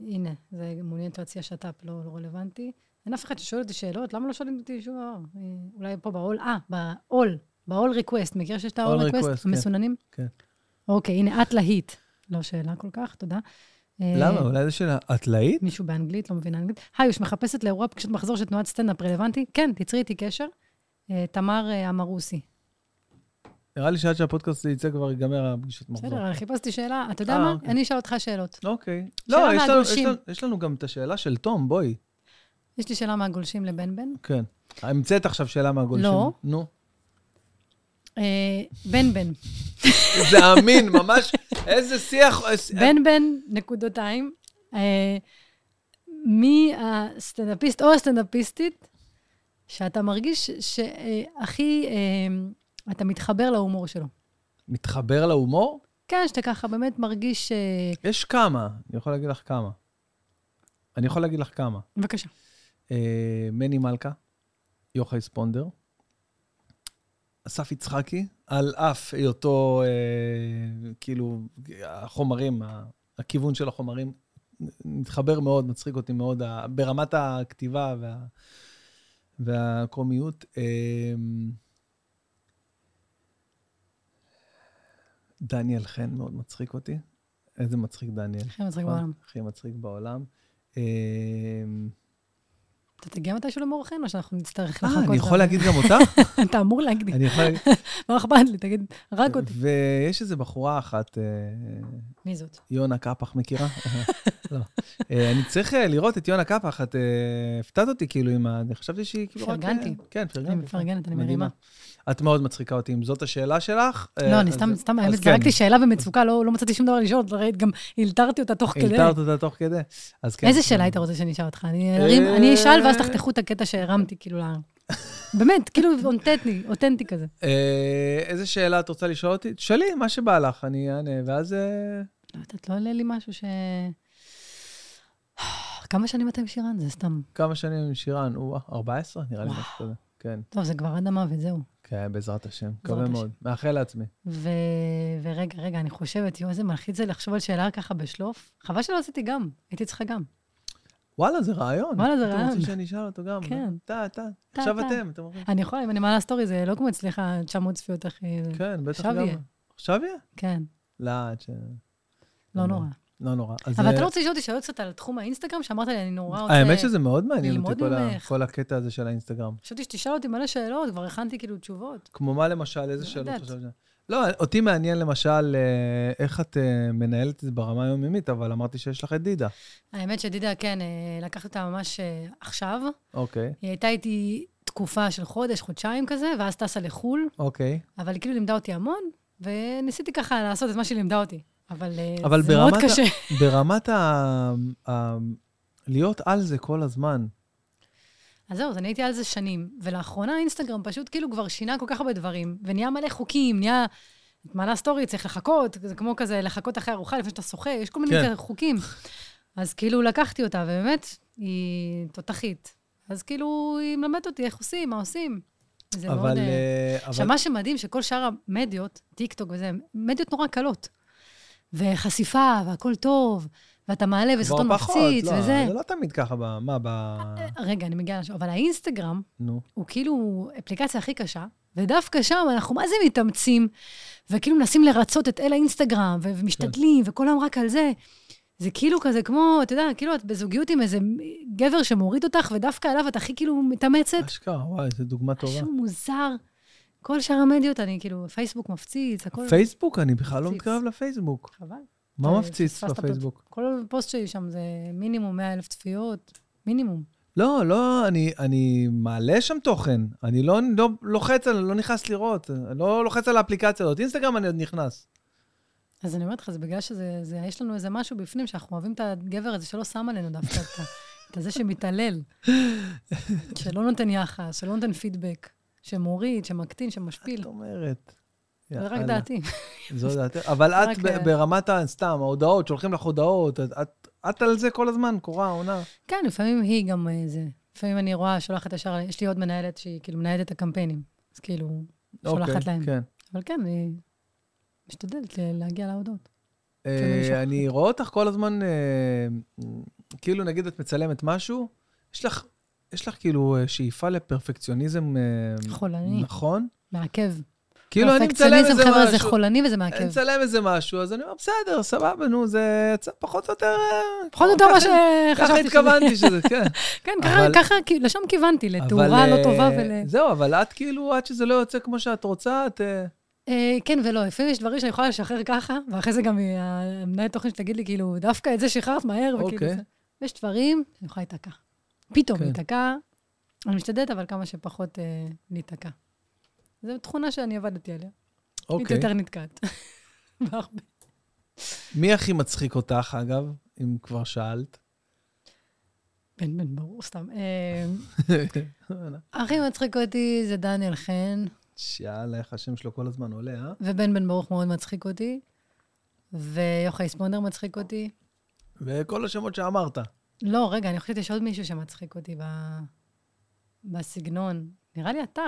S1: הנה, זה מעוניין את להציע שת"פ, לא, לא רלוונטי. אין אף אחד ששואל אותי שאלות, למה לא שואלים אותי שום דבר? אה, אולי פה בעול, אה, בעול, בעול ריקווסט, מכיר שיש את העול
S2: All
S1: ריקווסט?
S2: request, כן.
S1: המסוננים?
S2: כן.
S1: אוקיי, הנה, את להיט. לא שאלה כל כך, תודה. אה,
S2: למה? אולי זו שאלה. את להיט?
S1: מישהו באנגלית, לא מבין אנגלית. היוש, מחפשת לאירוע פגישות מחזור של תנועת סטנדאפ רלוונטי? כן, תיצרי איתי קשר. אה, תמר אה, אמרוסי.
S2: נראה לי שעד שהפודקאסט יצא כבר ייגמר הפגישת מחזור.
S1: בסדר, אני חיפשתי שאלה. אתה יודע
S2: אה,
S1: מה?
S2: אוקיי.
S1: אני אשאל אותך שאלות.
S2: אוקיי. לא,
S1: שאלה
S2: יש לנו- יש
S1: מהגולשים.
S2: לנו- יש לנו גם את השאלה של תום, בואי.
S1: יש לי שאלה מהגולשים לבן בן.
S2: כן. המצאת עכשיו שאלה מהגולשים.
S1: לא.
S2: נו.
S1: אה, בן בן.
S2: זה אמין, ממש. איזה שיח. איזה-
S1: בן בן, נקודותיים. אה, מי הסטנדאפיסט או הסטנדאפיסטית שאתה מרגיש שהכי, אה, אתה מתחבר להומור שלו?
S2: מתחבר להומור?
S1: כן, שאתה ככה באמת מרגיש... אה,
S2: יש כמה. אני יכול להגיד לך כמה. אני יכול להגיד לך כמה.
S1: בבקשה.
S2: אה, מני מלכה, יוחאי ספונדר, אסף יצחקי, על אף היותו, אה, כאילו, החומרים, ה- הכיוון של החומרים, מתחבר מאוד, מצחיק אותי מאוד, ה- ברמת הכתיבה וה, והקומיות. אה, דניאל חן מאוד מצחיק אותי. איזה מצחיק דניאל.
S1: הכי מצחיק
S2: נכון?
S1: בעולם.
S2: הכי מצחיק בעולם. אה,
S1: אתה תגיע מתישהו למור חן, או שאנחנו נצטרך לחכות?
S2: אה, אני יכול
S1: לה-
S2: להגיד גם אותך?
S1: אתה אמור להגיד,
S2: אני יכול להגיד.
S1: לא אכפת לי, תגיד, רק אותי.
S2: ויש איזו בחורה אחת, אה,
S1: מי זאת?
S2: יונה קפח מכירה? לא. אה, אני צריך אה, לראות את יונה קפח, את אה, הפתעת אותי כאילו עם ה... אני חשבתי שהיא כאילו רק... אה,
S1: פרגנתי.
S2: כן, פרגנתי.
S1: אני מפרגנת, אני מרימה.
S2: מדהימה. את מאוד מצחיקה אותי, אם זאת השאלה שלך. אה,
S1: לא, אני
S2: אז-
S1: סתם, סתם,
S2: אז
S1: האמת,
S2: כן.
S1: זרקתי שאלה במצוקה, לא לא מצאתי שום דבר לשאול, ראית, גם הילתרתי אותה תוך כדי.
S2: הילתרת אותה תוך כדי. אז כן. אה,
S1: איזה שאלה היית רוצה שאני אשאל אותך? אני ארים- אני אשאל ואז תחתכו את הקטע שהרמתי, כאילו, ל- באמת, כאילו, אותנטי, אותנטי כזה.
S2: אה, איזה שאלה את רוצה לשאול אותי? תשאלי, מה שבא לך, אני אענה, ואז... אה,
S1: לא יודעת, לא עולה לי משהו ש... כמה שנים אתה עם שירן? זה סתם.
S2: כמה שנים עם שירן? או, 14? נראה לי
S1: וואו.
S2: משהו כזה. כן.
S1: טוב, זה כבר עד המוות, זהו.
S2: כן, בעזרת השם.
S1: בעזרת
S2: מקווה
S1: השם.
S2: מאוד. מאחל לעצמי.
S1: ו... ורגע, רגע, אני חושבת, יואו, איזה מלחיץ זה לחשוב על שאלה ככה בשלוף. חבל שלא עשיתי גם, הייתי צריכה גם.
S2: וואלה, זה רעיון.
S1: וואלה, זה
S2: אתם
S1: רעיון.
S2: רוצים שאני אשאל אותו גם?
S1: כן.
S2: טה, טה. עכשיו
S1: טה.
S2: אתם, אתם אומרים.
S1: אני יכולה, אם אני מעלה סטורי, זה לא כמו אצלך 900 צפיות, אחי. זה-
S2: כן, בטח
S1: עכשיו
S2: גם.
S1: יהיה.
S2: עכשיו יהיה?
S1: כן,
S2: לא, עד ש...
S1: לא
S2: לא.
S1: נורא.
S2: לא נורא. אז,
S1: אבל
S2: אה,
S1: אתה לא רוצה אה, לשאול אותי שאלות קצת על תחום האינסטגרם, שאמרת לי, אני נורא רוצה...
S2: האמת שזה מאוד מעניין
S1: ללמוד
S2: אותי, כל ה-
S1: ממך.
S2: כל הקטע הזה של האינסטגרם.
S1: חשבתי שתשאל אותי מלא שאלות, כבר הכנתי כאילו תשובות.
S2: כמו מה למשל, איזה
S1: לא
S2: שאלות
S1: יודעת.
S2: חשבת? לא, אותי מעניין למשל אה, איך את אה, מנהלת את זה ברמה היומיומית, אבל אמרתי שיש לך את דידה.
S1: האמת שדידה, כן, אה, לקחת אותה ממש אה, עכשיו.
S2: אוקיי,
S1: היא הייתה איתי תקופה של חודש, חודשיים כזה, ואז טסה לחו"ל,
S2: אוקיי.
S1: אבל היא כאילו לימדה אותי המון, וניסיתי ככה לעשות את מה שהיא לימדה אותי. אבל אה,
S2: אבל
S1: זה מאוד
S2: ברמת ה-
S1: קשה.
S2: ברמת ה... ה- להיות על זה כל הזמן.
S1: אז זהו, אז אני הייתי על זה שנים, ולאחרונה אינסטגרם פשוט כאילו כבר שינה כל כך הרבה דברים, ונהיה מלא חוקים, נהיה... את מעלה סטורי, צריך לחכות, זה כמו כזה לחכות אחרי ארוחה לפני שאתה שוחה, יש כל מיני
S2: כן.
S1: כן. חוקים. אז כאילו לקחתי אותה, ובאמת, היא תותחית. אז כאילו, היא מלמדת אותי איך עושים, מה עושים. זה אבל... מאוד...
S2: אבל...
S1: אה,
S2: אה, אבל-
S1: עכשיו, מה שמדהים, שכל שאר המדיות, טיק טוק וזה, הן מדיות נורא קלות. וחשיפה, והכל טוב, ואתה מעלה וסרטון
S2: כבר פחות,
S1: מפציץ,
S2: לא,
S1: וזה.
S2: זה לא תמיד ככה, ב, מה, ב...
S1: רגע, אני מגיעה לשם, אבל האינסטגרם,
S2: נו.
S1: הוא כאילו אפליקציה הכי קשה, ודווקא שם אנחנו מה זה מתאמצים, וכאילו מנסים לרצות את אל האינסטגרם, ו- ומשתדלים,
S2: כן.
S1: וכל היום רק על זה. זה כאילו כזה כמו, אתה יודע, כאילו את בזוגיות עם איזה גבר שמוריד אותך, ודווקא עליו את הכי כאילו מתאמצת.
S2: אשכרה, וואי, זו דוגמה אה, טובה.
S1: משהו מוזר. כל שאר המדיות, אני כאילו, פייסבוק מפציץ, הכל...
S2: פייסבוק, אני בכלל לא
S1: מפציץ.
S2: מתקרב לפייסבוק.
S1: חבל.
S2: מה
S1: אה,
S2: מפציץ
S1: פספסת
S2: בפייסבוק?
S1: כל פוסט שלי שם זה מינימום 100 אלף צפיות, מינימום.
S2: לא, לא, אני, אני מעלה שם תוכן. אני לא, לא לוחץ על, לא נכנס לראות. אני לא לוחץ על האפליקציה הזאת. אינסטגרם אני עוד נכנס.
S1: אז אני אומרת לך, זה בגלל שזה, זה, יש לנו איזה משהו בפנים, שאנחנו אוהבים את הגבר הזה שלא שם עלינו דווקא, את, ה- את הזה שמתעלל, שלא נותן יחס, שלא נותן פידבק, שמוריד, שמקטין,
S2: מה
S1: שמשפיל.
S2: את אומרת?
S1: זה רק
S2: יאללה,
S1: דעתי.
S2: זו דעתי. אבל את
S1: רק,
S2: ב-
S1: אה,
S2: ברמת ה... סתם, ההודעות, שולחים לך הודעות. את- את- את על זה כל הזמן, קורה, עונה.
S1: כן, לפעמים היא גם אה, זה. לפעמים אני רואה, שולחת ישר, יש לי עוד מנהלת שהיא כאילו מנהלת את הקמפיינים. אז כאילו, שולחת
S2: אוקיי,
S1: להם.
S2: כן.
S1: אבל כן, היא משתדלת ל- להגיע להודות.
S2: אה,
S1: למשוך.
S2: אני רואה אותך כל הזמן, אה, כאילו נגיד את מצלמת משהו, יש לך, יש לך כאילו אה, שאיפה לפרפקציוניזם, אה,
S1: חולני.
S2: נכון?
S1: מעכב.
S2: כאילו אני מצלם
S1: פרפקציוניזם,
S2: איזה
S1: חבר'ה, זה
S2: משהו,
S1: חולני כן. וזה מעכב.
S2: אני מצלם איזה משהו, אז אני אומר, בסדר, סבבה, נו, זה יצא פחות או יותר... אה,
S1: פחות או יותר מה
S2: ככה- ככה
S1: שחשבתי. שזה-
S2: התכוונתי שזה, כן.
S1: כן,
S2: אבל-
S1: ככה, ככה, כי- לשם כיוונתי, לתאורה
S2: אבל,
S1: לא
S2: אה,
S1: טובה ול...
S2: זהו, אבל את כאילו, עד שזה לא יוצא כמו שאת רוצה, את... אה,
S1: אה, כן ולא, לפעמים יש דברים שאני יכולה לשחרר ככה, ואחרי זה גם אה, המנהלת תוכן שתגיד לי, כאילו, דווקא את זה שחררת מהר, וכאילו
S2: אוקיי.
S1: זה. יש דברים שאני יכולה להיתקע. פתאום
S2: כן.
S1: להיתקע, אני משתדלת, אבל כמה שפחות אה, להיתקע. זו תכונה שאני עבדתי עליה. הייתי
S2: אוקיי.
S1: יותר נתקעת. בהרבה.
S2: מי הכי מצחיק אותך, אגב, אם כבר שאלת?
S1: בן בן, ברור, סתם. אה, הכי מצחיק אותי זה דניאל חן,
S2: שאלה, איך השם שלו כל הזמן עולה, אה?
S1: ובן בן ברוך מאוד מצחיק אותי, ויוחאי ספונדר מצחיק אותי.
S2: וכל השמות שאמרת.
S1: לא, רגע, אני חושבת שיש עוד מישהו שמצחיק אותי ב... בסגנון. נראה לי אתה.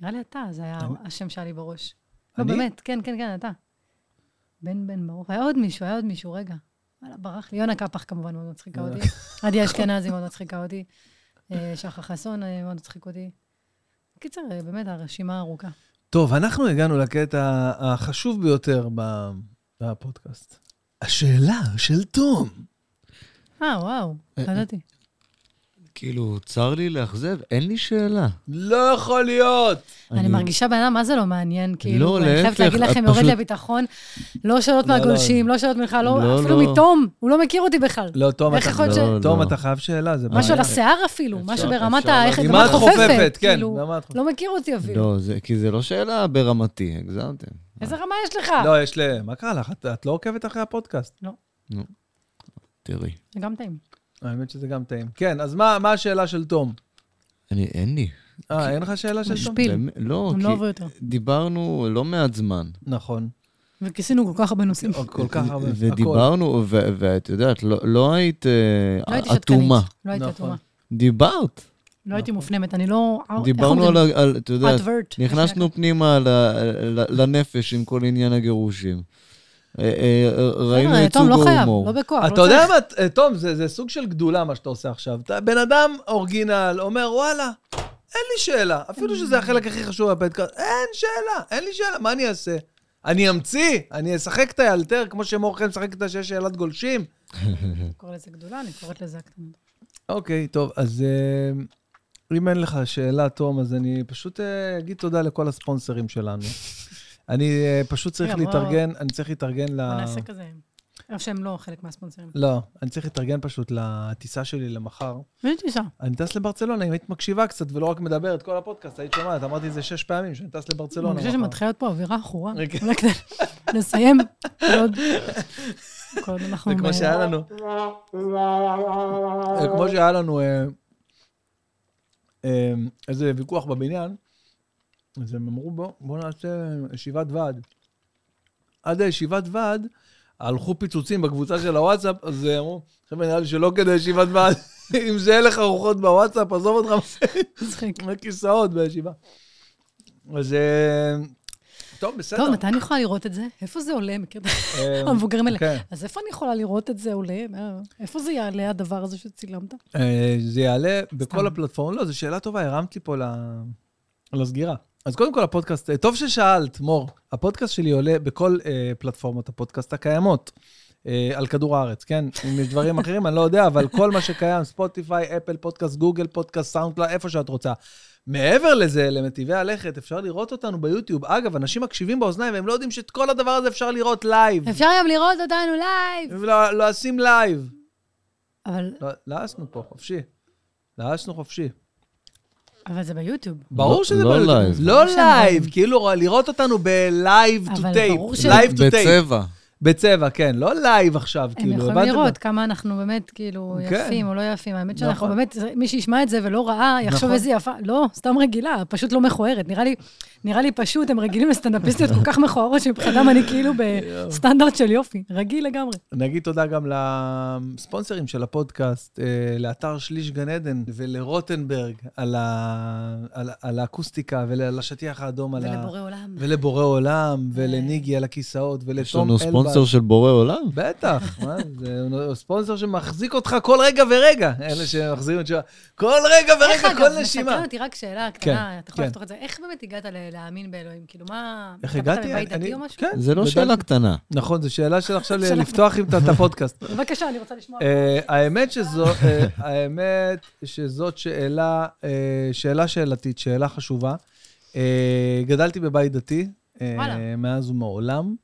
S1: נראה לי אתה, זה היה
S2: אני?
S1: השם שהיה לי בראש. לא,
S2: אני?
S1: באמת, כן, כן, כן, אתה. בן בן ברוך. היה עוד מישהו, היה עוד מישהו, רגע. וואלה, ברח לי. יונה קפח כמובן מאוד מצחיקה אותי. עדי אשכנזי מאוד מצחיקה אותי. אה, שחר חסון אה, מאוד מצחיק אותי. קיצר, אה, באמת, הרשימה ארוכה.
S2: טוב, אנחנו הגענו לקטע החשוב ביותר ב- בפודקאסט. השאלה של תום.
S1: אה, וואו,
S3: אה, אה.
S1: ידעתי.
S3: כאילו, צר לי לאכזב, אין לי שאלה.
S2: לא יכול להיות!
S1: אני מרגישה בן אדם, מה זה לא מעניין? כאילו, אני
S3: להפך,
S1: חייבת להגיד
S3: את
S1: לכם, יורד
S3: פשוט-
S1: לי הביטחון, לא שאלות
S2: לא, לא.
S1: מהגולשים, לא שאלות ממך, לא,
S3: לא,
S1: אפילו
S3: לא.
S1: מתום, הוא לא מכיר אותי בכלל.
S2: לא, תום,
S1: איך
S2: אתה-
S1: יכול להיות ש...
S3: לא,
S2: תום, אתה חייב שאלה, זה
S1: משהו על
S2: בעיה.
S1: השיער אפילו,
S3: אה, אפשר-
S1: משהו ברמת ה...
S3: אפשר
S1: איך את
S3: להגיד.
S2: ממה
S1: באמת
S2: את
S1: חופפת,
S2: חופפת, כן,
S1: כאילו,
S2: ממה את חופפת.
S1: לא מכיר אותי אפילו.
S3: לא, זה, כי זה לא שאלה ברמתי, הגזמתם.
S1: איזה רמה יש לך?
S2: לא, יש ל... מה קרה לך? את- את לא עוקבת אחרי הפודקאסט.
S3: תראי,
S1: זה גם טעים.
S2: האמת שזה גם טעים. כן, אז מה מה השאלה של תום?
S3: אני, אין לי.
S2: אה, אין לך שאלה של תום?
S1: משפיל.
S3: באמת, לא,
S1: הם לא עברו
S3: כי
S1: יותר.
S3: דיברנו לא מעט זמן.
S2: נכון.
S1: וכיסינו כל כך הרבה נושאים.
S3: לא,
S2: כל כך הרבה.
S3: ו-
S2: הכל.
S3: ודיברנו, ו- ואת יודעת, לא- לא היית אה,
S1: לא הייתי שתקנית.
S3: אטומה.
S1: לא הייתי
S2: נכון.
S1: אטומה.
S3: דיברת.
S1: לא הייתי מופנמת, אני לא...
S3: דיברנו על, ה- על- את יודעת,
S1: אדוורט.
S3: נכנסנו פנימה ל- ל- לנפש עם כל עניין הגירושים. אה, אה, ראינו את סוג
S1: תום, לא חייב,
S3: ההומור.
S1: לא בכוח.
S2: אתה
S1: לא
S2: יודע
S1: צריך.
S2: מה, אה, תום, זה, זה סוג של גדולה מה שאתה עושה עכשיו. אתה בן אדם אורגינל, אומר, וואלה, אין לי שאלה. אפילו שזה החלק הכי חשוב בפודקאסט, אין שאלה, אין לי שאלה, מה אני אעשה? אני אמציא, אני אשחק את היאלתר, כמו שמור חן משחק את השש שאלת גולשים.
S1: אני קורא לזה גדולה, אני קוראת לזה הקטנה.
S2: אוקיי, טוב, אז אה, אם אין לך שאלה, תום, אז אני פשוט אה, אגיד תודה לכל הספונסרים שלנו. אני אה, פשוט צריך
S1: רגע, בוא-
S2: להתארגן, אני צריך להתארגן ל...
S1: בוא נעשה כזה. או שהם לא חלק מהספונסרים.
S2: לא, אני צריך להתארגן פשוט לטיסה שלי למחר.
S1: מי תיסע?
S2: אני טס לברצלונה, אם היית מקשיבה קצת ולא רק מדברת כל הפודקאסט, היית שומעת, אמרתי את זה שש פעמים, שאני טס
S1: אני
S2: לברצלונה.
S1: חושבת
S2: מחר.
S1: שמתחילה להיות פה אווירה עכורה.
S2: רגע.
S1: אולי כדי נסיים. עוד. כל עוד אנחנו...
S2: זה כמו שהיה לנו. זה כמו שהיה לנו אה, אה, איזה ויכוח בבניין, אז הם אמרו, בואו בוא נעשה ישיבת ועד. עד הישיבת ועד, הלכו פיצוצים בקבוצה של הוואטסאפ, אז אה, אמרו, חבר'ה, נראה לי שלא כדי ישיבת ועד. אם זה אין לך רוחות בוואטסאפ, עזוב אותך
S1: מצחיק.
S2: מהכיסאות בישיבה. אז... אה, טוב, בסדר.
S1: טוב, מתי אני יכולה לראות את זה? איפה זה עולה? מכיר את
S2: אה,
S1: המבוגרים האלה.
S2: כן.
S1: אז איפה אני יכולה לראות את זה עולה? אה, איפה זה יעלה, הדבר הזה שצילמת?
S2: אה, זה יעלה
S1: סתם.
S2: בכל הפלטפורמות. לא, זו שאלה טובה, הרמת לי פה ל- לסגירה. אז קודם כל, הפודקאסט, אה, טוב ששאלת, מור. הפודקאסט שלי עולה בכל אה, פלטפורמות הפודקאסט הקיימות אה, על כדור הארץ, כן? אם יש דברים אחרים, אני לא יודע, אבל כל מה שקיים, ספוטיפיי, אפל פודקאסט, גוגל פודקאסט, סאונדקלאד, איפה שאת רוצה. מעבר לזה, למטיבי הלכת, אפשר לראות אותנו ביוטיוב. אגב, אנשים מקשיבים באוזניים והם לא יודעים שאת כל הדבר הזה אפשר לראות לייב.
S1: אפשר גם לראות אותנו לייב!
S2: הם לא לא עושים לייב.
S1: אבל-
S2: לא- לאסנו פה, חופשי. לאסנו חופשי.
S1: אבל זה ביוטיוב.
S2: ברור
S3: לא-
S2: שזה
S3: לא
S2: ביוטיוב.
S3: לייב.
S2: לא
S1: ברור שהם
S2: לייב,
S1: רואים.
S2: כאילו לראות אותנו ב-live to
S1: אבל ברור
S2: tape.
S1: ש-
S2: live to tape.
S3: בצבע.
S2: בצבע, כן, לא לייב עכשיו,
S1: הם
S2: כאילו,
S1: יכולים
S2: הבנת?
S1: לראות כמה אנחנו באמת, כאילו,
S2: כן.
S1: יפים או לא יפים. האמת שאנחנו
S2: נכון.
S1: באמת, זה- מי שישמע את זה ולא ראה, יחשוב
S2: נכון.
S1: איזה יפה. לא, סתם רגילה, פשוט לא מכוערת. נראה לי- נראה לי פשוט, הם רגילים לסטנדאפיסטיות כל כך מכוערות, שמבחינתם אני כאילו בסטנדרט של יופי. רגיל לגמרי.
S2: נגיד תודה גם לספונסרים של הפודקאסט, אה, לאתר שליש גן עדן ולרוטנברג על, ה... על... על האקוסטיקה ולשטיח האדום על ה...
S1: ולבורא עולם. אה.
S2: ולבורא עולם, ולניגי על הכיסאות, ולתום אלבז.
S3: יש לנו ספונסר ספונסר של בורא עולם?
S2: בטח, מה, זה ספונסר שמחזיק אותך כל רגע ורגע, אלה שמחזיקים את שלה. כל רגע
S1: איך
S2: ורגע,
S1: אגב,
S2: כל
S1: מסקרן
S2: נשימה.
S1: אותי רק שאלה קטנה, אתה יכול
S2: כן.
S1: לפתוח את זה, איך באמת הגעת ל- להאמין באלוהים? כאילו, מה...
S2: איך
S1: אתה באת
S2: הגעתי?
S1: מבית
S2: אני-
S1: דתי או משהו?
S2: כן,
S3: זה לא
S2: גדלתי-
S3: שאלה קטנה.
S2: נכון, זו שאלה של עכשיו
S1: שאלה.
S2: לפתוח עם את את הפודקאסט.
S1: בבקשה, אני רוצה לשמוע.
S2: אה, האמת שזו, אה, האמת שזאת שאלה, אה, שאלה שאלתית, שאלה חשובה. אה, גדלתי בבית דתי, אה,
S1: וואלה.
S2: מאז ומעולם,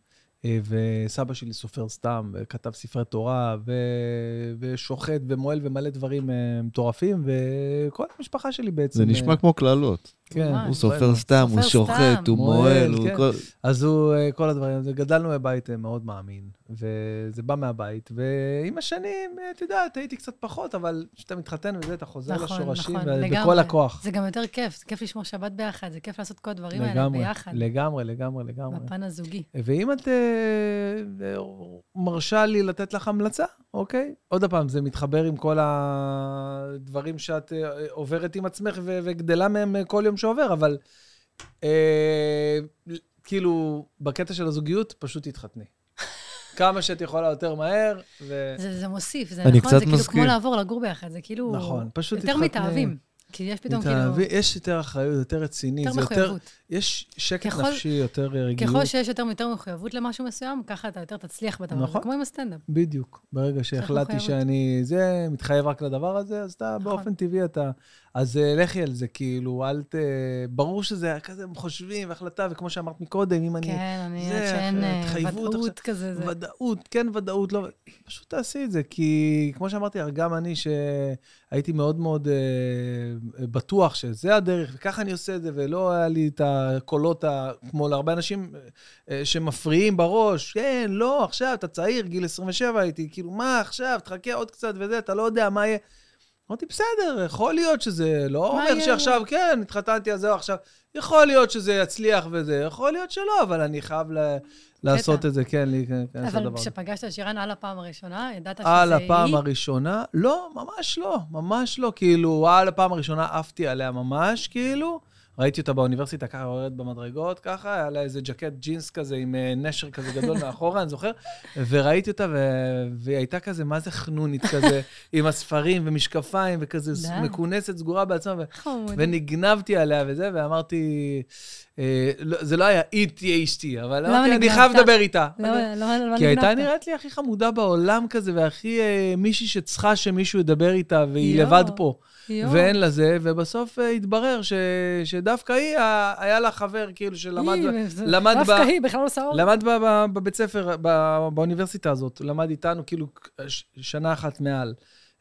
S2: אה, וסבא שלי סופר סתם, וכתב ספרי תורה, ו- ושוחט ומוהל ומלא דברים אה, מטורפים, וכל המשפחה שלי בעצם...
S3: זה נשמע
S2: אה,
S3: כמו קללות.
S2: כן,
S1: ממש.
S3: הוא סופר סתם, הוא
S1: סופר
S3: שוחט,
S1: סתם.
S3: הוא מוהל,
S2: מוהל,
S3: הוא
S2: כן.
S3: כל...
S2: אז הוא, אה, כל הדברים, הזה. גדלנו בבית אה, מאוד מאמין, וזה בא מהבית, ועם השנים, אה, את יודעת, הייתי קצת פחות, אבל כשאתה מתחתן וזה, אתה חוזר לשורשים, ובכל הכוח.
S1: נכון, זה גם יותר כיף, זה כיף לשמור שבת ביחד, זה כיף לעשות כל הדברים האלה
S2: לגמרי,
S1: ביחד,
S2: לגמרי, לגמרי, לגמרי.
S1: בפן הזוגי.
S2: ואם את אה, אה, מרשה לי לתת לך המלצה, אוקיי? עוד פעם, זה מתחבר עם כל הדברים שאת אה, עוברת עם עצמך ו- וגדלה מהם אה, כל יום שעובר, אבל אה, כאילו, בקטע של הזוגיות, פשוט תתחתני. כמה שאת יכולה יותר מהר, ו...
S1: זה, זה מוסיף, זה
S3: אני
S1: נכון,
S3: קצת
S1: זה כאילו
S3: מסכים.
S1: כמו לעבור לגור ביחד, זה כאילו...
S2: נכון, פשוט
S1: יותר
S2: תתחתני.
S1: מתאהבים. כי יש פתאום כאילו...
S2: מתאהבי- יש יותר אחריות, יותר רציני,
S1: יותר
S2: זה יותר...
S1: מחויבות.
S2: יש שקט
S1: ככל-
S2: נפשי, יותר אה, רגילות.
S1: ככל שיש יותר ויותר מחויבות למשהו מסוים, ככה אתה יותר תצליח בדבר הזה,
S2: נכון.
S1: כמו עם הסטנדאפ.
S2: בדיוק. ברגע שהחלטתי
S1: כן. מחויבות.
S2: שאני זה, מתחייב רק לדבר הזה, אז אתה
S1: נכון.
S2: באופן טבעי אתה... אז אה, לכי על זה, כאילו, אל ת... ברור שזה היה כזה, הם חושבים, החלטה, וכמו שאמרת מקודם, אם אני...
S1: כן, אני
S2: זה,
S1: יודעת שאין אה,
S2: התחייבות
S1: ודאות
S2: עכשיו.
S1: כזה. זה-
S2: ודאות, כן ודאות, לא... פשוט תעשי את זה, כי כמו שאמרתי, גם אני שהייתי מאוד מאוד אה, בטוח שזה הדרך, וככה אני עושה את זה, ולא היה לי את הקולות, ה... כמו להרבה אנשים אה, שמפריעים בראש, כן, לא, עכשיו, אתה צעיר, גיל 27 הייתי, כאילו, מה עכשיו, תחכה עוד קצת וזה, אתה לא יודע מה יהיה. אמרתי, בסדר, יכול להיות שזה לא
S1: מה
S2: אומר
S1: יהיה?
S2: שעכשיו, כן, התחתנתי, אז זהו, עכשיו, יכול להיות שזה יצליח וזה, יכול להיות שלא, אבל אני חייב ל... לעשות את זה, כן, להיכנס לדבר
S1: אבל
S2: הזה.
S1: כשפגשת את שירן על הפעם הראשונה, ידעת שזה
S2: על הפעם
S1: היא?
S2: הראשונה, לא, ממש לא, ממש לא, כאילו, על הפעם הראשונה עפתי עליה ממש, כאילו, ראיתי אותה באוניברסיטה ככה, יורדת במדרגות ככה, היה לה איזה ג'קט ג'ינס כזה עם אה, נשר כזה גדול מאחורה, אני זוכר, וראיתי אותה, ו- והיא הייתה כזה, מה זה חנונית כזה, עם הספרים ומשקפיים, וכזה ס-
S1: די.
S2: מכונסת, סגורה בעצמה, ו-
S1: חמוד.
S2: ונגנבתי עליה וזה, ואמרתי, אה, לא- זה לא היה היא תהיה אשתי, אבל
S1: למה
S2: אמרתי, אני
S1: נגנבת?
S2: חייב לדבר איתה.
S1: לא,
S2: אני-
S1: לא, לא, לא
S2: כי הייתה
S1: נגנבת.
S2: נראית לי הכי חמודה בעולם כזה, והכי אה, מישהי שצריכה שמישהו ידבר איתה, והיא
S1: יואו,
S2: לבד פה,
S1: יואו.
S2: ואין לה זה, ובסוף אה, התברר ש, שדווקא היא, ה- היה לה חבר כאילו שלמד
S1: היא,
S2: ב-
S1: זה-
S2: למד
S1: דווקא
S2: ב-
S1: היא, בכלל לא סעור.
S2: למד ב- ב- בבית ספר, ב- באוניברסיטה הזאת, למד איתנו כאילו ש- שנה אחת מעל.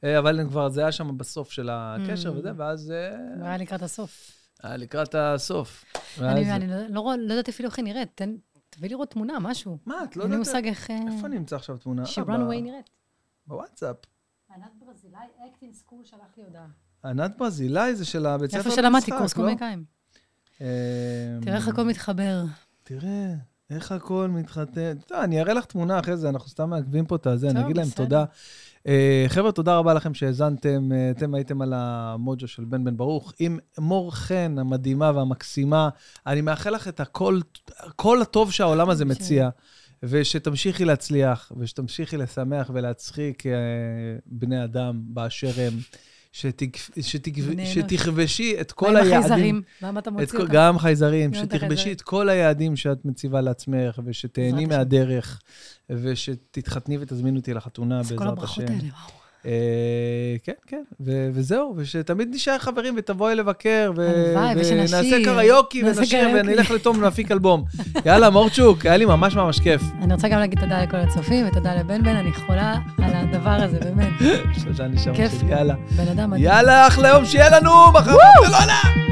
S2: אה, אבל הם כבר, זה היה שם בסוף של הקשר
S1: Mm.
S2: וזה, ואז אה,
S1: זה היה לקראת הסוף.
S2: היה אה, לקראת הסוף. ואז-
S1: אני אני לא- לא רוא- לא יודעת אפילו איך היא נראית, תן- תביא לראות תמונה, משהו.
S2: מה, את לא
S1: אין לי
S2: יודעת?
S1: מושג איך... אה,
S2: איפה נמצא עכשיו תמונה?
S1: שירן
S2: ב-
S1: ווי נראית.
S2: בוואטסאפ.
S1: ענת ברזילי, אקטינג סקול, שלח לי הודעה.
S2: ענת ברזילי זה של הבית ספר
S1: איפה שלמדתי
S2: למשחק,
S1: קורס
S2: לא?
S1: קומיקאים.
S2: אמ,
S1: תראה איך הכל מתחבר.
S2: תראה, איך הכל מתחתן. טוב, אני אראה לך תמונה אחרי זה, אנחנו סתם מעכבים פה את הזה,
S1: טוב,
S2: אני אגיד להם
S1: בסדר.
S2: תודה. אה, חבר'ה, תודה רבה לכם שהאזנתם, אה, אתם הייתם על המוג'ו של בן בן ברוך, עם מור חן המדהימה והמקסימה. אני מאחל לך את הכל, כל הטוב שהעולם
S1: כן.
S2: הזה מציע, ושתמשיכי להצליח, ושתמשיכי לשמח ולהצחיק אה, בני אדם באשר הם. שתגפ- שתגפ-
S1: בני אנוש.
S2: שתכבשי את
S1: מה
S2: כל
S1: עם
S2: היעדים.
S1: החייזרים? למה אתה
S2: את
S1: מוציא
S2: כל-
S1: אותם?
S2: גם חייזרים,
S1: גם את
S2: שתכבשי
S1: החייזרים.
S2: את כל היעדים שאת מציבה לעצמך, ושתהני
S1: בעזרת השם.
S2: מהדרך, ושתתחתני ותזמינו אותי לחתונה,
S1: אז כל
S2: בעזרת
S1: הברכות
S2: השם.
S1: האלה, וואו.
S2: אה, כן, כן, ו- וזהו, ושתמיד נשאר חברים, ותבואי לבקר, ו-
S1: הלוואי, ושנשיר.
S2: ונעשה קריוקי,
S1: נעשה
S2: ונשיר,
S1: קריוקי.
S2: ונלך לתום להפיק אלבום. יאללה, מורצ'וק, היה לי ממש ממש כיף.
S1: אני רוצה גם להגיד תודה לכל הצופים, ותודה לבנבן, אני חולה על הדבר הזה, באמת.
S2: שלושה נשאר,
S1: כיף.
S2: יאללה.
S1: בן אדם מדהים.
S2: יאללה, אחלה יום שיהיה לנו, מחר בלילה.